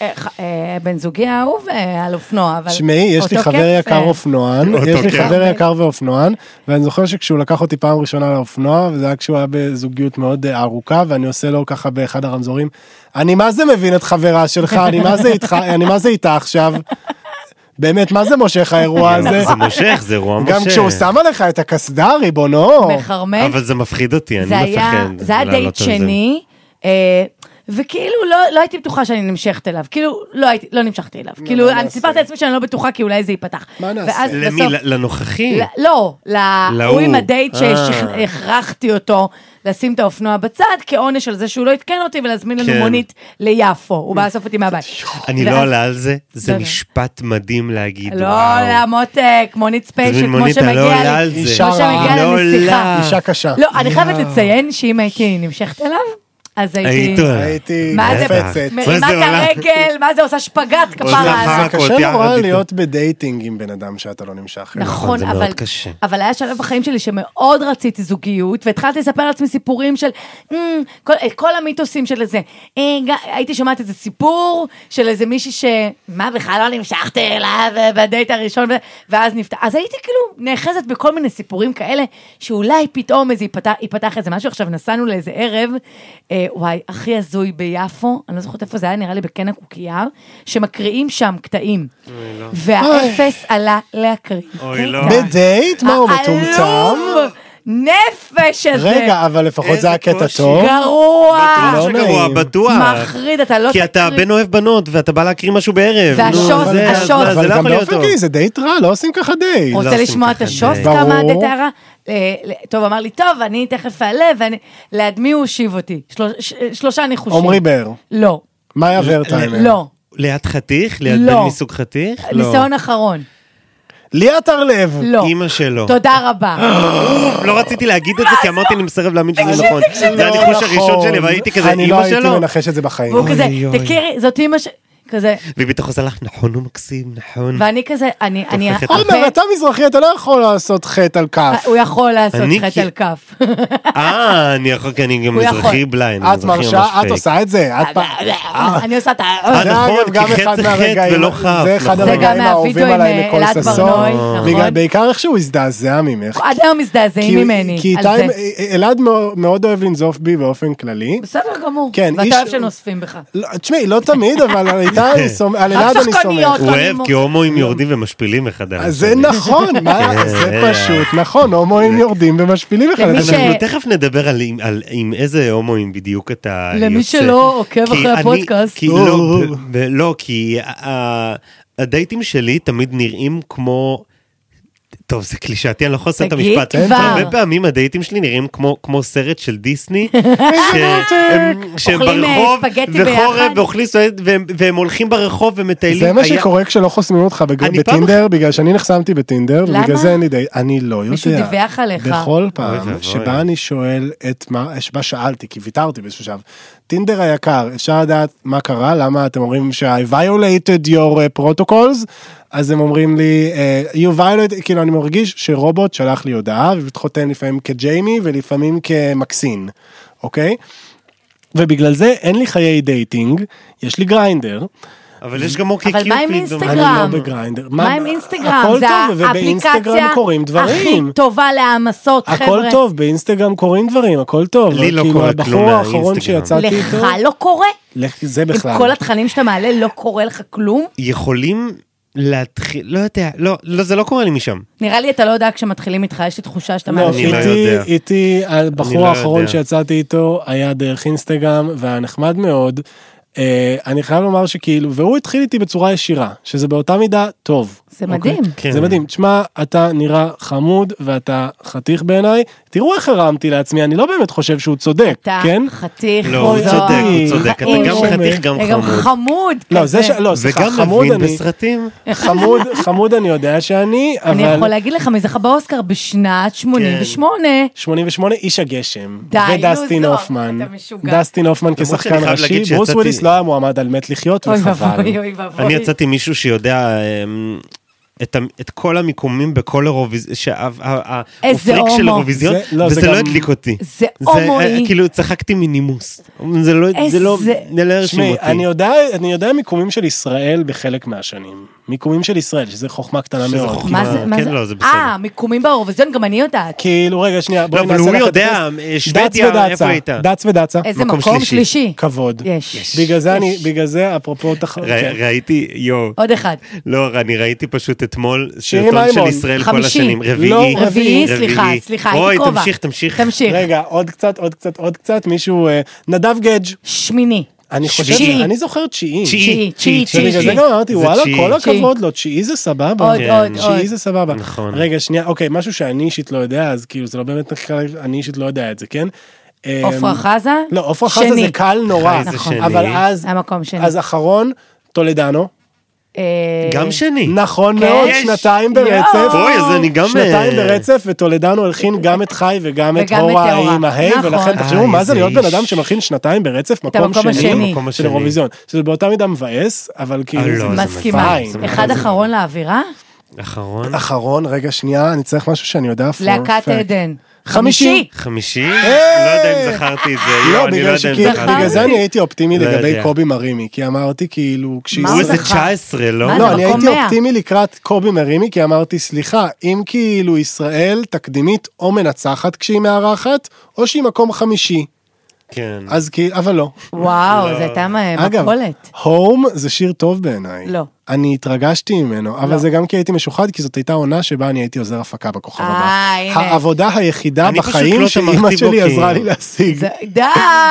אה, ח- אה, בן זוגי האהוב אה, על אופנוע, אבל...
שמעי, יש לי
אותו
חבר
כיף,
יקר
אה,
אופנוען,
אותו
יש לי
כיף.
חבר יקר ואופנוען, ואני זוכר שכשהוא לקח אותי פעם ראשונה לאופנוע, וזה היה כשהוא היה בזוגיות מאוד אה, ארוכה, ואני עושה לו ככה באחד הרמזורים, אני מה זה מבין את חברה שלך, אני מה זה איתך, אני מה זה איתה עכשיו. באמת, מה זה מושך האירוע הזה?
כן, זה אה, מושך, זה אירוע מושך.
גם כשהוא שם עליך את הקסדה, ריבונו.
מחרמן.
אבל זה מפחיד אותי, אני לא
זה היה,
מפחד.
זה היה
לעלות
דייט
על זה.
שני, אה, וכאילו לא, לא הייתי בטוחה שאני נמשכת אליו, כאילו לא הייתי, לא נמשכתי אליו, כאילו
מה
אני
נעשה?
סיפרתי לעצמי שאני לא בטוחה כי אולי זה ייפתח.
מה נעשה?
ואז
למי?
בסוף-
ל- לנוכחי?
ל- לא, ל-
להוא.
הוא עם הדייט
אה.
שהכרחתי אותו לשים את האופנוע בצד כעונש על זה שהוא לא עדכן אותי ולהזמין לנו
כן.
מונית ליפו, הוא בא לאסוף אותי מהבית.
אני
ואז-
לא עלה על זה, זה
לא, לא.
משפט מדהים להגיד.
לא
וואו.
עולה מותק, מונית
תזמין
ספיישל, כמו
מונית, אני לא
שמגיע
עולה על
לי.
זה.
אישה
כמו שמגיע
רעה.
לא
לנסיכה.
עולה.
אישה קשה.
לא, אני חייבת לציין שאם הייתי נמשכת אליו, אז
היית
הייתי...
עולה.
הייתי
מה זה-
קופצת.
מרימה
מה זה
את
עולה?
הרגל, מה זה עושה שפגאט כפרה
אחר
עליו.
כך.
קשה
מכות יחד
נורא
איתו.
להיות בדייטינג עם בן אדם שאתה לא נמשך אליו.
נכון,
זה מאוד
אבל,
קשה.
אבל היה שלב בחיים שלי שמאוד רציתי זוגיות, והתחלתי לספר לעצמי סיפורים של "אמ, כל, כל המיתוסים של איזה, אה, ג- הייתי שומעת איזה סיפור של איזה מישהי ש... מה, בכלל לא נמשכתי אליו אה, בדייט הראשון, ו- ואז נפתח. אז הייתי כאילו נאחזת בכל מיני סיפורים כאלה, שאולי פתאום איזה ייפתח, ייפתח איזה משהו. עכשיו נסענו לאיזה ערב, אה, וואי, הכי הזוי ביפו, אני לא זוכרת איפה זה היה, נראה לי בקן הקוקייה, שמקריאים שם קטעים.
לא.
והאפס עלה להקריא.
אוי, לא.
קטע.
בדייט? מה, הוא מטומטם?
העלוב נפש הזה.
רגע, אבל לפחות
איזה
זה היה קטע
קושי.
טוב.
גרוע.
בטוח
לא
שגרוע,
נעים.
בטוח.
מחריד, אתה לא
כי אתה
תקריא.
בן אוהב בנות, ואתה בא להקריא משהו בערב.
והשוס,
נו, זה-
השוס.
אז מה, זה
אבל
לא
גם
יכול להיות
באופן
טוב.
כללי זה דייט רע, לא עושים ככה דייט.
לא
רוצה
עושים
לשמוע את
ככה
השוס
דייט.
כמה
ברור.
עד הערה? אה, ל- טוב, אמר לי, טוב, אני תכף אעלה, ואני... ליד מי הוא הושיב אותי? שלוש- ש- שלושה ניחושים.
עמרי באר,
לא.
מאיה ורטהיימר.
לא.
ליד חתיך? ליד
לא.
בן מסוג חתיך? אה, לא.
ניסיון אחרון.
ליאת הרלב.
לא.
אימא שלו.
תודה רבה.
לא רציתי להגיד את זה, כי אמרתי אני מסרב להאמין שזה
תקשיב,
נכון.
תקשיב.
זה
לא
הניחוש הראשון
נכון.
שלי, והייתי כזה,
אני לא
אימא
הייתי
שלו.
מנחש את זה בחיים.
והוא כזה,
אוי, אוי.
תכירי, זאת אימא ש... כזה,
וביטחון סלח, נכון, הוא מקסים, נכון.
ואני כזה, אני... אני
הופכת
הרבה-
עומר, אתה מזרחי, אתה לא יכול לעשות חטא על כף.
הוא יכול לעשות
אני
חטא
כי-
על כף.
אה, אני יכול, כי אני גם
הוא יכול.
מזרחי בליינד.
את מרשה, את עושה את זה. את פ-
אני עושה את ה...
אה,
זה
נכון,
אגב גם
כי חץ
אחד
זה חץ
מהרגעים,
ולא חף,
זה אחד
נכון.
זה גם
הרגעים האהובים
מהווידאו עם,
עליי
אה,
לכל
אלעד
ששון,
ברנועי,
בגלל-
נכון.
בעיקר איך שהוא הזדעזע ממך.
עד היום מזדעזעים
כי-
ממני
כי
על
איתי-
זה.
אלעד מאוד- מאוד אוהב לנזוף בי באופן כללי.
בסדר גמור.
כן,
ואתה
איש-
אוהב שנוספים בך.
לא, תשמעי, לא תמיד, אבל על איתי אני סומך, על אלעד אני
שחקניות.
סומך.
הוא
אני
אוהב,
מ-
כי הומואים יורדים ומשפילים אחד על
אז זה
השני.
נכון, מה-
כן.
זה פשוט נכון, הומואים יורדים ומשפילים אחד את
למי
השני.
ש-
אנחנו תכף נדבר על עם- על עם איזה הומואים בדיוק אתה יוצא.
למי שלא עוקב
כי
אחרי
אני-
הפודקאסט.
כי לא, ב- ב- לא, כי ה- ה- הדייטים שלי תמיד נראים כמו... טוב, זה קלישאתי, אני לא יכול לסיים את
תגיד
המשפט.
כבר.
הרבה פעמים הדייטים שלי נראים כמו, כמו סרט של דיסני, שהם- שהם
אוכלים, אה,
ברחוב,
ספגטי
וחורף,
ביחד.
ואוכלים סועד, והם, והם הולכים ברחוב ומטיילים.
זה מה
היה-
שקורה כשלא חוסמים אותך בג-
אני פעם
בטינדר, בגלל שאני נחסמתי בטינדר,
למה?
ובגלל זה אין לי די... אני לא יודע.
מישהו דיווח עליך.
בכל
אוי
פעם
ואבוי.
שבה אני שואל את מה, שבה שאלתי, כי ויתרתי באיזשהו שלב, טינדר היקר, אפשר לדעת מה קרה, למה אתם אומרים ש-I violated your uh, protocols, אז הם אומרים לי, אה, you violated, כאילו אני מרגיש שרובוט שלח לי הודעה, וחותם לפעמים כג'יימי ולפעמים כמקסין, אוקיי? ובגלל זה אין לי חיי דייטינג, יש לי גריינדר.
אבל יש גם אוקי
אבל מה עם
אני
אינסטגרם?
לא בגריינדר.
מה עם אינסטגרם?
הכל
זה
טוב, ובאינסטגרם
האפליקציה
קורים
הכי
דברים.
טובה להעמסות, חבר'ה.
הכל טוב, באינסטגרם קורים דברים, הכל טוב.
לי
רק
לא
כאילו
קורה כלום
הבחור האחרון
מהאינסטגרם.
שיצאתי איתו,
לך לא קורה?
לך- זה
עם
בכלל. לא-
כל התכנים שאתה מעלה לא קורה לך כלום?
יכולים להתחיל, לא יודע, לא, לא, זה לא קורה לי משם.
נראה לי אתה לא יודע כשמתחילים איתך, יש לי תחושה שאתה
לא,
אני
מאנשים.
לא
איתי,
יודע.
איתי,
אני
הבחור
לא
האחרון
יודע.
שיצאתי איתו היה דרך אינסטגרם והיה נחמד מאוד. אה, אני חייב לומר שכאילו, והוא התחיל איתי בצורה ישירה, שזה באותה מידה טוב. אוקיי?
זה מדהים.
כן.
זה מדהים. תשמע, אתה נראה חמוד ואתה חתיך בעיניי. תראו איך הרמתי לעצמי, אני לא באמת חושב שהוא צודק,
אתה
כן?
חתיך,
לא, הוא
אוי,
זו-
צודק,
אוי,
הוא צודק, אתה
חיים
גם
שלי.
חתיך, גם
אתה אה, גם
חמוד.
חמוד
לא,
כזה.
זה ש... לא, סליחה,
וגם
חמוד
מבין
אני,
בסרטים.
חמוד, חמוד אני יודע שאני,
אני יכול
אבל
להגיד לך מי זכה באוסקר
כן.
בשנת 88.
88 איש הגשם,
די,
ודסטין
לוזון,
הופמן,
אתה משוגע.
דסטין הופמן
שאני
כשחקן
חייב
ראשי,
להגיד
ברוס
שיצאתי-
וויליס לא היה מועמד על מת לחיות
אוי
וחבל.
ואבוי, אוי ואבוי.
אני יצאתי עם מישהו שיודע אמ, את, ה- את כל המיקומים בכל אירוויזיון, שהוא
איזה
פריק של
הומו.
אירוויזיון,
זה- לא,
וזה
זה
לא
גם-
הדליק אותי.
זה
אה,
הומואי.
כאילו, צחקתי מנימוס. זה לא, זה לא,
איזה-
זה לא הרשים
תשמעי,
אותי.
אני יודע, אני יודע מיקומים של ישראל בחלק מהשנים. מיקומים של ישראל, שזה חוכמה קטנה
שזה
מאוד.
חוכמה.
מה זה,
אה,
מה
כן,
זה?
לא, זה בסדר.
אה, מיקומים באירוויזיון, גם אני יודעת.
כאילו, רגע, שנייה,
לא,
בואי
אבל
נעשה
הוא
לך את
יודע,
הטסט.
אה,
דץ
שוודיה,
ודצה,
איפה הייתה?
דץ ודצה,
איזה
מקום
מקום
שלישי.
שלישי.
כבוד.
יש.
בגלל זה
יש.
אני, בגלל זה, אפרופו כן. תחרות.
ר- ראיתי, יואו,
עוד אחד.
לא, אני ראיתי פשוט אתמול
שירי
סרטון של
מימון.
ישראל כל
חמישי.
השנים,
לא,
רביעי.
רביעי,
רביעי, סליחה, סליחה, הייתי
אוי,
קרובה.
תמשיך, תמשיך.
תמשיך.
רגע, עוד קצת, עוד קצת, עוד קצת, מישהו, אה, נדב גדג',
שמיני.
אני חושב,
תשיעי.
אני זוכר תשיעי.
תשיעי,
תשיעי,
תשיעי,
תשיעי,
ובגלל זה
תשיעי.
גם אמרתי,
זה
וואלה,
תשיעי.
כל
תשיעי.
הכבוד לו, תשיעי זה סבבה.
עוד,
כן.
עוד, עוד.
תשיעי זה סבבה.
נכון.
רגע, שנייה, אוקיי, משהו שאני אישית לא יודע, אז כאילו, זה לא באמת נחקר, אני אישית לא יודע את זה, כן? אמ,
עפרה חזה?
לא, עפרה חזה זה
שני.
קל נורא,
חי זה
נכון.
שני.
אבל אז,
המקום שני.
אז אחרון, טולדנו,
אה,
גם שני.
נכון
כן.
מאוד,
יש.
שנתיים
יואו.
ברצף,
אוקיי. אוי, אז אני גם...
שנתיים
אה,
ברצף, וטולדנו הלחין גם את חי וגם את
וגם את
הורה
הורה.
עם ההי,
נכון.
ולכן
איי,
תחשבו, מה זה
אה, איזה
להיות בן
איש.
אדם שמלחין שנתיים ברצף, מקום
המקום השני.
שני
המקום
של
השני.
אירוויזיון, שזה באותה מידה מבאס, אבל
אה,
כאילו,
לא,
זה-
זה
מסכימה.
מביך, זה
אחד
מביך.
אחרון לאווירה?
אחרון.
אחרון, רגע, שנייה, אני צריך משהו שאני יודע. for
להקת
fact.
עדן.
חמישי.
חמישי? לא יודע אם זכרתי את זה,
לא,
יואו, אני לא
בגלל
יודע אם
שכאילו,
זכרתי.
בגלל זה
זכרתי.
אני הייתי אופטימי
לא
לגבי
יודע.
קובי מרימי, כי אמרתי כאילו,
מה
הוא
הוא
כשהיא...
איזה
זכר?
19, לא?
מה זה
לא, אני
מקום
הייתי
100.
אופטימי לקראת קובי מרימי, כי אמרתי, סליחה, אם כאילו ישראל תקדימית או מנצחת כשהיא מארחת, או שהיא מקום חמישי,
כן.
אז כאילו, אבל לא.
וואו,
לא.
זו הייתה
אגב,
מפולת.
הום זה שיר טוב בעיניי.
אה, לא.
אני התרגשתי ממנו, אבל זה גם כי הייתי משוחד, כי זאת הייתה עונה שבה אני הייתי עוזר הפקה בכוכב
אה,
הבא.
הנה.
העבודה היחידה
אני פשוט
בחיים
לא
שאימא
תמכתי בו,
שלי
כי-
עזרה לי להשיג.
זה- די!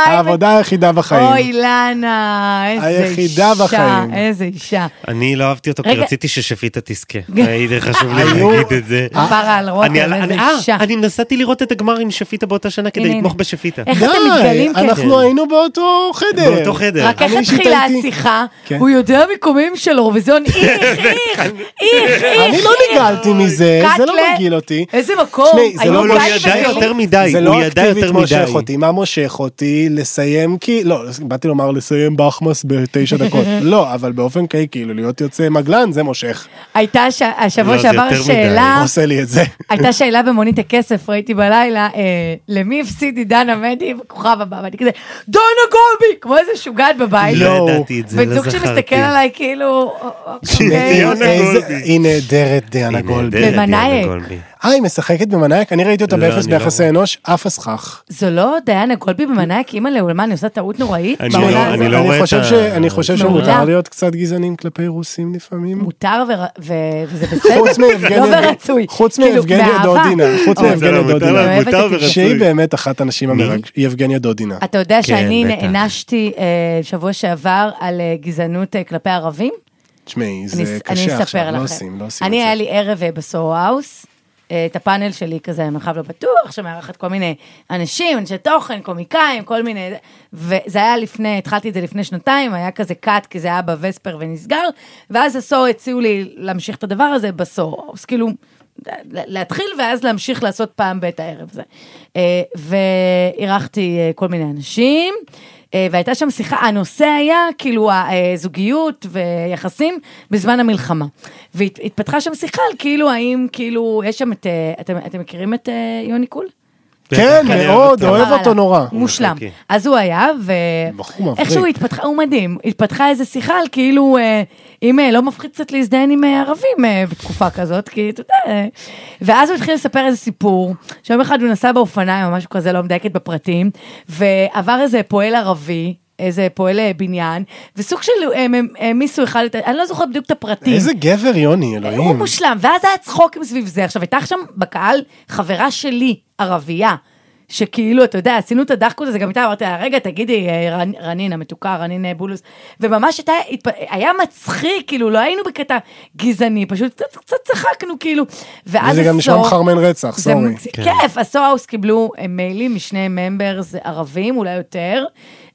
העבודה היחידה
אוי,
בחיים.
לנה, איזה
היחידה
אישה.
בחיים.
איזה אישה.
אני לא אהבתי אותו, כי
רגע. אה,
רציתי ששפיטה תזכה. הייתי חשוב לי
היו-
להגיד את זה.
אה,
פרה על
אני-
רותם, אה, אוקיי, איזה
אני- אה,
אישה.
אני נסעתי לראות את הגמר עם שפיטה באותה שנה
הנה,
כדי
הנה.
לתמוך בשפיטה.
איך אתם
די,
מתגלים ככה?
אנחנו היינו באותו חדר.
באותו חדר.
רק איך
אני אישית
התחילה
הייתי-
השיחה?
כן.
הוא יודע מיקומים של אירוויזיון, איך,
כן.
איך, איך, איך.
אני לא נגעלתי מזה, זה לא
קאטלה.
מגעיל אותי.
איזה מקום.
תשמעי, זה
היו
לא
לא, לא, הוא
גיא
ידע
שמיר.
יותר מדי,
זה
הוא
לא
ידע
אקטיבית
יותר מדי.
מושך אותי, מה מושך אותי? לסיים כי... לא, באתי לומר לסיים באחמס בתשע דקות. לא, אבל באופן כללי, כאילו, להיות יוצא מגלן זה מושך.
הייתה ש- השבוע
לא, זה
שעבר
יותר מדי.
שאלה,
עושה לי את זה.
הייתה שאלה במונית הכסף, ראיתי בלילה, אה, למי הפסיד עידן עמדי בכוכב הבא, ואני כזה, דונה גולבי, כמו איזה שוגעת בבית.
לא
לא.
ידעתי את זה,
בן
לא
זוג
זכרתי.
שמסתכל עליי כאילו, אוקיי,
דיונה
איזה-
גולדי.
היא נהדרת, דיאנה גולבי.
נהדרת. במנאייק.
אה, היא משחקת במנאייק? אני ראיתי אותה
לא,
באפס
אני לא
ביחסי
רואה.
אנוש, אף הסכך.
זו לא דיאנה גולבי במנהק, אימא לאולמה, אני עושה טעות נוראית?
אני
בעונה
לא-
הזאת?
אני לא רואה את
חושב
ה-
ש- אני חושב
מעולה.
שמותר להיות קצת גזענים כלפי רוסים לפעמים.
מותר ו- ו- וזה בסדר,
חוץ מאבגניה-
לא ורצוי.
חוץ
כאילו,
מאבגניה
באהבה.
דודינה, חוץ
אוקיי.
מאבגניה דודינה.
לא, מותר
אוהבת את
ורצוי.
שהיא באמת אחת הנשים
מי?
המרגשות, יבגניה דודינה.
אתה יודע שאני
כן, בטח.
נענשתי אה, שבוע שעבר על אה, גזענות אה, כלפי ערבים?
תשמעי,
אני-
זה
אני
קשה
אספר
עכשיו, לא
לכם.
עושים, לא עושים את
אני,
זה.
היה לי ערב אה, בסוהו-האוס, אה, את הפאנל שלי כזה, מרחב לא בטוח, שמארחת כל מיני אנשים, אנשי תוכן, קומיקאים, כל מיני... וזה היה לפני, התחלתי את זה לפני שנתיים, היה כזה קאט, כי זה היה בווספר ונסגר, ואז הסו הציעו לי להמשיך את הדבר הזה בסוהו-האוס, כאילו... להתחיל ואז להמשיך לעשות פעם בית הערב הזה. אה, ואירחתי אה, כל מיני אנשים, אה, והייתה שם שיחה, הנושא היה כאילו הזוגיות ויחסים בזמן המלחמה. והתפתחה שם שיחה על כאילו האם כאילו, יש שם את, אה, אתם, אתם מכירים את אה, יוני קול?
כן,
אני אוהב
מאוד,
אותו.
אוהב
כפרה
אותו
עליו.
נורא.
מושלם.
אוקיי.
אז הוא היה,
בחור מבריק.
ואיכשהו התפתחה, הוא מדהים, התפתחה איזה שיחה על כאילו, אה, אם אה, לא מפחיד קצת להזדיין עם אה, ערבים אה, בתקופה כזאת, כי אתה יודע, אה. ואז הוא התחיל לספר איזה סיפור, שיום אחד הוא נסע באופניים או משהו כזה, לא מדייקת בפרטים, ועבר איזה פועל ערבי. איזה פועל אה, בניין, וסוג של אה, הם העמיסו אחד את ה... אני לא זוכרת בדיוק את הפרטים.
איזה גבר, יוני, אלוהים.
הוא מושלם, ואז היה צחוקים סביב זה. עכשיו, הייתה שם בקהל חברה שלי, ערבייה, שכאילו, אתה יודע, עשינו את הדחקות הזה, גם איתה אמרתי לה, רגע, תגידי, אה, רנ- רנין המתוקה, רנין אה, בולוס, וממש הייתה, התפ- היה מצחיק, כאילו, לא היינו בקטע גזעני, פשוט קצת- קצת צחקנו, כאילו. ואז
וזה גם נשמע
עשור-
מחרמן רצח,
זה
סורי.
כן.
מוצ- כיף, הסוהאוס קיבלו אה, מיילים משני ממברס ערבים, אולי יותר,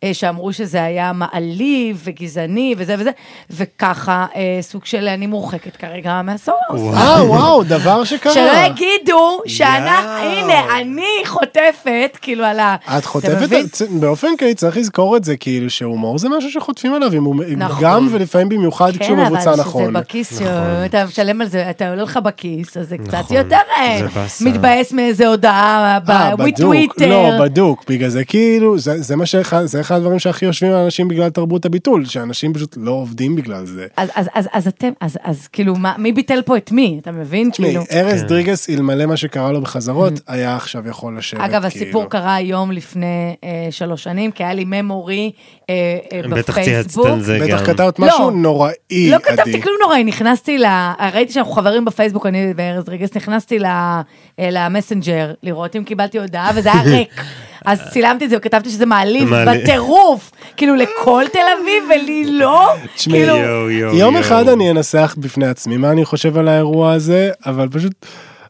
אה, שאמרו שזה היה מעליב וגזעני וזה וזה, וככה אה, סוג של אני מורחקת כרגע מהסוהאוס.
אה, וואו, דבר שקרה.
שלא יגידו שאנחנו,
יאו.
הנה, אני חוטפת, כאילו על ה...
את
אתה מבין?
חוטפת, באופן כללי צריך לזכור את זה, כאילו שהומור זה משהו שחוטפים עליו, אם הוא-
נכון.
גם ולפעמים במיוחד כשהוא מבוצע
כן, אבל
נכון.
שזה בכיס, שהוא- אתה משלם על זה, אתה עולה לך בכיס, אז זה קצת יותר אה,
נכון. זה באסה.
מתבאס מאיזה הודעה
אה, בדוק,
בטוויטר.
לא, בדוק, בגלל זה כאילו, זה זה מה שאחד, זה אחד הדברים שהכי יושבים על אנשים בגלל תרבות הביטול, שאנשים פשוט לא עובדים בגלל זה.
אז, אז, אז, אז אתם, אז, אז כאילו, מה, מי ביטל פה את מי? אתה מבין?
תשמעי,
כאילו, Mm-hmm.
ארז דריגס, אלמלא מה שקרה לו בחזרות, היה עכשיו יכול לשבת,
אגב,
כאילו.
הסיפור קרה היום לפני אה, שלוש שנים, כי היה לי ממורי אה, אה,
בטח
בפייסבוק.
צייצת את זה גם.
בטח כתבת
לא.
משהו נוראי, עדי.
לא כתבתי כלום נוראי, נכנסתי ל... ראיתי שאנחנו חברים בפייסבוק, אני וארז דריגס, נכנסתי ל... אה, למסנג'ר, לראות אם קיבלתי הודעה, וזה היה ריק. אז צילמתי את זה וכתבתי שזה מעליב
מעליב.
בטירוף, כאילו לכל תל אביב ולי לא,
תשמעי,
כאילו,
יואו, יואו,
יום
יואו.
אחד אני אנסח בפני עצמי מה אני חושב על האירוע הזה, אבל פשוט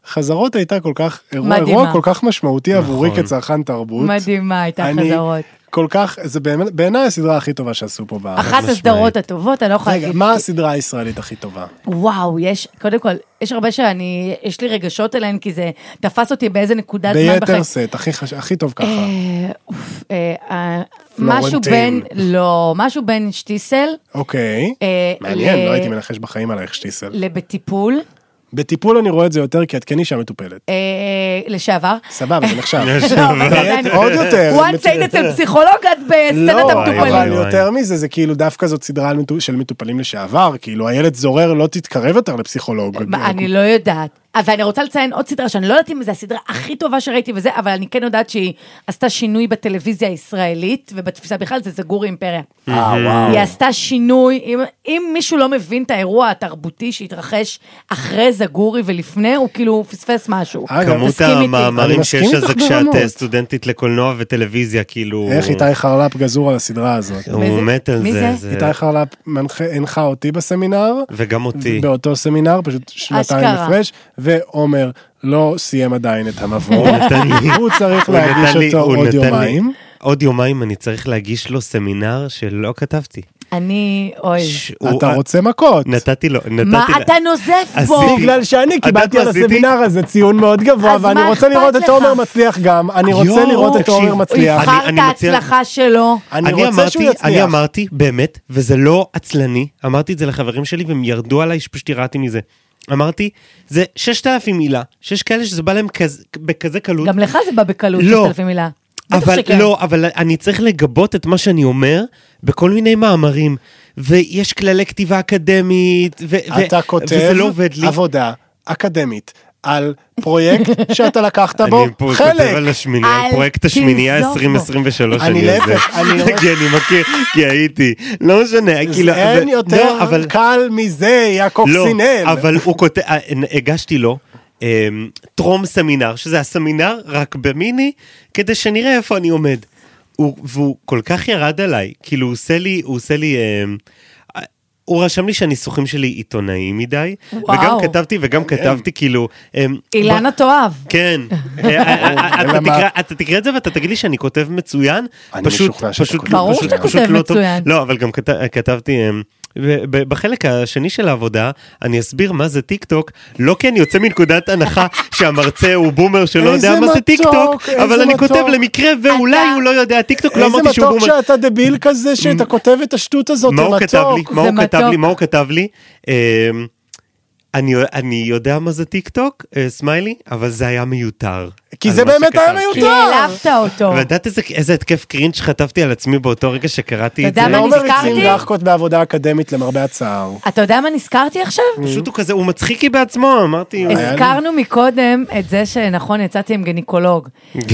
חזרות הייתה כל כך, אירוע,
מדהימה.
אירוע כל כך משמעותי עבורי
נכון.
כצרכן תרבות.
מדהימה הייתה
אני-
חזרות.
כל כך, זה באמת- בעיניי הסדרה הכי טובה שעשו פה בארץ.
אחת הסדרות הטובות, אני לא יכולה
רגע,
להגיד.
מה הסדרה הישראלית הכי טובה?
וואו, יש, קודם כל, יש הרבה שאני, יש לי רגשות אליהן, כי זה תפס אותי באיזה נקודת זמן
ביתר סט, הכי חש- הכי טוב ככה.
אה, אוף, אה, אה, משהו בין,
פלורנטין.
לא, משהו בין שטיסל
אוקיי.
אה,
מעניין,
ל-
לא הייתי מנחש בחיים עלייך שטיסל.
לבטיפול,
בטיפול אני רואה את זה יותר כי את כן אישה מטופלת.
אה, לשעבר.
סבבה, זה נחשב.
לא, אבל עדיין-
עוד יותר.
once היית אצל פסיכולוג, את בסצנת
לא,
המטופלים.
אבל
וואי.
יותר מזה, זה כאילו דווקא זאת סדרה על מטו- של מטופלים לשעבר, כאילו איילת זורר לא תתקרב יותר לפסיכולוג.
מה, אני לא יודעת. אה, ואני רוצה לציין עוד סדרה שאני לא יודעת אם זו הסדרה הכי טובה שראיתי וזה, אבל אני כן יודעת שהיא עשתה שינוי בטלוויזיה הישראלית ובתפיסה בכלל, זה זגורי אימפריה.
אה,
היא
וואו.
עשתה שינוי, אם, אם מישהו לא מבין את האירוע התרבותי שהתרחש אחרי זגורי ולפני, הוא כאילו פספס משהו.
אגב,
כמות
תסכים איתי.
אני
המאמרים
מסכים
שיש על
איתך
זה כשאת
ברמות.
אה, סטודנטית לקולנוע וטלוויזיה, כאילו...
איך איתי חרלפ גזור על הסדרה הזאת.
מי זה?
הוא מת על
מי
זה.
זה?
זה-
איתי חרלפ מנחה- הנחה אותי בסמינר,
וגם אותי.
באותו סמינר, פשוט שנתיים
אשכרה.
הפרש, ועומר לא סיים עדיין את המבוא.
הוא נתן לי-
הוא צריך
הוא נתן
להגיש
לי-
אותו
הוא
עוד
נתן לי-
יומיים.
עוד יומיים אני צריך להגיש לו סמינר שלא כתבתי.
אני, אוי,
ש- הוא- אה,
אתה רוצה מכות.
נתתי לו, נתתי
מה
לה-
אתה נוזף
אז
בו?
היא-
בגלל שאני
אתה
קיבלתי על
עשיתי-
הסמינר הזה ציון מאוד גבוה,
אז
ואני
מה
רוצה
אכפת
לראות את
לך?
עומר מצליח גם. אני רוצה
יואו,
לראות את
תקשיב,
עומר
הוא
הוא
מצליח.
יבחר
אני-
את
אני מציע-
ההצלחה שלו.
אני רוצה שהוא
אמרתי- אני
יצליח.
אמרתי, באמת, וזה לא עצלני, אמרתי את זה לחברים שלי והם ירדו עליי שפשוט ירדתי מזה. אמרתי, זה 6,000 מילה, שיש כאלה שזה בא להם כזה- בכזה קלות.
גם לך זה בא בקלות,
לא.
6,000 מילה. בטח
אבל
שכן.
לא, אבל אני צריך לגבות את מה שאני אומר בכל מיני מאמרים, ויש כללי כתיבה אקדמית, ו- ו-
אתה כותב
וזה לא עובד לי.
עבודה אקדמית על פרויקט שאתה לקחת בו
אני פה כותב
חלק.
על השמינייה,
אל
פרויקט השמינייה
תנזוף בו.
2023,
אני
על זה.
להפך, אני רואה-
כי אני מכיר, כי הייתי, לא משנה, כאילו,
אין
אבל-
יותר
לא, אבל-
קל מזה,
לא,
יעקובסינל.
אבל הוא כותב, אה, הגשתי לו. אה, טרום סמינר, שזה הסמינר רק במיני, כדי שנראה איפה אני עומד. הוא, והוא כל כך ירד עליי, כאילו הוא עושה לי, הוא עושה לי, אה, אה, הוא רשם לי שהניסוחים שלי עיתונאיים מדי,
וואו.
וגם כתבתי וגם
אה.
כתבתי כאילו, אה,
אילנה תאהב.
כן, אה, אה, אה, אתה
אלא מה?
תקרא- אתה תקרא את זה ואתה תגיד לי שאני כותב מצוין,
אני
פשוט,
משוכנע שאתה
פשוט,
כותב
ברור
פשוט-
שאתה
פשוט
כותב
לא טוב.
מצוין.
לא, אבל גם כת- כתבתי, אה, ב- ב- בחלק השני של העבודה, אני אסביר מה זה טיק טוק, לא כי אני יוצא מנקודת הנחה שהמרצה הוא בומר שלא
איזה
יודע מה זה
מתוק,
טיק טוק,
איזה
אבל אני
מתוק.
כותב למקרה ואולי הוא לא יודע טיק טוק, לא
איזה
אמרתי שהוא
מתוק
בומר.
שאתה דביל כזה שאתה כותב את השטות הזאת,
מה
זה
הוא כתב לי?
מתוק.
מה הוא
זה
כתב לי?
מתוק.
מה הוא כתב לי? אמ, אני, אני יודע מה זה טיק טוק, אה, סמיילי, אבל זה היה מיותר.
כי
על
זה
מה
באמת היה מיותר.
שכתבתי.
כי העלבת אותו.
ואת יודעת איזה- איזה התקף קרינג' חטפתי על עצמי באותו רגע שקראתי את
אתה
זה?
יודע
לא
מה
מריצים
נזכרתי?
דחקות בעבודה אקדמית למרבה הצער.
אתה יודע מה נזכרתי עכשיו?
פשוט הוא כזה, הוא מצחיקי בעצמו, אמרתי...
לי.
הזכרנו מקודם את זה שנכון, יצאתי עם גניקולוג.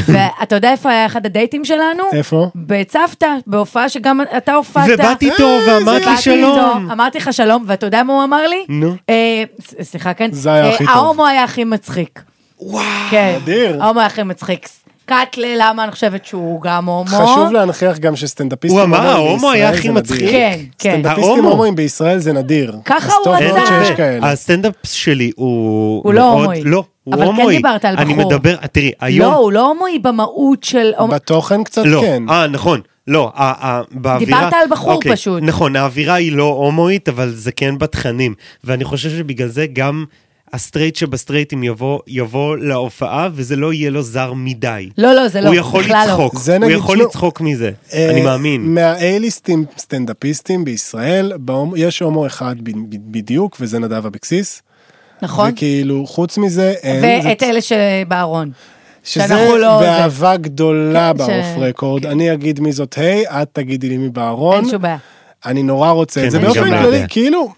ואתה יודע איפה היה אחד הדייטים שלנו?
איפה?
בצוותא, בהופעה שגם אתה הופעת.
ובאת איתו ואמרת לי
באתי
שלום.
איתו, אמרתי לך שלום, ואתה יודע מה הוא אמר לי?
נו.
אה, ס- סליחה, כן?
זה היה
אה,
הכי טוב.
ההומו היה הכי מצחיק.
וואו.
כן.
אדיר.
ההומו היה הכי מצחיק. קאטלה, למה אני חושבת שהוא גם הומו?
חשוב להנכיח גם שסטנדאפיסטים
הוא אמר,
הומואים בישראל
ההומו היה
זה
הכי
נדיר.
מצחיק.
כן, כן.
סטנדאפיסטים
ההומו.
הומואים בישראל זה נדיר.
ככה
אז
הוא
טוב
רצה.
מאוד שיש כאלה.
הסטנדאפ שלי הוא...
הוא לא
מאוד-
הומואי.
לא, הוא
אבל כן
הומואי.
דיברת על
אני
בחור.
מדבר, אה, תראי, היום...
לא, הוא לא הומואי במהות של... הומ-
בתוכן קצת
לא,
כן.
אה, נכון. לא, אה, אה, באווירה...
דיברת על בחור
אוקיי,
פשוט.
נכון, האווירה היא לא הומואית, אבל זה כן בתכנים. ואני חושב שבגלל זה גם הסטרייט שבסטרייטים יבוא, יבוא להופעה, וזה לא יהיה לו זר מדי.
לא, לא, זה לא.
הוא יכול
בכלל לא.
לצחוק,
זה
הוא
נגיד,
יכול
תשמע,
לצחוק מזה,
אה,
אני מאמין.
מהאייליסטים סטנדאפיסטים בישראל, בהומ- יש הומו אחד ב- ב- בדיוק, וזה נדב אבקסיס.
נכון?
וכאילו, חוץ מזה, אין. זה- נכון.
ואת אלה שבארון.
שזה
שאנחנו לא-
באהבה גדולה
כן, ש-
בעוף רקורד. אני אגיד מי זאת היי, את תגידי לי מי בארון.
אין שום בעיה.
אני נורא רוצה
כן,
את זה.
אני
באופן
גם לא
כללי,
יודע.
כאילו,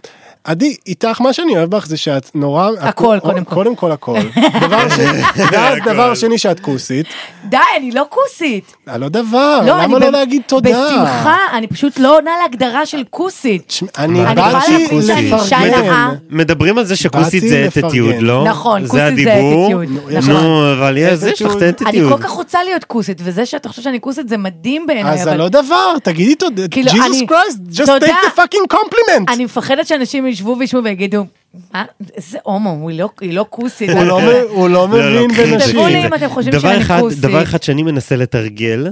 עדי, איתך, מה שאני אוהב בך זה שאת נורא...
הכל, קודם כל.
קודם כל הכל. דבר שני, ואז דבר שני שאת כוסית.
די, אני לא כוסית.
לא דבר,
לא, אני
למה לא
ב-
להגיד תודה?
בשמחה, אני פשוט לא עונה להגדרה של כוסית.
תשמע, אני
אני לא יכולה
באתי
להפעיל את האישה
לפרגן.
נאה.
מדברים על זה שכוסית
באתי
זה
לפרגן.
אתטיוד, לא?
נכון,
זה
כוסית זה
הדיבור.
attitude,
נו,
נכון.
נו, אבל יש, זה יש לך את
attitude.
אני
האתטיוד.
כל כך רוצה להיות כוסית, וזה שאתה חושב שאני כוסית זה מדהים בעיניי,
אז
אבל-
לא דבר, תגידי תודה.
כאילו,
Jesus
אני-
Christ, just
תודה.
take the fucking compliment.
אני מפחדת שאנשים ישבו וישמעו ויגידו, מה, איזה הומו, הוא לא- היא לא כוסית.
הוא לא מ- הוא לא
לא, לא,
מבין
קחי את זה,
בנשים.
תכתבו לי
קחי את
אם
זה.
אתם חושבים
דבר
שאני
אחד-
כוסית.
דבר אחד שאני מנסה לתרגל,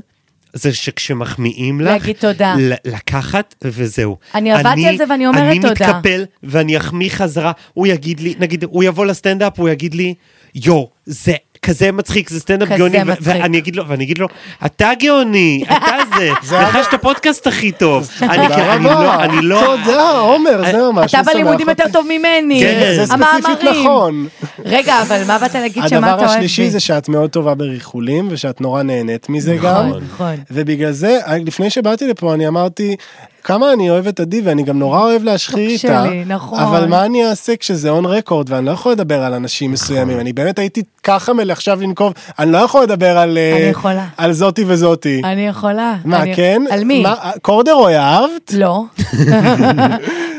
זה שכשמחמיאים לך,
להגיד תודה.
ל- לקחת וזהו.
אני עבדתי על זה ואני אומרת
אני
תודה.
מתקפל ואני אחמיא חזרה, הוא יגיד לי, נגיד, הוא יבוא לסטנדאפ, הוא יגיד לי, יואו, זה... כזה מצחיק, זה סטנדאפ
כזה
גאוני, ו-
מצחיק.
ואני אגיד לו, ואני אגיד לו, אתה גאוני, אתה זה, לך יש את הפודקאסט הכי טוב. אני
תודה
כאילו, אני לא,
רבה.
אני לא,
תודה, עומר, זה ממש
אתה
משמח
בלימודים
אותי.
יותר טוב ממני.
כן,
זה ספציפית
המאמרים.
נכון.
רגע, אבל מה באת להגיד שמה אתה אוהב?
הדבר השלישי
בי?
זה שאת מאוד טובה בריחולים ושאת נורא נהנית מזה גם.
נכון.
ובגלל זה, לפני שבאתי לפה אני אמרתי, כמה אני אוהב את עדי ואני גם נורא אוהב להשחיר
טופ
איתה,
שלי, נכון.
אבל מה אני אעשה כשזה און רקורד ואני לא יכול לדבר על אנשים
נכון.
מסוימים, אני באמת הייתי ככה מלעכשיו לנקוב, אני לא יכול לדבר על אה,
אני יכולה.
על זאתי וזאתי.
אני יכולה.
מה
אני-
כן?
על מי?
מה, קורדרוי אהבת?
לא.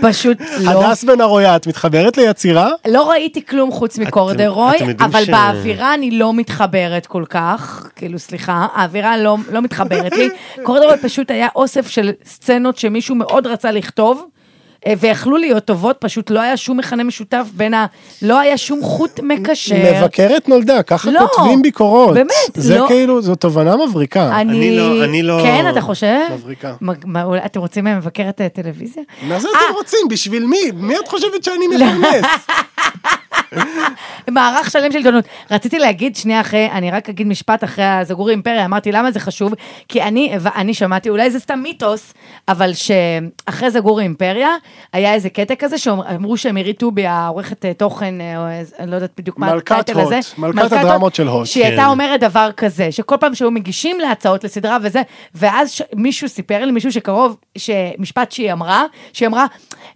פשוט לא.
הדס בן ארויה, את מתחברת ליצירה?
לא ראיתי כלום חוץ מקורדרוי,
אתם יודעים
אבל
ש-
באווירה אני לא מתחברת כל כך, כאילו סליחה, האווירה לא, לא מתחברת לי. קורדרוי פשוט היה אוסף של סצנות שמישהו מאוד רצה לכתוב. אה, ויכלו להיות טובות, פשוט לא היה שום מכנה משותף בין ה... לא היה שום חוט מקשר.
מבקרת נולדה, ככה
לא.
כותבים ביקורות.
באמת,
זה
לא.
כאילו, זו תובנה מבריקה.
אני...
אני לא- אני לא-
כן, אתה חושב?
מבריקה.
מה- מה, אולי- אתם רוצים מבקרת אה, טלוויזיה?
מה זה
אה, לא.
אתם רוצים? בשביל מי? מי את חושבת שאני מפרנס?
מערך שלם של עיתונות. רציתי להגיד שנייה אחרי, אני רק אגיד משפט אחרי הזגורי אימפריה, אמרתי למה זה חשוב, כי אני, הבא- אני שמעתי, אולי זה סתם מיתוס, אבל שאחרי זגורי אימפריה, היה איזה קטע כזה שאמרו שמירי טובי, העורכת אה, תוכן, אה, או איזה- אני לא יודעת בדיוק מה
מלכת
הטייטל
הוט,
הזה,
מלכת הדרמות של הוט,
שהיא
כן.
הייתה אומרת דבר כזה, שכל פעם שהיו מגישים להצעות לסדרה וזה, ואז ש- מישהו סיפר לי, מישהו שקרוב, משפט שהיא אמרה, שהיא אמרה,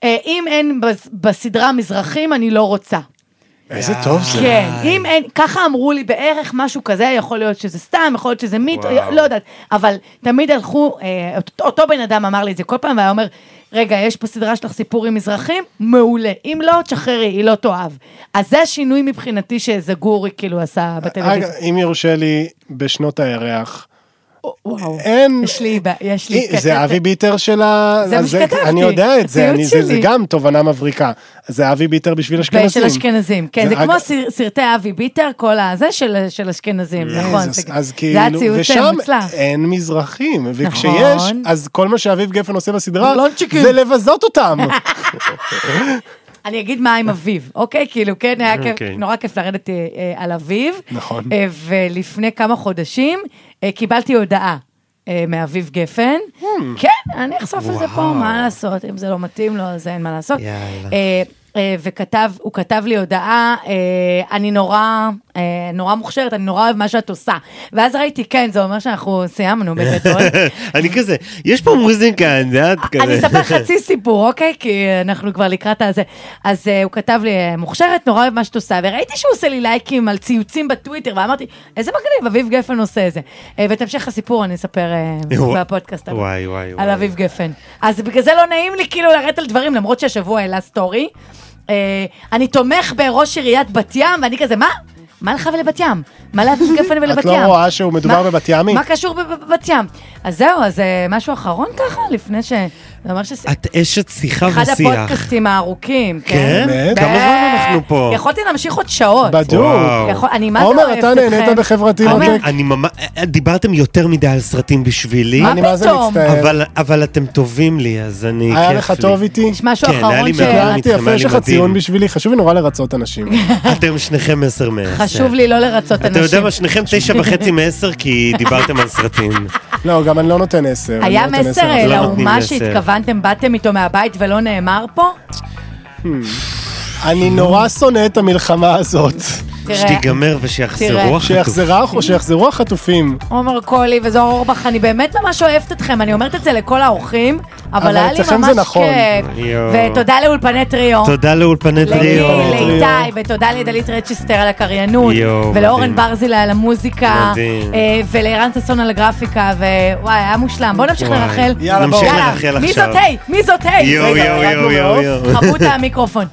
"אה, אם אין בס- בסדרה מזרחים, אני לא רוצה.
איזה טוב זה.
כן, אם אין, ככה אמרו לי בערך משהו כזה, יכול להיות שזה סתם, יכול להיות שזה מיט, לא יודעת, אבל תמיד הלכו, אה, אותו בן אדם אמר לי את זה כל פעם, והיה אומר, רגע, יש פה סדרה שלך סיפור עם מזרחים? מעולה. אם לא, תשחררי, היא לא תאהב. אז זה השינוי מבחינתי שזגורי כאילו עשה
אגב,
בטלוויזיה.
אם יורשה לי, בשנות הירח,
וואו,
אין...
יש לי, בע- יש לי, אה,
אי, אה, זה אבי ביטר של ה...
זה מה שכתבתי,
אני יודע את זה,
הציוץ
אני- זה- זה
שלי.
גם תובנה מבריקה. זה אבי ביטר בשביל אשכנזים.
של אשכנזים, כן, זה
אג-
כמו סר- סרטי אבי ביטר, כל הזה של של אשכנזים, נכון,
אה, אז-
זה-
אז
זה היה
כאילו,
ציוץ אה,
ושם
מוצלח.
אין מזרחים, וכשיש,
נכון.
אז כל מה שאביב גפן עושה בסדרה,
לונצ'יקים.
זה לבזות אותם.
אני אגיד מה עם אביו, אוקיי? כאילו, כן, היה כיף,
אוקיי.
נורא כיף לרדת אה, אה, על אביו.
נכון.
אה, ולפני כמה חודשים אה, קיבלתי הודעה. אה, מאביב גפן,
Hmm.
כן, אני אחשוף את זה פה, מה לעשות, אם זה לא מתאים לו, אז אין מה לעשות.
יאללה.
אה, אה, וכתב, הוא כתב לי הודעה, אה, אני נורא, אה, נורא מוכשרת, אני נורא אוהב מה שאת עושה. ואז ראיתי, כן, זה אומר שאנחנו סיימנו בגדול.
אני כזה, יש פה מוזיקה, את יודעת, כזה.
אני אספר חצי סיפור, אוקיי? כי אנחנו כבר לקראת הזה. אז אה, הוא כתב לי, מוכשרת, נורא אוהב מה שאת עושה, וראיתי שהוא עושה לי לייקים על ציוצים בטוויטר, ואמרתי, איזה מגניב, אביב גפן עושה את זה. אה, ואת המשך הסיפור אני אספר אה,
וואי,
בפודקאסט הבא.
וואי, וואי,
על
וואי.
אביב גפן. אז בגלל זה לא נעים לי כאילו לרדת על דברים, למרות שהשבוע העלה סטורי. אה, אני תומך בראש עיריית בת ים, ואני כזה, מה? מה לך ולבת ים? מה לאביב גפן ולבת ים?
את לא רואה שהוא מדובר
מה-
בבת ימי?
מה קשור בב- בבת ים? אז זהו, אז אה, משהו אחרון ככה, לפני ש... זה אומר ש...
את אשת שיחה
אחד
ושיח.
הפודקאסטים הארוכים, כן?
כן?
באמת?
כמה זמן
ב-
אנחנו פה?
יכולתי להמשיך עוד שעות.
בדיוק.
וואו.
יכול- אני מה זה אוהבת
עומר,
אתכם.
אתה נהנית בחברתי אוקיי?
עומר,
מותק?
אני ממש, דיברתם יותר מדי על סרטים בשבילי,
מה
אני מה זה
פתאום?
מצטער.
אבל, אבל אתם טובים לי, אז אני, כיף לי.
היה לך טוב איתי?
יש משהו
כן, היה
אחרון
לי
ש-
מאוד.
התנהגתי
איתכם,
יפה,
היה
יש
לי
לך
מדהים.
ציון בשבילי, חשוב לי נורא לרצות אנשים.
אתם שניכם עשר מעשר.
חשוב לי לא לרצות אנשים.
אתה יודע מה, שניכם תשע וחצי מעשר, כי דיברתם על סרטים.
לא, גם אני לא נותן עשר. אני
היה
לא נותן
מסר
עשר.
אה,
לא נותנים
לאומה
לי עשר.
שהתכוונתם, באתם איתו מהבית ולא נאמר פה?
אני נורא שונא את המלחמה הזאת.
תראה,
שתיגמר ושיחזרו
תראה.
החטופים.
שיחזרה- שיחזרו החטופים.
עומר קולי וזוהר אורבך, אני באמת ממש אוהבת אתכם, אני אומרת את זה לכל האורחים, אבל
אבל
היה לי
אצלכם
ממש
זה נכון.
כיף.
יואו.
ותודה לאולפני טריו.
תודה לאולפני
לגיל,
טריו.
טריו.
לאיתי, ותודה לדלית רצ'סטר על הקריינות,
יואו,
ולאורן
מדהים.
ברזילה על המוזיקה,
מדהים.
אה, ולערן ששון על הגרפיקה, ווואי, היה מושלם. בואו נמשיך
וואי.
לרחל.
יאללה,
נמשיך
בואו.
לרחל
מי
עכשיו.
זאת היי? מי זאת היי?
יואו,
רגע,
יואו,
רגע,
יואו, יואו, יואו.
חבו את המיקרופון.